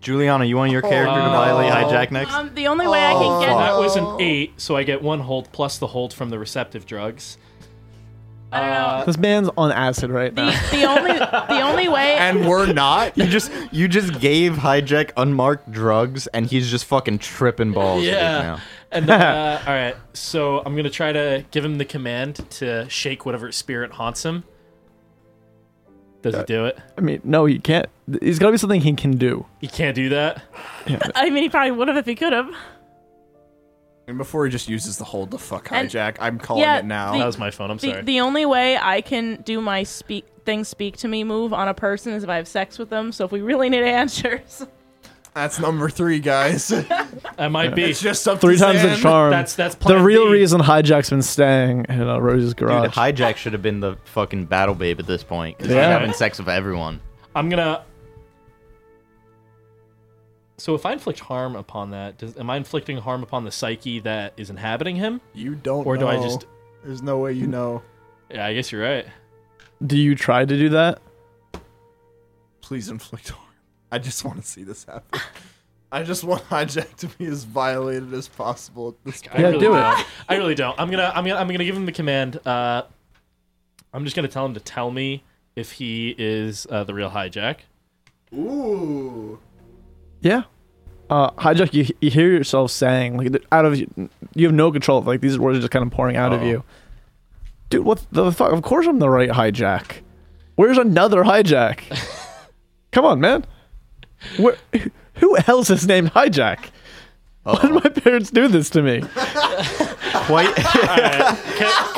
Juliana, you want your character Oh. to violate hijack next? Um, the only way I can get that was an eight, so I get one hold plus the hold from the receptive drugs. I don't know. This man's on acid right now. The, the only the only way and we're not. You just you just gave hijack unmarked drugs, and he's just fucking tripping balls right Yeah. now. And then, uh, all right, so I'm gonna try to give him the command to shake whatever spirit haunts him. Does he do it? I mean, no, you can't. There's got to be something he can do. He can't do that. I mean he probably would have if he could have. And before he just uses the hold the fuck And- hijack, I'm calling yeah, it now. That was my phone. I'm The, sorry. the only way I can do my speak thing speak to me move on a person is if I have sex with them. So if we really need answers, That's number three, guys. I might be. it's just up Three to times the Zan. charm. That's that's the plan real B. reason hijack's been staying in uh, Rose's Dude, garage. hijack should have been the fucking battle babe at this point. 'cause Yeah. he's having sex with everyone. I'm gonna. So if I inflict harm upon that, does, am I inflicting harm upon the psyche that is inhabiting him? You don't. Or do I know. just- There's no way you know. Yeah, I guess you're right. do you try to do that? Please inflict harm. I just want to see this happen. I just want hijack to be as violated as possible at this point. I Yeah, really do it. don't. I really don't. I'm gonna I'm gonna I'm gonna give him the command. Uh, I'm just gonna tell him to tell me if he is uh, the real hijack. Ooh. Yeah. Uh, hijack, you, you hear yourself saying like th- out of you, you have no control. Like these words are just kind of pouring out of you. Dude, what the fuck? Of course I'm the right hijack. Where's another hijack? Come on, man. Where, who else is named hijack? Why did my parents do this to me? Quite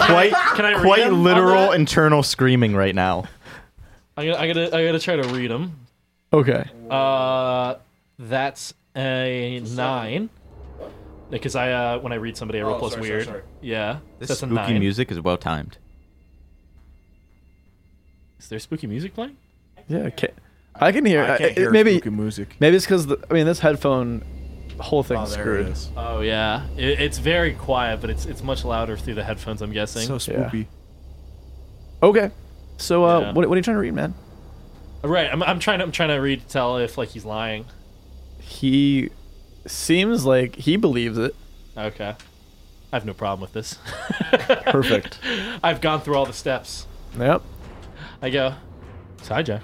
quite Can I read quite him on literal that? internal screaming right now. I gotta I gotta I gotta try to read him. Okay. Uh, that's a nine. Because I uh, when I read somebody, I roll Oh, plus sorry, sorry, weird. sorry. Yeah, This that's a spooky nine. music is well timed. Is there spooky music playing? Yeah, okay. I can hear. I I can't hear maybe spooky music. maybe it's because I mean this headphone whole thing Oh, there screwed. it is. Oh yeah, it, it's very quiet, but it's it's much louder through the headphones. I'm guessing. So spooky. Okay. So uh, Yeah. what, what are you trying to read, man? right, I'm, I'm trying to I'm trying to read to tell if like he's lying. He seems like he believes it. Okay. I have no problem with this. Perfect. I've gone through all the steps. Yep. I go, it's hijack.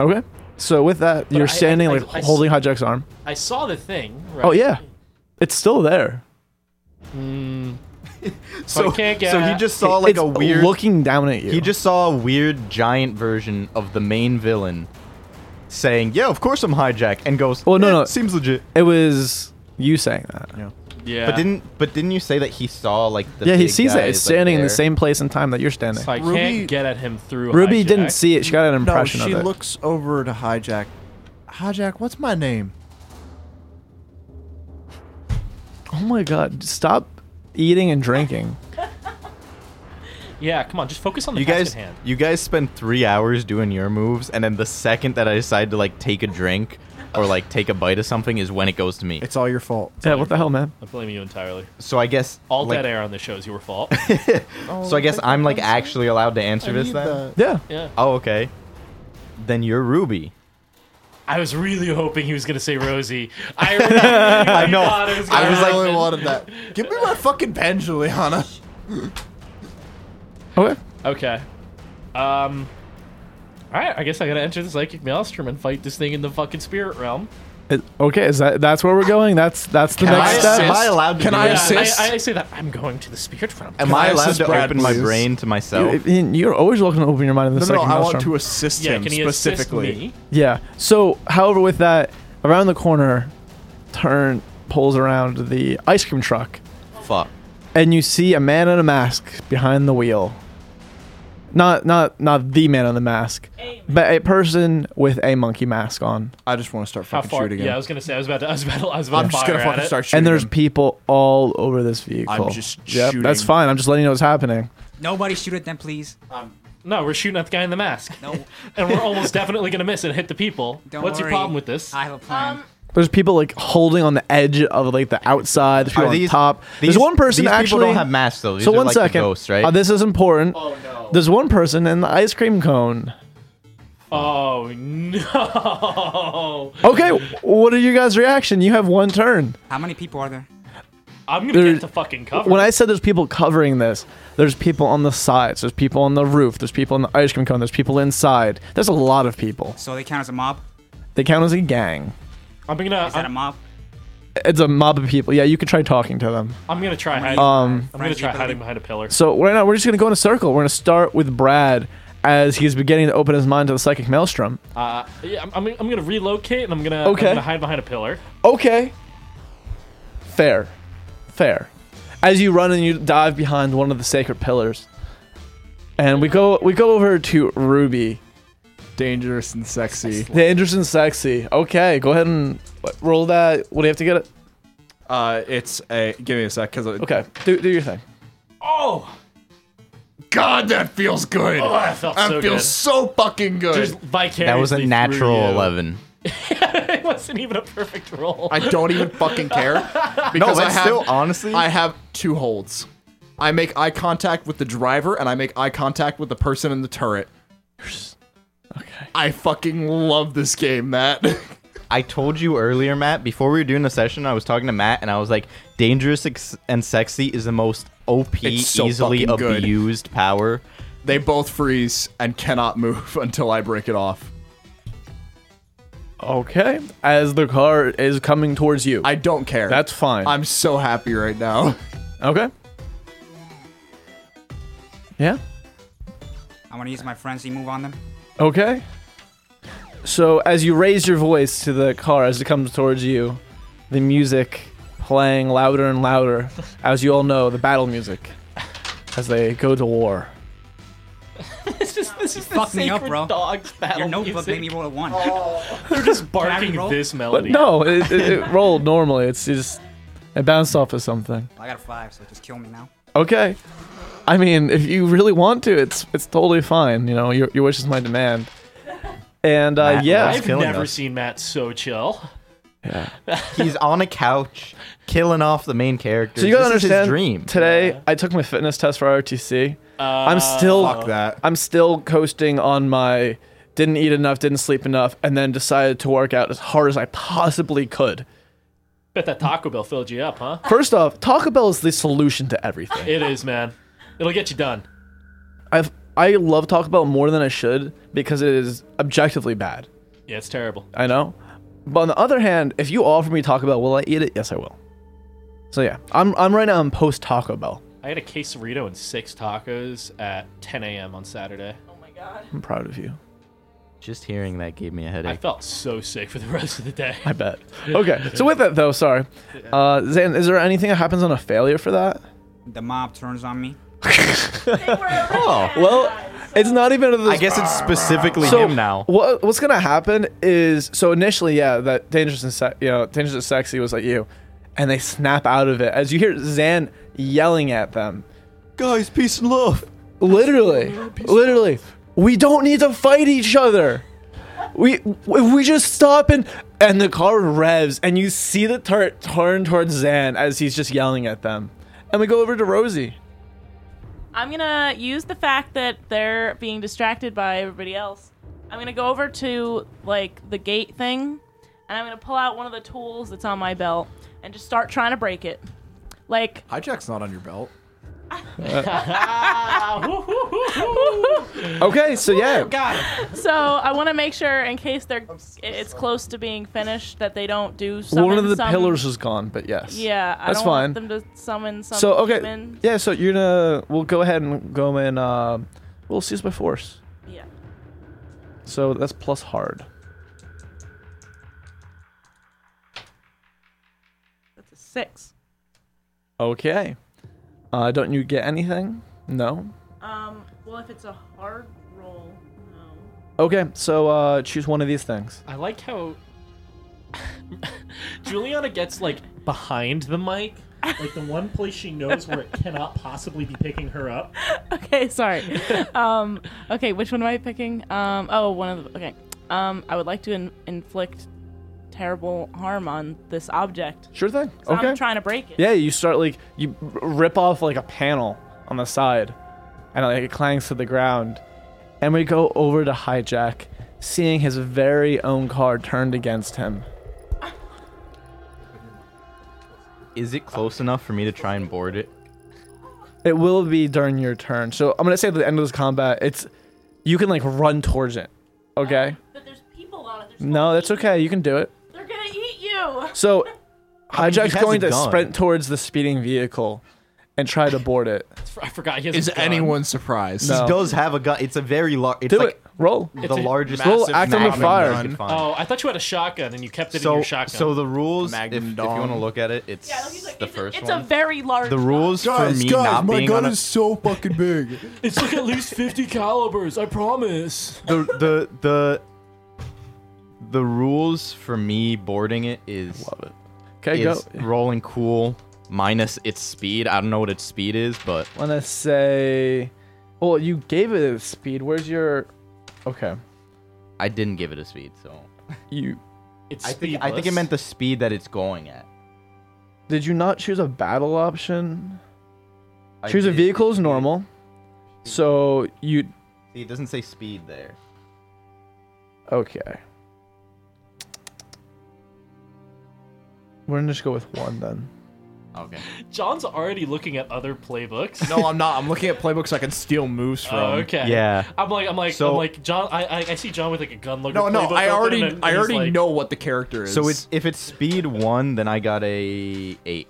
Okay. So with that, But you're I- standing I- I- like I s- holding Hijack's arm. I saw the thing, right? Oh yeah, it's still there. Mm, So, I can't get so he at- just saw Oh, like It's a weird looking down at you. He just saw a weird giant version of the main villain saying, "Yeah, of course I'm hijack," and goes, Well, no, "Eh, no. seems legit." It was you saying that. Yeah. Yeah. But didn't but didn't you say that he saw like the yeah, he big sees guy it. It's is, like, standing in the there? same place and time that you're standing. So I Ruby- can't get at him through. Ruby didn't hijack. see it. She got an impression no, she of it. looks over to hijack. Hijack, what's my name? oh my god! Stop eating and drinking. Yeah, come on, just focus on the You task guys, at hand. you guys spend three hours doing your moves, and then the second that I decide to like take a drink or like take a bite of something is when it goes to me. It's all your fault. Yeah, what the hell, man? I blame you entirely. So I guess All like, dead air on this show is your fault. So I guess I'm like actually allowed to answer this then. Yeah. yeah. Oh, okay. Then you're Ruby. I was really hoping he was gonna say Rosie. I really, I know. Thought it was gonna I was like- happen. really wanted that. Give me my fucking pen, Juliana. Okay. Okay. Um. All right. I guess I gotta enter the psychic maelstrom and fight this thing in the fucking spirit realm. It- okay. Is that that's where we're going? That's that's the Can next I step. assist? Am I allowed to Can do I that? assist? I, I say that I'm going to the spirit realm. Am Can I I allowed assist to Brad, open my please? brain to myself? You- Ian, You're always looking to open your mind in the No, no, second I want maelstrom. to assist yeah. him Can he specifically. assist me? Yeah. So, however, with that, around the corner, turn pulls around the ice cream truck, Fuck. and you see a man in a mask behind the wheel. Not not not the man on the mask, but a person with a monkey mask on. I just want to start How fucking far? shooting him. Yeah, I was gonna say I was about to. I was about to. I was about I'm to just fire gonna at fucking it. start shooting. and there's him. people all over this vehicle. just Yep, That's shooting. fine. I'm just letting you know what's happening. Nobody shoot at them, please. Um, No, we're shooting at the guy in the mask, no, and we're almost definitely gonna miss and hit the people. don't What's worry. your problem with this? I have a plan. There's people like holding on the edge of like the outside. There's Are people on these- top. these- There's one person these people actually. don't have masks, though. These so are one like the second. ghosts, right? Uh, this is important. There's one person in the ice cream cone. oh no! Okay, what are you guys' reaction? You have one turn. How many people are there? I'm gonna There- get to fucking cover. When I said there's people covering this, there's people on the sides, there's people on the roof, there's people in the ice cream cone, there's people inside. There's a lot of people. So they count as a mob? They count as a gang. I'm gonna. Is that a I'm, mob? It's a mob of people. Yeah, you could try talking to them. I'm gonna try hiding. Um, I'm gonna Frenzy try hiding ability. behind a pillar. So right now we're just gonna go in a circle. We're gonna start with Brad as he's beginning to open his mind to the psychic maelstrom. Uh, yeah, I'm, I'm, I'm gonna relocate and I'm gonna, Okay. I'm gonna hide behind a pillar. Okay. Fair. Fair. As you run and you dive behind one of the sacred pillars. And we go we go over to Ruby. dangerous and sexy. Dangerous and sexy. Okay, go ahead and what, roll that. What do you have to get it? Uh, it's a. Give me a sec, cause okay. Okay. Do do your thing. Oh, God, that feels good. oh that felt that so feels good. so fucking good. Just vicariously That was a through natural you. 11. it wasn't even a perfect roll. I don't even fucking care No, because but I have still, honestly, I have two holds. I make eye contact with the driver and I make eye contact with the person in the turret. Okay. I fucking love this game, Matt. I told you earlier, Matt, before we were doing the session, I was talking to Matt and I was like, dangerous ex- and sexy is the most OP, It's so easily fucking good. abused power. they both freeze and cannot move until I break it off. Okay. As the car is coming towards you. I don't care. That's fine. I'm so happy right now. okay. Yeah. I want to use my frenzy move on them. Okay. So as you raise your voice to the car as it comes towards you, the music playing louder and louder, as you all know, the battle music as they go to war. this is this is the fucked me up, sacred bro. dog's battle Your notebook music. made me roll a one. They're just Can I barking roll? this melody. No, it, it, it rolled normally. It's just it bounced off of something. I got a five, so just kill me now. Okay. I mean, if you really want to, it's it's totally fine. You know, your, your wish is my demand. And uh, Matt, yeah, It's I've killing never us. seen Matt so chill. He's on a couch, killing off the main character. So you gotta this understand. Is his dream. Today, I took my fitness test for ROTC. Uh, I'm still Fuck that. I'm still coasting on my didn't eat enough, didn't sleep enough, and then decided to work out as hard as I possibly could. Bet that Taco Bell filled you up, huh? First off, Taco Bell is the solution to everything. It is, man. It'll get you done. I've I love Taco Bell more than I should because it is objectively bad. Yeah, it's terrible. I know. But on the other hand, if you offer me Taco Bell, will I eat it? Yes, I will. So yeah, I'm I'm right now I'm post Taco Bell. I had a quesarito and six tacos at 10 a.m. on Saturday. Oh my god. I'm proud of you. Just hearing that gave me a headache. I felt so sick for the rest of the day. I bet. Okay, so with that though, sorry. Uh, Zan, is there anything that happens on a failure for that? The mob turns on me. Oh, well, it's not even. This I guess it's specifically so him now. What what's gonna happen is so initially, yeah, that dangerous and se- you know dangerous and sexy was like you, and they snap out of it as you hear Zan yelling at them. Guys, peace and love. Literally, literally, we don't need to fight each other. We if we just stop and and the car revs and you see the turret turn towards Zan as he's just yelling at them, and we go over to Rosie. I'm gonna use the fact that they're being distracted by everybody else. I'm gonna go over to like the gate thing, and I'm gonna pull out one of the tools that's on my belt and just start trying to break it. Like Hijack's not on your belt. Okay, so yeah, so, I want to make sure in case they're it's close to being finished that they don't do summon one of the some, pillars is gone, but yes, Yeah, I that's don't fine. want them to summon some so okay, demon. yeah, so you're gonna we'll go ahead and go and uh, we'll seize by force. Yeah. So that's plus hard. That's a six. Okay. Uh, don't you get anything? No. Um, well, if it's a hard roll, Okay, so uh, choose one of these things. I like how Juliana gets like behind the mic, like the one place she knows where it cannot possibly be picking her up. okay, sorry. um, okay, which one am I picking? Um, oh, one of the. Okay. Um, I would like to in- inflict terrible harm on this object. Sure thing. So okay. I'm trying to break it. yeah, you start like you r- rip off like a panel on the side, and like it clangs to the ground, and we go over to hijack, seeing his very own car turned against him. Is it close enough for me to try and board it? It will be during your turn. So I'm gonna say at the end of this combat, it's you can like run towards it. Okay. Oh. But there's people on it. There's No, that's okay. You can do it. They're gonna eat you. So I mean, he hijack's has going a to gun. sprint towards the speeding vehicle and try to board it. I forgot. He has a Is gun. anyone surprised? No. He does have a gun. It's a very large. It's do like it. Roll. the largest Roll massive act under magnum fire. gun you could find. Oh, I thought you had a shotgun and you kept it in so your shotgun. so the rules. If, Magnum if you dong. want to look at it, it's Yeah, he's like, the it's, first a, it's one. a very large. the rules for me not being on a, so fucking big. it's like at least fifty calibers. I promise. the the the the rules for me boarding it is Okay, go. is rolling cool minus its speed. I don't know what its speed is, but Wanna say Well, you gave it a speed. Where's your Okay. I didn't give it a speed. So You It's I think speedless. I think it meant the speed that it's going at. did you not choose a battle option? I choose a did- vehicle is normal. So you See, it doesn't say speed there. Okay. We're gonna just go with one then. Okay. John's already looking at other playbooks. no, um, I'm not. I'm looking at playbooks I can steal moves from. Oh, okay. Yeah. I'm like, I'm like, So- I'm like, John. I, I, I see John with like a gun looking. No, no, playbook I open, already, and then I he's already like- know what the character is. So it's if it's speed one, then I got a eight.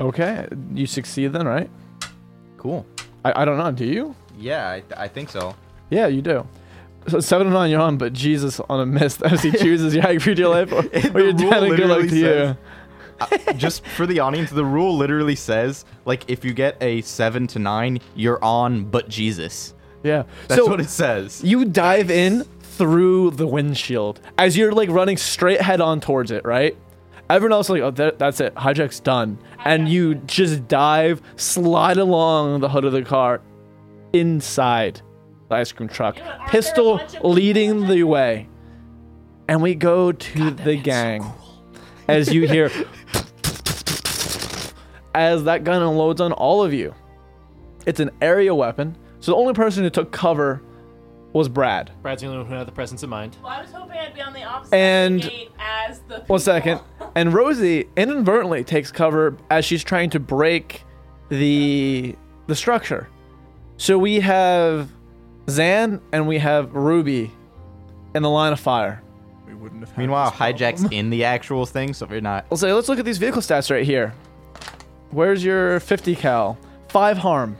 Okay. You succeed then, right? Cool. I, I don't know, do you? Yeah, I, I think so. Yeah, you do. So seven and nine, you're on, but Jesus on a miss as he chooses your for your life or, or your rule dad and good luck literally to you. says- Just for the audience, the rule literally says like if you get a seven to nine, you're on. But Jesus, Yeah. that's so what it says. you dive in through the windshield as you're like running straight head on towards it, right? Everyone else is like, oh, that, that's it. Hijack's done. And you just dive, slide along the hood of the car inside the ice cream truck, know what, aren't there a pistol bunch of people leading the way. And we go to the gang as you hear, as that gun unloads on all of you. It's an area weapon. So the only person who took cover was Brad. Brad's the only one who had the presence of mind. Well, I was hoping I'd be on the opposite And side of the gate as the. One second. And Rosie inadvertently takes cover as she's trying to break the the structure. So we have Zan and we have Ruby in the line of fire. We wouldn't have. Meanwhile, hijack's in the actual thing, so if you're not. Let's say let's look at these vehicle stats right here. Where's your 50 cal? Five harm.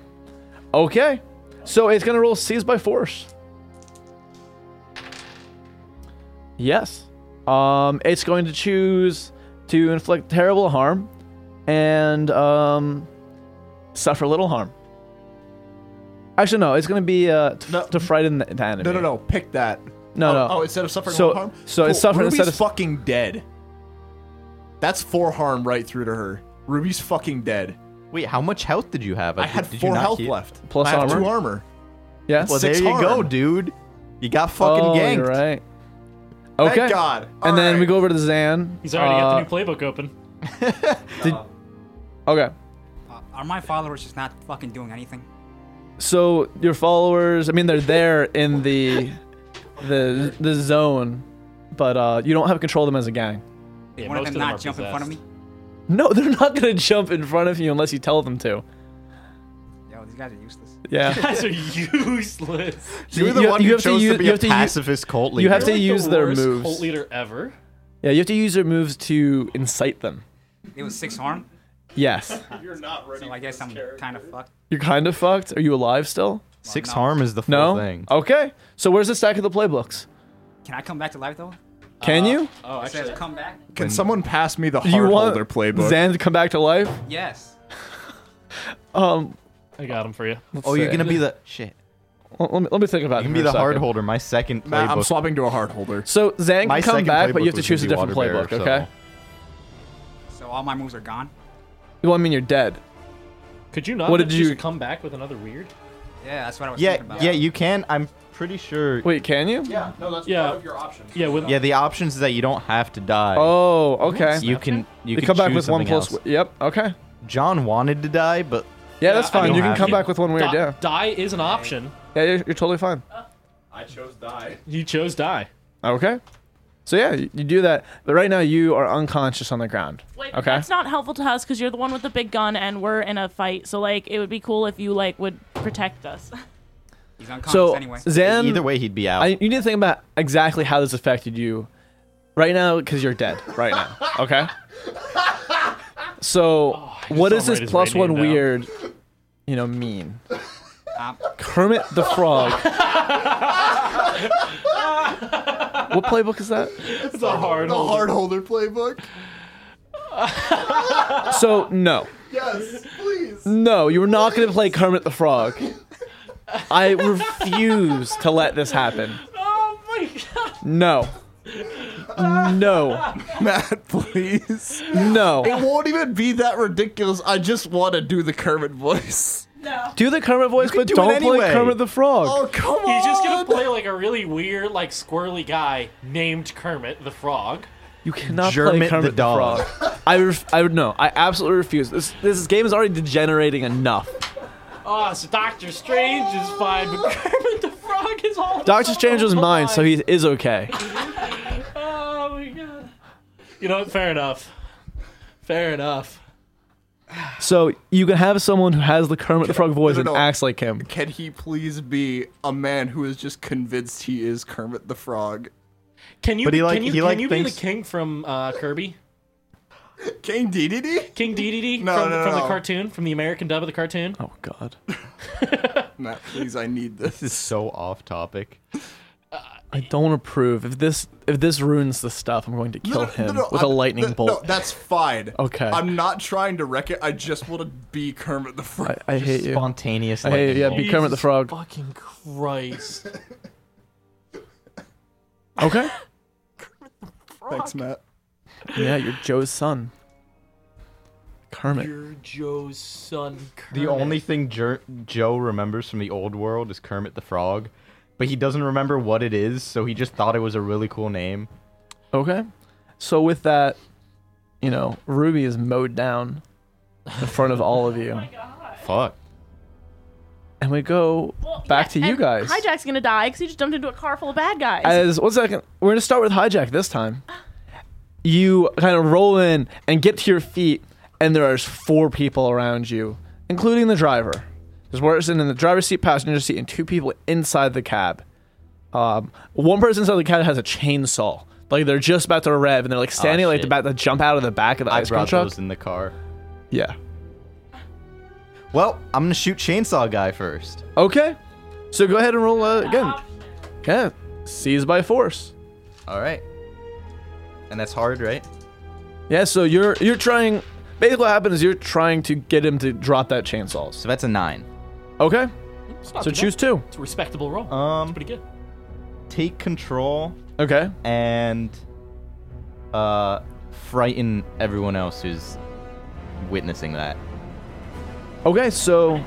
Okay. So it's gonna roll seized by force. Yes. Um, it's going to choose to inflict terrible harm and um, suffer little harm. Actually, no. It's going to be uh, t- to frighten the, the enemy. No, no, no. Pick that. No, oh, no. Oh, instead of suffering So- one harm. so it's suffering Ruby's instead of- fucking dead. That's four harm right through to her. Ruby's fucking dead. Wait, how much health did you have? I had Did you four not health heal? left. Plus I have armor. two armor. Yeah. Well, there you go, dude. You got fucking oh, ganked. You're right. Thank Okay. God. and then we go over to the Zan. He's already got the Uh, new playbook open. Okay. Uh, Are my followers just not fucking doing anything? So your followers, I mean, they're there in the the the zone, but uh, you don't have control of them as a gang. Did one of them not jump in front of me? No, they're not gonna jump in front of you unless you tell them to. Yo, these guys are useless. Yeah. guys are useless. You're the one who chose to be a pacifist cult You leader. have to You're like use the their worst moves. Cult leader ever. Yeah, you have to use their moves to incite them. It was six harm. Yes. You're not ready. So I guess I'm kind of fucked. You're kind of fucked. Are you alive still? Six harm is the full no? thing. Okay. So where's the stack of the playbooks? Can I come back to life though? Uh, Can you? Oh, it says come back. Can someone pass me the Do you hard want holder playbook? Zan to come back to life? Yes. Um. I got him for you. Oh, you're gonna be the shit. Let let me, let me think about You it. can for be a the hard second. holder. My second playbook. Matt, I'm swapping to a hard holder. So Zan My can come second back, but you playbook have to was choose a gonna different be playbook, Water Bearer, okay? So all my moves are gone. Well, I mean, you're dead. Could you not? What have did just you- come back with another weird? Yeah, that's what I was Yeah, thinking about. yeah, you can. I'm pretty sure. Wait, can you? Yeah, no, that's Yeah. part of your options. Yeah, with Yeah, the options is that you don't have to die. Oh, okay. You can. You They can come back choose with one something plus. else. w- Yep. Okay. John wanted to die, but Yeah, that's I fine. don't You can have come to. back with one weird. Di- yeah. Die is an option. Yeah, you're, you're totally fine. I chose die. You chose die. Okay. So yeah, you, you do that, but right now you are unconscious on the ground. Wait, but okay. that's not helpful to us because you're the one with the big gun and we're in a fight. So like, it would be cool if you like would protect us. He's unconscious so anyway. Zan, either way he'd be out. I, you need to think about exactly how this affected you right now because you're dead right now. Okay. So Oh, what does saw this Raiders plus right one name down. weird, you know, mean? Um, Kermit the Frog. what playbook is that? It's a hard The holder. hard holder playbook. So no. Yes, please. No, you're not going to play Kermit the Frog. I refuse to let this happen. Oh my god. No. No. Matt, please. No. It won't even be that ridiculous. I just want to do the Kermit voice. Do the Kermit voice, but do it don't anyway. play Kermit the Frog. Oh come on! He's just gonna play like a really weird, like squirrely guy named Kermit the Frog. You cannot Jermit play the Kermit the, dog. Frog. I ref- I would no. I absolutely refuse. This this game is already degenerating enough. Oh, so Doctor Strange is fine, but Kermit the Frog is all. Doctor Strange was mine, so he is okay. Oh my god. You know what? Fair enough. Fair enough. So you can have someone who has the Kermit the Frog voice no, no. and acts like him. Can he please be a man who is just convinced he is Kermit the Frog? Can you? But he like- can you? he can like you be thinks- the king from uh, Kirby? King DDD? King DDD No, from, no, from the no. cartoon, from the American dub of the cartoon. Oh God. Matt, please, I need this. This is so off topic. I don't approve. If this if this ruins the stuff, I'm going to kill No, no, him no, no, with a I'm- lightning no, bolt. No, that's fine. Okay. I'm not trying to wreck it. I just want to be Kermit the Frog. I hate you. Spontaneous. I hate you. Yeah, lightning be Kermit the Jesus Frog. Fucking Christ. Okay. Thanks, Matt. Yeah, you're Joe's son. Kermit. You're Joe's son. bolt. The Kermit. only thing Jer- Joe remembers from the old world is Kermit the Frog, but he doesn't remember what it is, so he just thought it was a really cool name. Okay. So with that, you know, Ruby is mowed down in front of all of you. Fuck. and we go back to you And guys. Hijack's gonna die because he just jumped into a car full of bad guys. As one second, we're gonna start with hijack this time. You kind of roll in and get to your feet, and there's four people around you, including the driver. There's one person in the driver's seat, passenger seat, and two people inside the cab. Um, one person inside the cab has a chainsaw, like they're just about to rev, and they're like standing like Ah, shit. about to jump out of the back of the I ice cream brought truck. those in the car. Yeah. Well, I'm gonna shoot chainsaw guy first. Okay, so go ahead and roll uh, again. Yeah, seized by force. All right. And that's hard, right? Yeah, so you're you're trying. Basically, what happened is you're trying to get him to drop that chainsaw. So that's a nine. Okay. not So too bad. choose two. It's a respectable roll. Um, it's pretty good. Take control. Okay. And uh, frighten everyone else who's witnessing that. Okay, so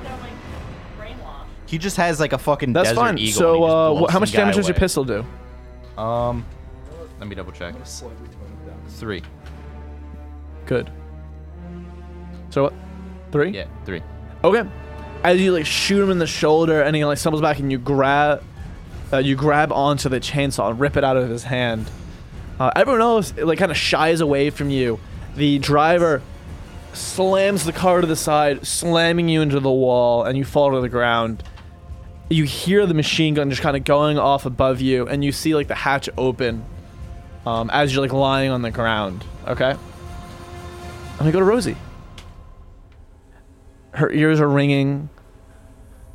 He just has like a fucking that's desert fine. eagle. and So, he just uh, blows wh- how some much guy damage does your away. pistol do? Um, let me double check. Three. Good. So, what? Three. Yeah, three. Okay. As you like shoot him in the shoulder, and he like stumbles back, and you grab, uh, you grab onto the chainsaw and rip it out of his hand. Uh, everyone else like kind of shies away from you. The driver slams the car to the side, slamming you into the wall, and you fall to the ground. You hear the machine gun just kind of going off above you, and you see like the hatch open um, as you're like lying on the ground. Okay. Let me go to Rosie. Her ears are ringing.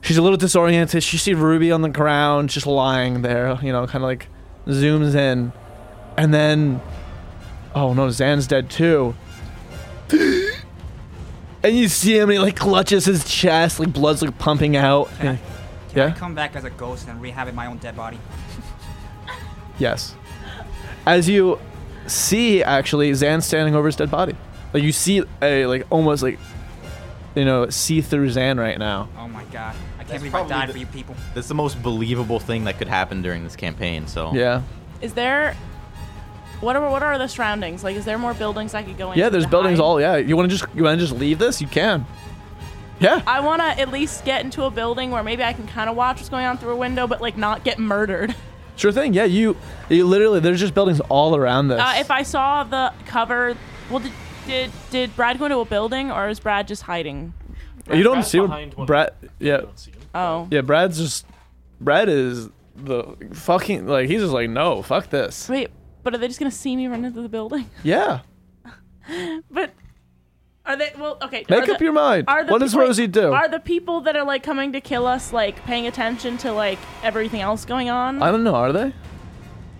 She's a little disoriented. She sees Ruby on the ground, just lying there, you know, kind of like zooms in. And then, oh no, Zan's dead too. and you see him, and he like clutches his chest, like blood's like pumping out. And- I yeah? come back as a ghost and rehabbing my own dead body. Yes. As you see, actually, Zan standing over his dead body. Like you see a like almost like you know see through Zan right now. Oh my god. I can't believe I probably died the- for you people. That's the most believable thing that could happen during this campaign. So Yeah. Is there? What are what are the surroundings like? Is there more buildings I could go into? Yeah. There's to buildings hide? all. Yeah. You want to just you want to just leave this? You can. Yeah. I want to at least get into a building where maybe I can kind of watch what's going on through a window, but like not get murdered. Sure thing. Yeah. You you literally there's just buildings all around this. Uh, if I saw the cover, well, did, did did Brad go into a building or is Brad just hiding? you don't Brad's see behind what one of Brad. Yeah. Oh, Yeah. Brad's just Brad is the fucking like he's just like no fuck this. wait, but are they just gonna see me run into the building? Yeah. But are they? Well, okay. Make are up the- your mind. are the What does people- Rosie do? Are the people that are like coming to kill us like paying attention to like everything else going on? I don't know. Are they?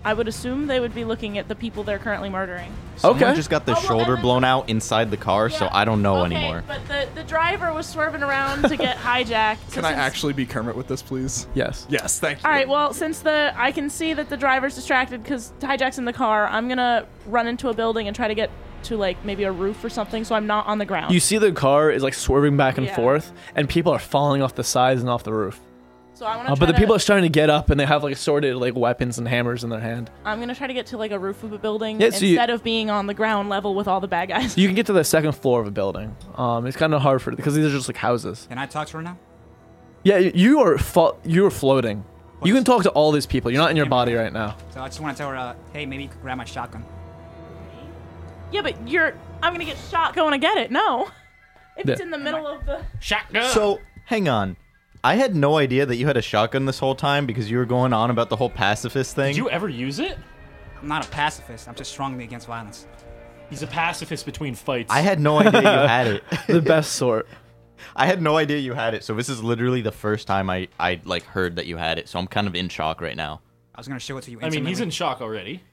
I would assume they would be looking at the people they're currently murdering. Someone Okay. just got their shoulder blown out inside the car, so I don't know anymore. But the, the driver was swerving around to get hijacked. so Can I since- actually be Kermit with this, please? Yes. Yes, thank you. All right. Well, since the I can see that the driver's distracted because hijack's in the car, I'm gonna run into a building and try to get to like maybe a roof or something, so I'm not on the ground. You see the car is like swerving back and Yeah. forth, and people are falling off the sides and off the roof. so I want Uh, but the to. people are starting to get up, and they have like assorted like weapons and hammers in their hand. I'm gonna try to get to like a roof of a building Yeah, so you- instead of being on the ground level with all the bad guys. So you can get to the second floor of a building. Um, it's kind of hard for because these are just like houses. Can I talk to her now? Yeah, y- you are fo- you are floating. You can talk to all these people. You're not in your body right now. So I just want to tell her, uh, hey, maybe you could grab my shotgun. Yeah, but you're. I'm gonna get shot going to get it. No. If it's Yeah. in the middle of the. Shotgun. So hang on. I had no idea that you had a shotgun this whole time because you were going on about the whole pacifist thing. Did you ever use it? I'm not a pacifist. I'm just strongly against violence. He's a pacifist between fights. I had no idea you had it. the best sort. I had no idea you had it. So this is literally the first time I I like heard that you had it. So I'm kind of in shock right now. I was gonna show it to you. I mean, he's intimately. in shock already.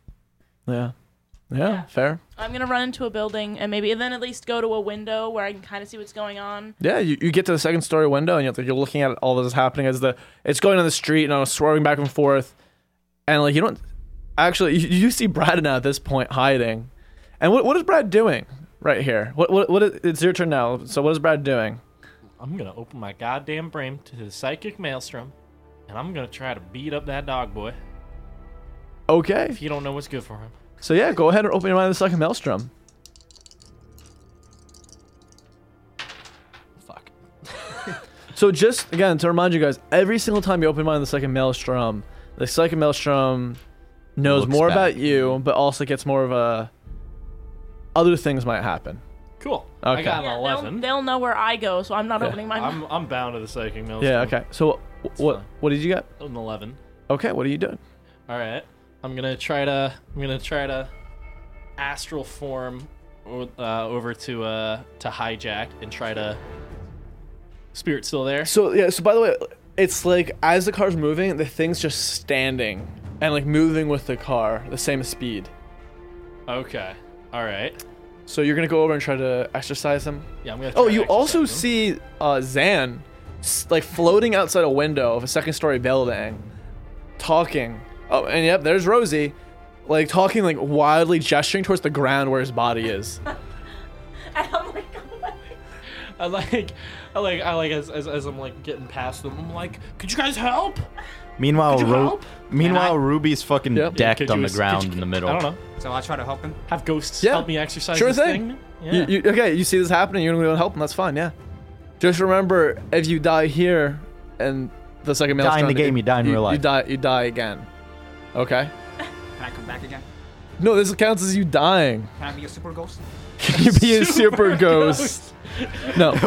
Yeah, yeah, fair. I'm gonna run into a building and maybe and then at least go to a window where I can kind of see what's going on. Yeah, you, you get to the second story window, and you're, like, you're looking at all that is happening as the it's going on the street and I was swerving back and forth, and like you don't actually you, you see Brad now at this point hiding, and what what is Brad doing right here? What what what is, it's your turn now. So what is Brad doing? I'm gonna open my goddamn brain to the psychic maelstrom, and I'm gonna try to beat up that dog boy. Okay, If you don't know what's good for him. so yeah, go ahead and open your mind to the second maelstrom. Fuck. So just again to remind you guys, every single time you open mind the second maelstrom, the second maelstrom knows Looks more back. about you, but also gets more of a other things might happen. Cool. I Okay. got an Yeah, they'll, 11. they'll know where I go, so I'm not opening my I'm, I'm bound to the psychic maelstrom. Yeah. Okay. So wh- what what did you get? An 11. Okay. What are you doing? All right. I'm gonna try to. I'm gonna try to astral form o- uh, over to uh, to hijack and try to. Spirit still there? So yeah. So by the way, it's like as the car's moving, the thing's just standing and like moving with the car, the same speed. Okay. All right. So you're gonna go over and try to exercise him. Yeah, I'm gonna. Oh, try to you exercise also him. see uh, Zan s- like floating outside a window of a second story building, talking. Oh, and yep, there's Rosie, like talking, like wildly gesturing towards the ground where his body is. I like. I like. I like. As, as, as I'm like getting past them, I'm like, could you guys help? Meanwhile, Could you Ru- help? meanwhile, Ruby's fucking Yep. decked Could on you the ass- ground could you- in the middle. I don't know. So I try to help him. Have ghosts Yeah. help me exercise Sure this thing. Yeah. You, you, okay, you see this happening, you're gonna go and help him. That's fine. Yeah. Just remember, if you die here, and the second Die in maelstrom- the game, you die in you, real You life. die. You die again. Okay. Can I come back again? No, this counts as you dying. Can I be a super ghost? Can you be a super ghost? No. if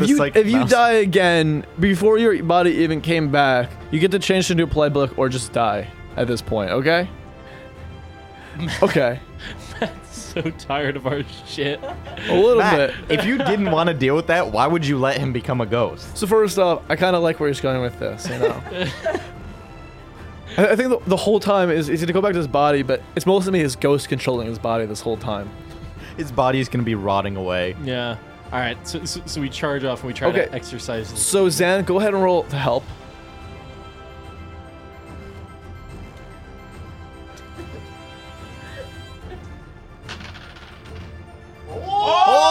the you psychic if you mouse. die again before your body even came back, you get to change to a new playbook or just die at this point. Okay. Okay. So tired of our shit. A little Matt, bit. if you didn't want to deal with that, why would you let him become a ghost? So first off, I kind of like where he's going with this. You know. I I think the, the whole time is is to go back to his body, but it's mostly his ghost controlling his body this whole time. His body's gonna be rotting away. Yeah. All right. So, so, so we charge off and we try Okay. to exercise. So Zan, go ahead and roll to help.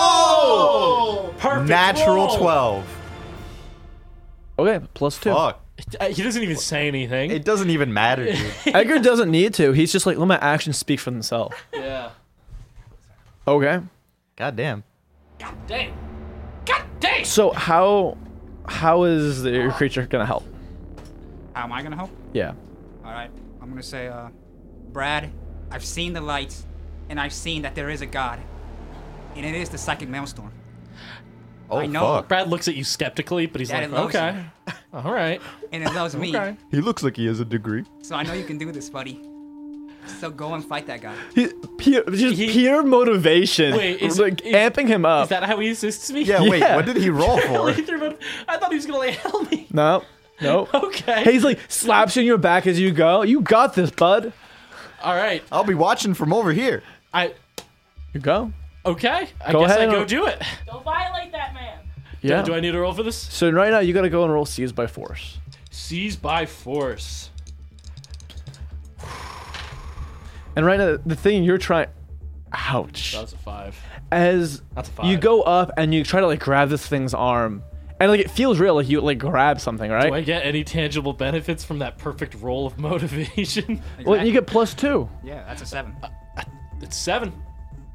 Oh! Perfect Natural roll! twelve. Okay, plus two. Fuck. Uh, He doesn't even say anything. It doesn't even matter, dude. Edgar doesn't need to. He's just like let my actions speak for themselves. yeah. Okay. God damn. Dang. God dang. So how how is the, Uh, your creature gonna help? How am I gonna help? Yeah. All right. I'm gonna say, uh, Brad, I've seen the lights, and I've seen that there is a god, and it is the psychic maelstrom. Oh I know. fuck. Brad looks at you skeptically, but he's That it like, loves okay. All right. And it loves me. Okay. He looks like he has a degree. So I know you can do this, buddy. So go and fight that guy. He, pure, just pure motivation. Wait, is- like is- amping him up. Is that how he assists me? Yeah, wait, Yeah. what did he roll for? Like, through my- I thought he was gonna like help me. no. No. Okay. He's like slaps you in your back as you go. You got this, bud. All right. I'll be watching from over here. I. You go. Okay. I Go guess ahead I go and- do it. Don't violate that man. Yeah. Do I need to roll for this? so right now you gotta go and roll seized by force. Seize by force. And right now the thing you're trying. Ouch. That was a five. as That's a you five. go up and you try to like grab this thing's arm, and like it feels real, like you like grab something, right? Do I get any tangible benefits from that perfect roll of motivation? Well, you get plus two. Yeah, that's a seven. it's seven.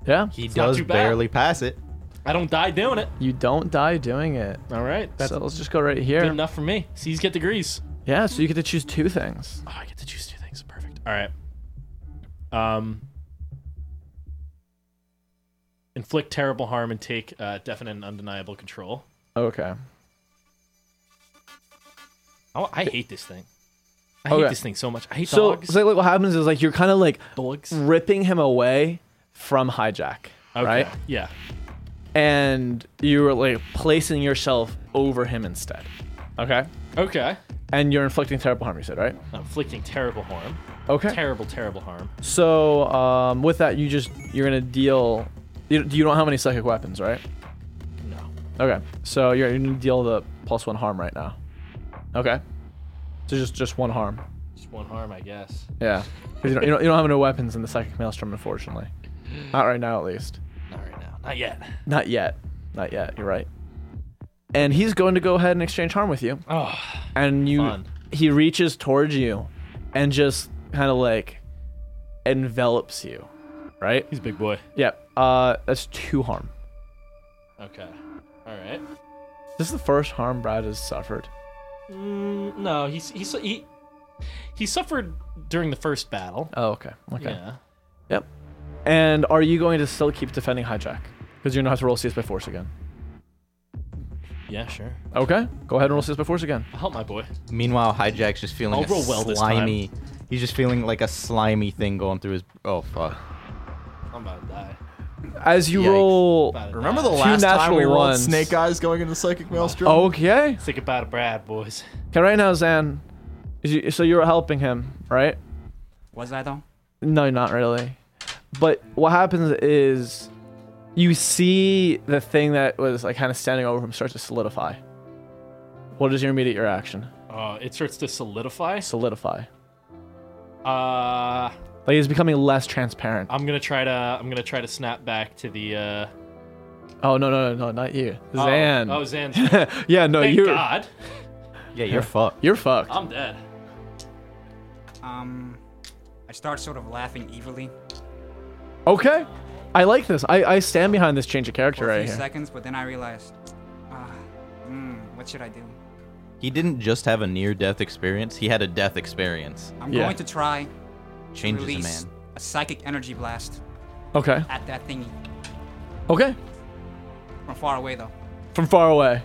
Yeah. He not does too bad. barely pass it. I don't die doing it. You don't die doing it. All right. That's so let's just go right good here. enough for me. Seize get degrees. Yeah. So you get to choose two things. Oh, I get to choose two things. Perfect. All right. Um, inflict terrible harm and take uh, definite and undeniable control. Okay. Oh, I hate this thing. I Okay. hate this thing so much. I hate So, dogs. so like what happens is like you're kind of like dogs. ripping him away from hijack, Okay. right? Yeah. And you were like placing yourself over him instead. Okay. Okay. And you're inflicting terrible harm. You said right? Inflicting terrible harm. Okay. Terrible, terrible harm. So um, with that, you just you're gonna deal. You, you don't have any psychic weapons, right? No. Okay. So you're, you're gonna deal the plus one harm right now. Okay. So just just one harm. Just one harm, I guess. Yeah. 'Cause you, don't, you, don't, you don't have no weapons in the psychic maelstrom, unfortunately. Not right now, at least. Not right now. Not yet. Not yet. Not yet. You're right. And he's going to go ahead and exchange harm with you. Oh. and you Fun. he reaches towards you and just kind of like envelops you, right? He's a big boy. Yeah. Uh, that's two harm. Okay. All right. This is the first harm Brad has suffered. Mm, no, he's, he's, he he suffered during the first battle. Oh, okay. Okay. Yeah. Yep. And are you going to still keep defending hijack? Because you're gonna have to roll CS by force again. Yeah, sure. Okay. Go ahead and roll CS by force again. I'll help my boy. Meanwhile, Hijack's just feeling I'll a roll well this time. slimy. He's just feeling like a slimy thing going through his. Oh fuck. I'm about to die. As you Yikes. roll, Remember the two last time natural we rolled ones. Oh. snake eyes going into psychic maelstrom? Okay. Think about it, Brad, boys. Okay, right now, Zan. is you- So you were helping him, right? Was I though? No, not really. But what happens is you see the thing that was like kind of standing over him start to solidify. What is your immediate reaction? Uh, it starts to solidify. Solidify. Uh, Like it's becoming less transparent. I'm gonna try to I'm gonna try to snap back to the. Uh, Oh no no no no not you, oh, Zan. Oh, Zan. yeah, no Thank you're God. Yeah, you're fucked. You're fucked. I'm dead. Um, I start sort of laughing evilly Oh. Okay, I like this. I I stand behind this change of character for a right few here. seconds, but then I realized, ah, mm, what should I do? He didn't just have a near-death experience. He had a death experience. I'm Yeah. going to try to Changes a release man. a psychic energy blast Okay. at that thingy Okay. from far away though. From far away.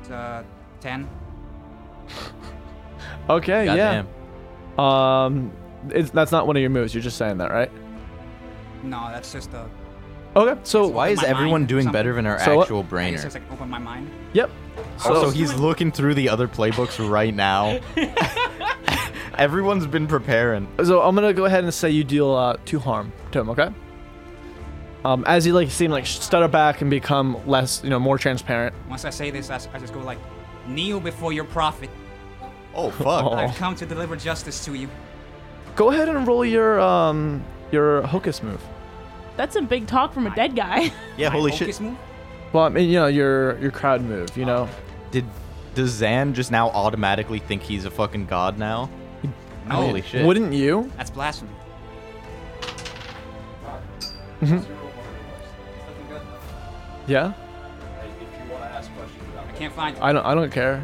It's uh, ten. Okay. Goddamn. Yeah. Um, it's that's not one of your moves. You're just saying that, right? No, that's just a. Okay. So Why is my everyone mind or doing something. better than our So what- actual I guess brainer? it's like open my mind. Yep. Also, he's looking through the other playbooks right now. Everyone's been preparing. So I'm gonna go ahead and say you deal uh, two harm to him, okay? Um, as you like seem like stutter back and become less, you know, more transparent. Once I say this, I, s- I just go like, kneel before your prophet. Oh fuck. Oh. I've come to deliver justice to you. Go ahead and roll your um your hocus move. That's some big talk from a dead guy. Yeah, holy My shit. focus move? Well, I mean, you know, your your crowd move. You know, Did does Zan just now automatically think he's a fucking god now? No. Holy shit. wouldn't you? That's blasphemy. Mm-hmm. Yeah. I can't find it. I don't. I don't care.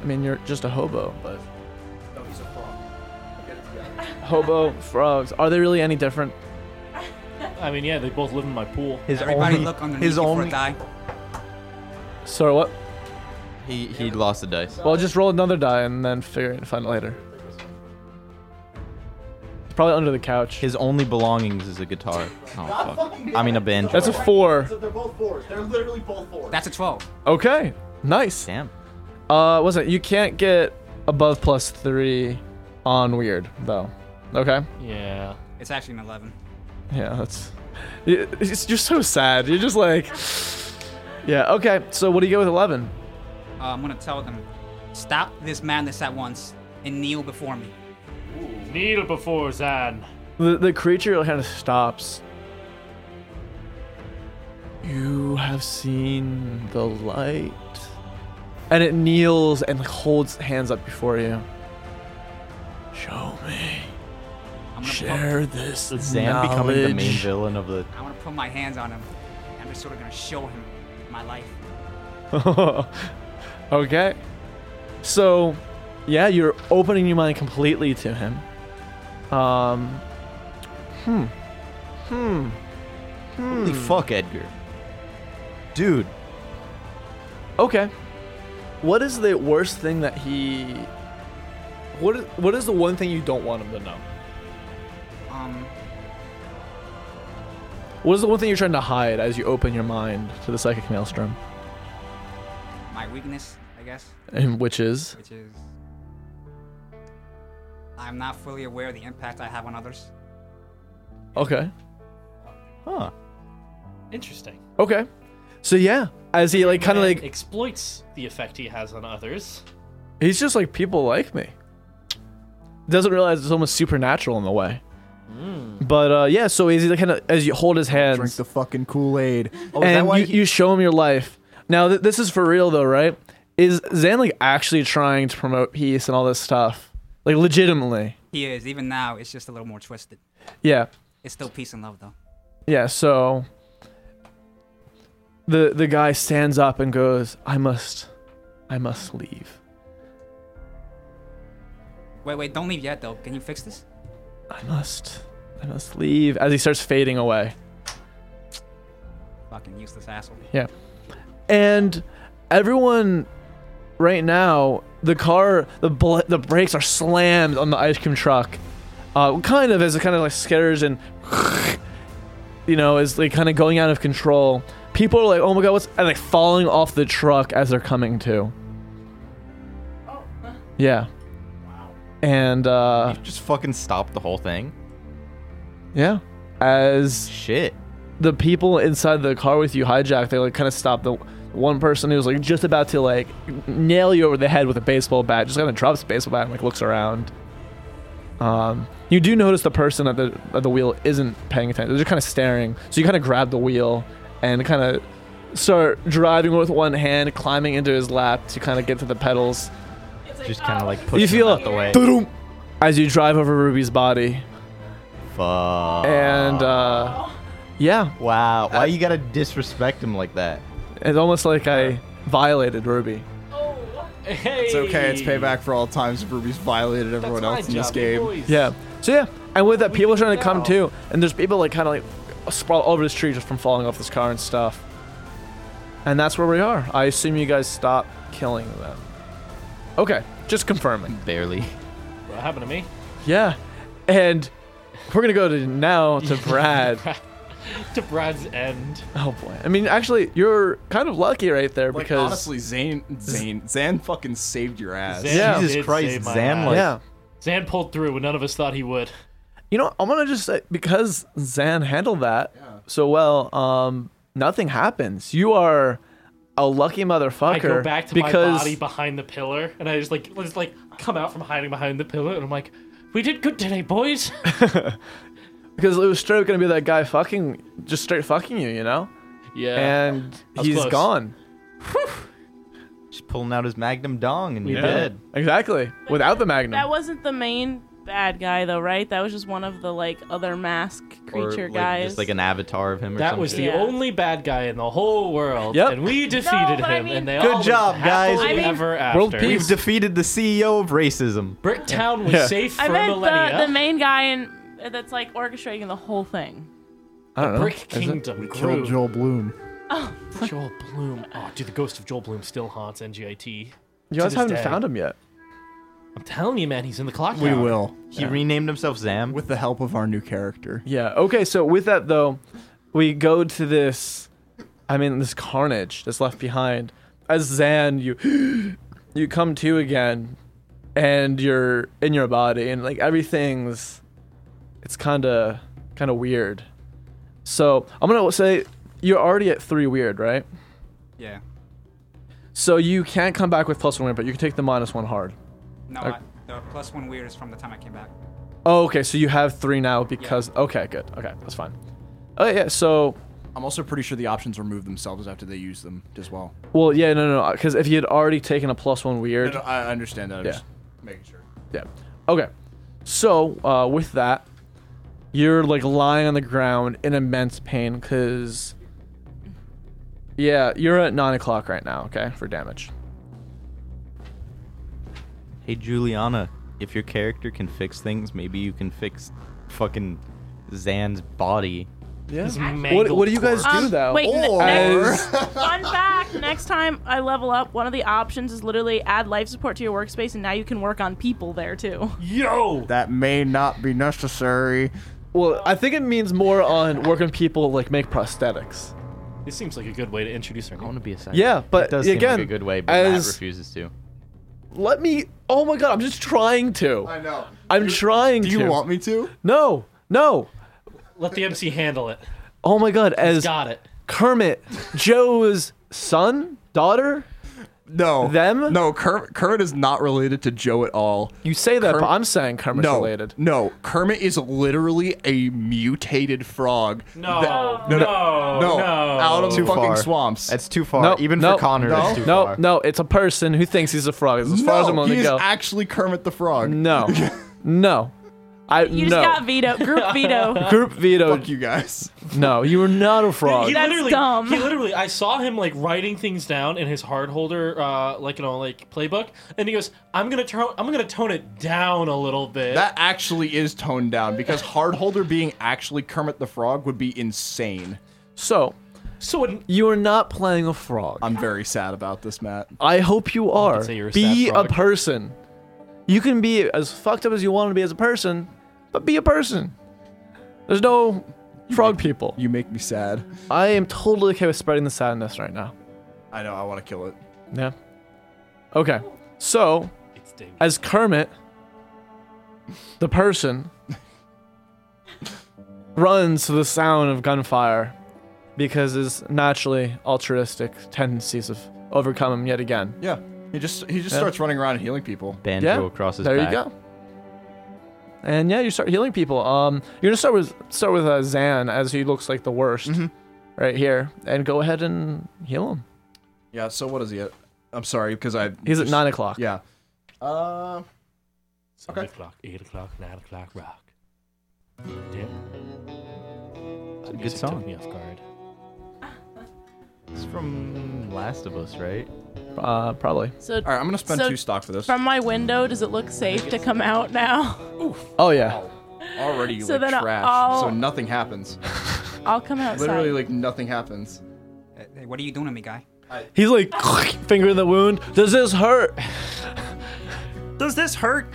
I mean, you're just a hobo, but. Hobo frogs. Are they really any different? I mean, yeah, they both live in my pool. His Everybody only, look underneath his you for only, a die. Sorry, what? he he lost a dice. Well, just roll another die and then figure it find it later. It's probably under the couch. His only belongings is a guitar. Oh fuck. I mean a banjo. That's a four. They're both fours. They're literally both fours. That's a 12. Okay, nice. damn. Uh, was it? You can't get above plus three on weird though. Okay. Yeah. It's actually an 11. Yeah, that's. y- It's, you're so sad. You're just like. Yeah. Okay. So what do you get with eleven? Uh, I'm gonna tell them, stop this madness at once and kneel before me. Kneel before Zan. The the creature kind of stops. You have seen the light. And it kneels and holds hands up before you. Show me. I'm gonna, put, Share this. Zan knowledge. becoming the main villain of the I'm gonna put my hands on him. I'm just sort of gonna show him my life. okay. So, yeah, you're opening your mind completely to him. Um, hmm. Hmm. Holy fuck, Edgar. Oh. Dude, Okay. What is the worst thing that he. What is, what is the one thing you don't want him to know? Um, What is the one thing you're trying to hide as you open your mind to the psychic maelstrom? my weakness, I guess, And which is. which is I'm not fully aware of the impact I have on others. Okay. huh? Interesting. Okay. So, yeah. As he, like, kind of Man like. exploits the effect he has on others. He's just like, people like me. Doesn't realize it's almost supernatural in the way. But uh, yeah, so as you kind of as you hold his hands, Drink the fucking Kool Aid. Oh, is that and why you, he- you show him your life. Now th- this is for real though, right? Is Zan like actually trying to promote peace and all this stuff, like legitimately? He is even now. It's just a little more twisted. Yeah. It's still peace and love, though. Yeah, so the the guy stands up and goes, "I must I must leave." Wait, wait, don't leave yet, though. Can you fix this? I must I must leave as he starts fading away. Fucking useless asshole. Yeah. And everyone right now, the car, the bl- the brakes are slammed on the ice cream truck. Uh, kind of as it kind of like skitters and you know, is like kind of going out of control. People are like, "Oh my god, what's?" and like falling off the truck as they're coming to. Oh. huh. Yeah. And uh just fucking stop the whole thing. yeah, as shit, the people inside the car with you hijack. They like kind of stop the one person who was like just about to like nail you over the head with a baseball bat. Just kind of drops the baseball bat and like looks around. Um, you do notice the person at the at the wheel isn't paying attention. They're just kind of staring. So you kind of grab the wheel and kind of start driving with one hand, climbing into his lap to kind of get to the pedals. Just kind of like oh. you push feel them out the way. "Tudum," as you drive over Ruby's body, Fuck. and uh, yeah, Wow. Why you gotta disrespect him like that? it's almost like I violated Ruby. It's okay. It's payback for all times Ruby's violated everyone else in this game. Yeah. So yeah, and with that, people are trying to come too, and there's people like kind of like sprawl over this tree just from falling off this car and stuff. And that's where we are. I assume you guys stop killing them. Okay, just confirming. Barely. What happened to me? Yeah, and we're gonna go to now to Brad. to Brad's end. Oh boy. I mean, actually, you're kind of lucky right there Like because honestly, Zane, Zane, Zan fucking saved your ass. Zan Yeah. did Jesus Christ, save my Zan, ass. like- yeah. Zan pulled through when none of us thought he would. You know, I'm gonna just say because Zan handled that so well, um, nothing happens. You are a lucky motherfucker I go back to because my body behind the pillar, and I just like just like come out from hiding behind the pillar, and I'm like, "We did good today, boys." because it was straight gonna be that guy fucking just straight fucking you, you know, yeah, and That's he's close. gone. Just pulling out his magnum dong and We you're did. dead. Exactly. Without the magnum. That wasn't the main bad guy though, right? That was just one of the like other mask Or creature like, guys. Just like an avatar of him or that some was shit. the Yeah. only bad guy in the whole world, Yep. and we defeated but I him, mean- and they Good all lived job, guys. happily I mean- ever after. World peace. We've defeated the E CEO of racism. Bricktown was Yeah. safe for I a meant millennia. the, the main guy in, that's like orchestrating the whole thing. I don't know. Brick Kingdom Killed grew. Joel Bloom. Joel Bloom. Oh, dude, the ghost of Joel Bloom still haunts NGIT. You guys this haven't day. found him yet. I'm telling you, man, he's in the clock We tower. will, He renamed himself Zam. with the help of our new character. Yeah. Okay. So with that though, we go to this. I mean, this carnage that's left behind. As Zan, you you come to again, and you're in your body, and like everything's, it's kind of kind of weird. So I'm gonna say you're already at three weird, right? Yeah. So you can't come back with plus one weird, but you can take the minus one hard. No, I, the plus one weird is from the time I came back. Oh, okay. So you have three now because okay, good. Okay, that's fine. Oh yeah. So I'm also pretty sure the options remove themselves after they use them as well. Well, yeah, no, no, because if you had already taken a plus one No, weird, no, I understand that. I'm Yeah. just making sure. yeah. Okay, so uh, with that, you're like lying on the ground in immense pain because, yeah, you're at nine o'clock right now. Okay, for damage. Hey Juliana, if your character can fix things, maybe you can fix fucking Zan's body. Yeah. He's What, mangled what do you guys Um, do though? wait, n- Or- next, fun fact: next time I level up, one of the options is literally add life support to your workspace, and now you can work on people there too. Yo! That may not be necessary. Well, I think it means more on working people like make prosthetics. This seems like a good way to introduce her. I want to be a scientist. Yeah, but it does again, seem like a good way, but as Matt refuses to. let me. Oh my god, I'm just trying to. I know. I'm trying Do to. you want me to? No, no. Let the MC handle it. Oh my god, as Got it. Kermit, Joe's son, daughter. No. Them? No. Kermit, Kermit is not related to Joe at all. You say that, Kerm- but I'm saying Kermit's no, related. no. Kermit is literally a mutated frog. No. that- no. no, out of Too fucking far. swamps. That's too far. Nope, Even nope, for Connor, that's too No, far. no, it's a person who thinks he's a frog. It's as far as I'm no, willing to he is go. actually Kermit the Frog. no, no. I You just no. got veto. Group veto. Group veto. Fuck you guys. No, you were not a Uh, frog. He That's literally, dumb. He literally, I saw him like writing things down in his hard holder, uh, like you know, like playbook, and he goes, "I'm gonna turn, I'm gonna tone it down a little bit." That actually is toned down because Hardholder being actually Kermit the Frog would be insane. So, so it, you are not playing a frog. I'm very sad about this, Matt. I hope you are. say you're a be sad a frog. person. You can be as fucked up as you want to be as a person, but be a person. There's no frog people. You make me sad. I am totally okay with spreading the sadness right now. I know. I want to kill it. Yeah. Okay. So, as Kermit, the person runs to the sound of gunfire because his naturally altruistic tendencies have overcome him yet again. Yeah. He just he just Yeah. starts running around and healing people. Banjo yeah. across his there back. you go. And yeah, you start healing people. Um, you're gonna start with start with uh, Zan as he looks like the worst, right here, and go ahead and heal him. Yeah. So what is he at? I'm sorry because I He's at just- nine o'clock. Yeah. Uh, Seven o'clock, eight o'clock, nine o'clock, rock. Damn. That music took song. me off guard. It's from Last of Us, right? Uh, probably. So, All right, I'm gonna spend so two stock for this. From my window, does it look safe to come out now? Oh yeah. already So like then trash. I'll- So nothing happens. I'll come outside. Literally like nothing happens. Uh, Hey, what are you doing to me, guy? He's like finger in the wound. Does this hurt? Does this hurt?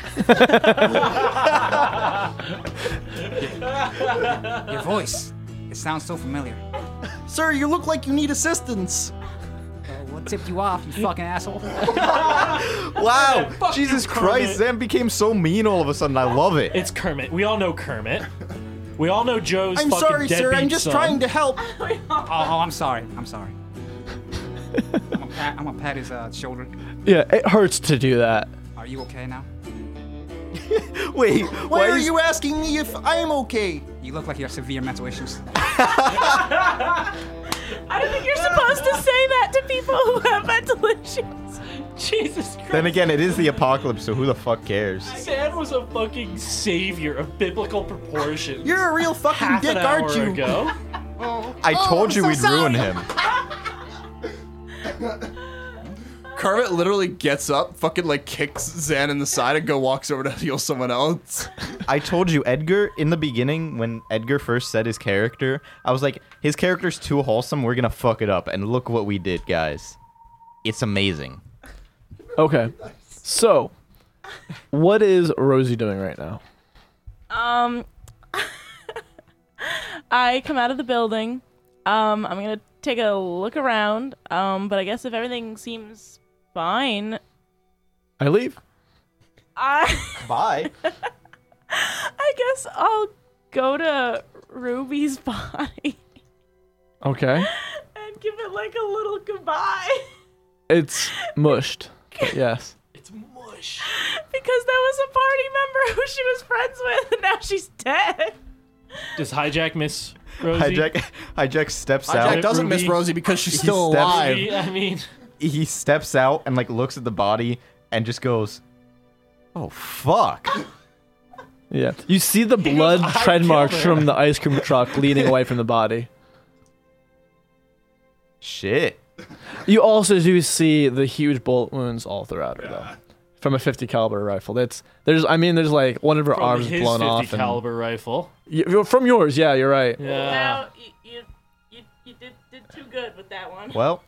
Your voice. It sounds so familiar. Uh, Sir, you look like you need assistance. What tipped you off, you fucking asshole? Oh, Wow! Fuck you, Jesus Kermit. Christ, Zan became so mean all of a sudden. I love it. It's Kermit. We all know Kermit. We all know Joe's. I'm fucking sorry, sir. I'm deadbeat just son. trying to help. Oh, oh, I'm sorry. I'm sorry. I'm gonna pat, I'm gonna pat his uh, shoulder. Yeah, it hurts to do that. Are you okay now? Wait, Why why are is- you asking me if I'm okay? You look like you have severe mental issues. I don't think you're supposed to say that to people who have mental issues. Jesus Christ. Then again, it is the apocalypse, so who the fuck cares? Sad was a fucking savior of biblical proportions. You're a real fucking half dick, an hour aren't you? ago. I told you so we'd ruin him. Kermit literally gets up, fucking like kicks Zan in the side, and go walks over to heal someone else. I told you, Edgar, in the beginning, when Edgar first said his character, I was like, his character's too wholesome, we're gonna fuck it up. And look what we did, guys. It's amazing. Okay. So, what is Rosie doing right now? Um, I come out of the building. Um, I'm gonna take a look around. Um, but I guess if everything seems fine, I leave. I Bye. I guess I'll go to Ruby's body Okay. and give it like a little goodbye It's mushed. but yes. It's mush. because that was a party member who she was friends with, and now she's dead. Does hijack miss Rosie? Hijack, hijack steps Jack out. doesn't miss Ruby. Rosie because she's still steps- alive. Rosie, I mean, He steps out and like looks at the body and just goes, "Oh fuck." Yeah. You see the blood "I tread killed marks her." from the ice cream truck leading away from the body. Shit. You also do see the huge bullet wounds all throughout her though. From a 50 caliber rifle. That's there's I mean there's like one of her from arms his blown 50 off and- caliber rifle. Y- you're- from yours. Yeah, you're right. Yeah. Now you you you, you did, did too good with that one. Well,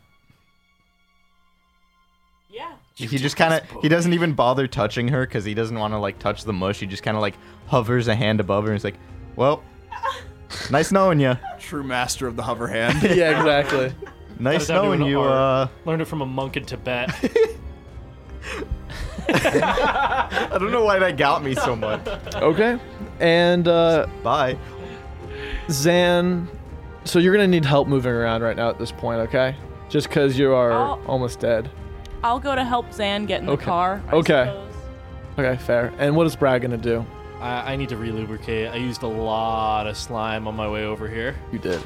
Yeah. he just kind of he doesn't even bother touching her because he doesn't want to like touch the mush. He just kind of like hovers a hand above her and is like, "Well, nice knowing you. True master of the hover hand. Yeah, exactly. Nice Gotta do knowing an you." Uh, art. Learned it from a monk in Tibet. uh, I don't know why that got me so much. Okay. And uh Bye. Zan, so you're gonna need help moving around right now at this point, okay? Just because you are I'll- almost dead. I'll go to help Zan get in the Okay. car. I Okay. suppose. Okay, fair. And what is Brad gonna do? I, I need to relubricate. I used a lot of slime on my way over here. You did.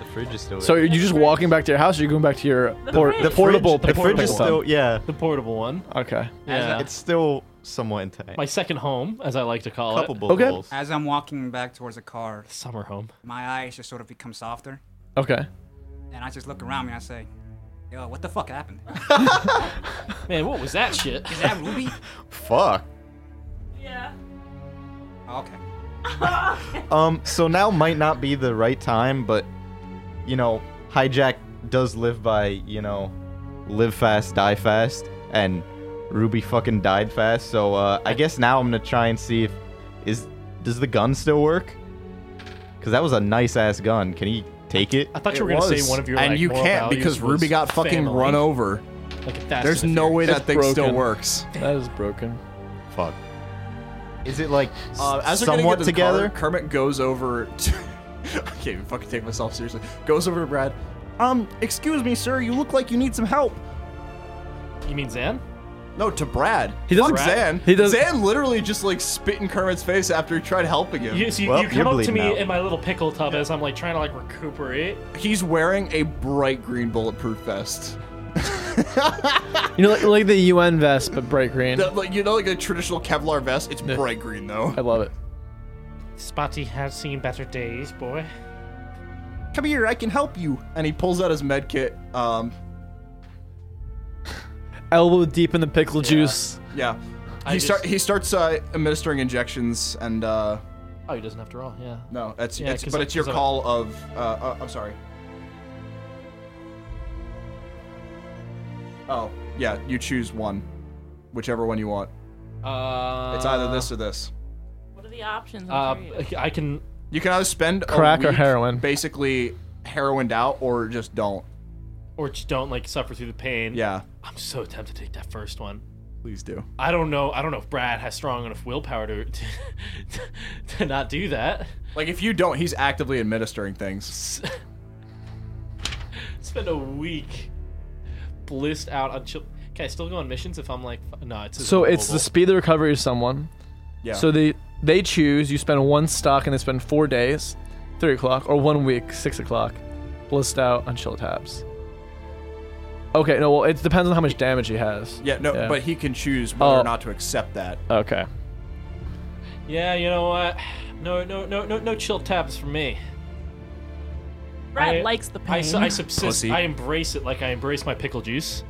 The fridge is still. So are you just walking back to your house? Or you're going back to your The por- fridge. portable the fridge is picnic still. club? Yeah. The portable one. Okay. Yeah. It's still somewhat intact. My second home, as I like to call Couple it. bullet Okay. holes. As I'm walking back towards the car, summer home, my eyes just sort of become softer, Okay. and I just look around me and I say, "Yo, what the fuck happened? Man, what was that shit? Is that Ruby? Fuck. Yeah. Oh, Okay. Um, so now might not be the right time, but you know, hijack does live by you know, live fast, die fast, and Ruby fucking died fast. So uh, I guess now I'm gonna try and see if is does the gun still work? Cause that was a nice ass gun. Can he take it? I thought you were gonna say one of your and like, you moral can't values because was Ruby got fucking family. run over. Like a Fast There's and the no way Furious. that thing still works. That is broken. Fuck. Is it like Uh, as they're getting somewhat into the together? car, Kermit goes over. To, I can't even fucking take myself seriously. Goes over to Brad. Um, excuse me, sir. You look like you need some help. You mean Zan? No, to Brad. He Fuck doesn't- Zan. He doesn't- Zan literally just like spit in Kermit's face after he tried helping him. You, so you, you come up to me in my little pickle tub as I'm like trying to like recuperate. He's wearing a bright green bulletproof vest. You know, like, like the UN vest, but bright green. That, like you know, like a traditional Kevlar vest. It's bright green though. Oh. I love it. Spotty has seen better days, boy. Come here, I can help you. And he pulls out his med kit. Um, Elbow deep in the pickle juice. yeah. I He just- start he starts uh, administering injections and uh, Oh, he doesn't have to roll. Yeah. no, that's Yeah, it's, 'cause but I- it's your 'cause I- call of uh, uh, I'm sorry. Oh yeah, you choose one, whichever one you want. Uh, It's either this or this. What are the options? I'm Uh, curious. I can. You can either spend a Crack or week heroin. basically heroined out, or just don't. Or just don't like suffer through the pain. Yeah, I'm so tempted to take that first one. please do. I don't know. I don't know if Brad has strong enough willpower to to, to not do that. Like if you don't, he's actively administering things. Spend a week blissed out on chill. Can I still go on missions if I'm like f- no? It's So it's the mobile. speed of recovery of someone. Yeah. So they they choose. You spend one stock and they spend four days, three o'clock, or one week, six o'clock, blissed out on chill tabs. Okay, no, well it depends on how much damage he has. Yeah, no, but he can choose whether Oh. or not to accept that. Okay. yeah. You know what? No, no, no, no, no chill tabs for me. Brad I- likes the pain. I, su- I subsist. Pussy. I embrace it like I embrace my pickle juice.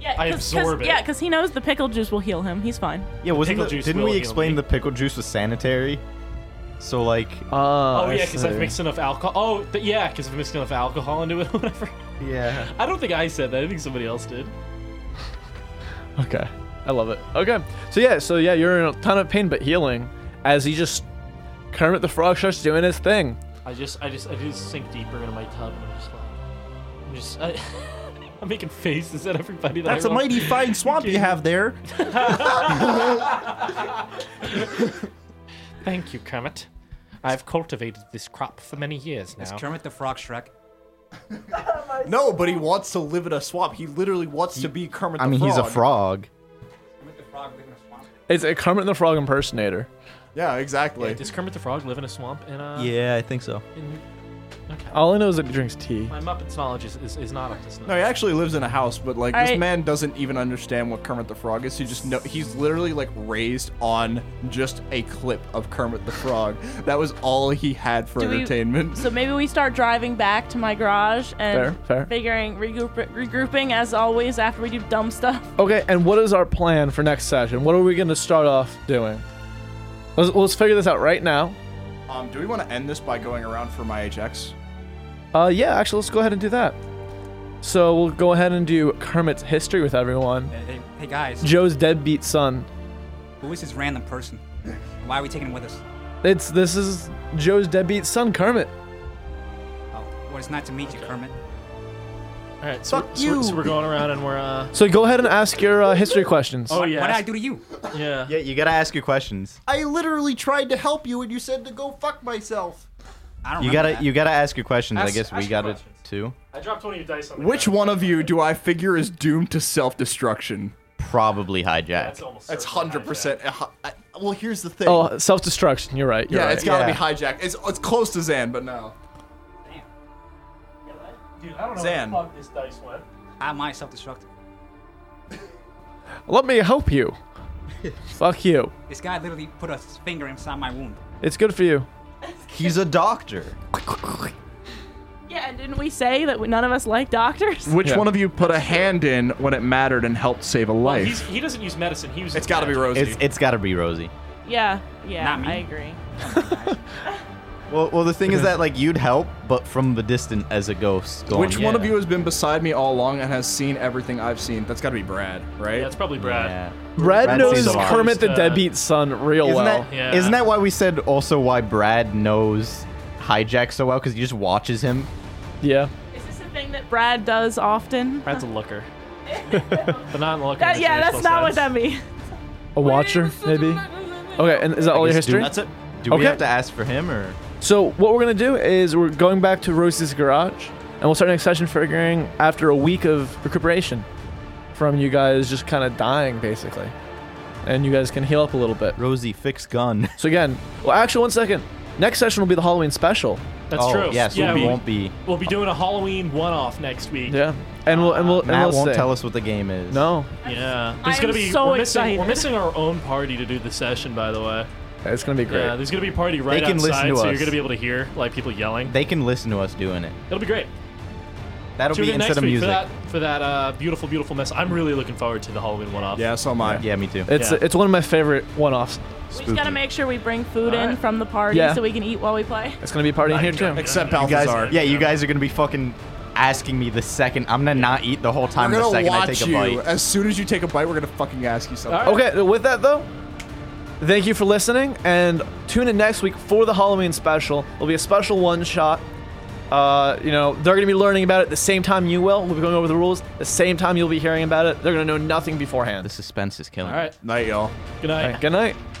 yeah, I 'cause- 'cause- absorb it. Yeah, because he knows the pickle juice will heal him. He's fine. Yeah, wasn't Pickle the- juice didn't will we heal explain me. the pickle juice was sanitary? So like, Uh, Oh, yeah, because I've see. mixed enough alcohol. Oh, th- yeah, because I've mixed enough alcohol into it or whatever. yeah. I don't think I said that. I think somebody else did. Okay. I love it. Okay. So yeah, so yeah, you're in a ton of pain but healing as he just Kermit the Frog starts doing his thing. I just, I just, I just sink deeper into my tub, and I'm just like, I'm just, I, I'm making faces at everybody. That That's I a roll. mighty fine swamp you have there. Thank you, Kermit. I've cultivated this crop for many years It's now. Kermit the Frog Shrek. No, but he wants to live in a swamp. He literally wants to be Kermit. I the mean, frog. he's a frog. Kermit the Frog living in a swamp. It's a Kermit the Frog impersonator. Yeah, exactly. Does Kermit the Frog live in a swamp? And uh, Yeah, I think so. in, okay. All I know is that he drinks tea. My Muppets knowledge is, is, is not up to No, snuff. he actually lives in a house, but like this I- man doesn't even understand what Kermit the Frog is. He just know he's literally like raised on just a clip of Kermit the Frog. That was all he had for Do we- entertainment. So maybe we start driving back to my garage and Fair, fair. figuring regroup, regrouping as always after we do dumb stuff. Okay, and what is our plan for next session? What are we going to start off doing? Let's, let's figure this out right now. Um, do we want to end this by going around for my HX? Uh, yeah, actually, let's go ahead and do that. So we'll go ahead and do Kermit's history with everyone. Hey, hey, hey guys, Joe's deadbeat son. who is this random person? Why are we taking him with us? It's this is Joe's deadbeat son, Kermit. Oh, well, it's nice to meet you, Kermit. All right, so, we're- so we're- so we're going around and we're uh, So go ahead and ask your uh, history questions. oh What did I yeah, do to you? yeah. Yeah, you gotta ask your questions. I literally tried to help you, and you said to go fuck myself. I don't You remember gotta you gotta ask your questions. I Ask- guess we ask your gotta questions. too. I dropped one of your dice on the Which one of you do I figure is doomed to self-destruction? Probably hijack. That's almost. That's certainly hundred percent. Well, here's the thing. Oh, self destruction. You're right. You're yeah, right. it's gotta yeah. be hijacked. It's it's close to Zan, but no. hijacked. Dude, I don't know Zan. where the fuck this dice went. that. I myself destructed. Let me help you. Fuck you. This guy literally put a finger inside my wound. It's good for you. He's a doctor. Yeah, and didn't we say that we- none of us like doctors? Which one of you put a hand in when it mattered and helped save a life? He's, he doesn't use medicine. He uses. it's got to be magic. Rosie. It's it's got to be Rosie. Yeah, yeah, Not me. I agree. Well, well, the thing is that like you'd help, but from the distance as a ghost. Going, Which one of you has been beside me all along and has seen everything I've seen? That's got to be Brad, right? Yeah, it's probably Brad. Brad, Brad knows sees a lot. Kermit the Uh, Deadbeat son real Isn't well. that Yeah. not that why we said also why Brad knows hijack so well? Because he just watches him. yeah. Is this a thing that Brad does often? Brad's a looker. but not looker. That- yeah, that's not what that means. A watcher, maybe. Okay, and is that all your history? That's it. Do we Okay. have to ask for him or? So what we're gonna do is we're going back to Rosie's garage, and we'll start next session figuring after a week of recuperation from you guys just kind of dying basically, and you guys can heal up a little bit. Rosie, fix gun. So again, well, actually, one second. Next session will be the Halloween special. That's oh, true. Yes, yeah, we we'll, won't be. we'll be doing a Halloween one-off next week. Yeah, and we'll and we'll and Matt we'll won't say- tell us what the game is. No, Yeah. I There's gonna am be so we're missing, we're excited. missing our own party to do the session, by the way. it's gonna be great. Yeah, there's gonna be a party right can listen outside, to so you're us. gonna be able to hear like people yelling. They can listen to us doing it. It'll be great. That'll Tune be in instead next of week music. for that for that uh, beautiful, beautiful mess. I'm really looking forward to the Halloween one-off. yeah, so am I. Yeah, me too. It's Yeah. it's one of my favorite one-offs. We just gotta make sure we bring food in from the party Yeah. so we can eat while we play. It's gonna be a party in here too. Except You guys, Balthazar. yeah, you guys are gonna be fucking asking me the second. I'm gonna not eat the whole We're time. The going to second I take watch a you. bite. As soon as you take a bite, we're going to fucking ask you something. Okay, with that though, thank you for listening and tune in next week for the Halloween special. It'll be a special one shot. Uh, you know, they're going to be learning about it the same time you will. We'll be going over the rules the same time you'll be hearing about it. They're going to know nothing beforehand. The suspense is killing. All me. right. Night, y'all. Good night. All right, good night.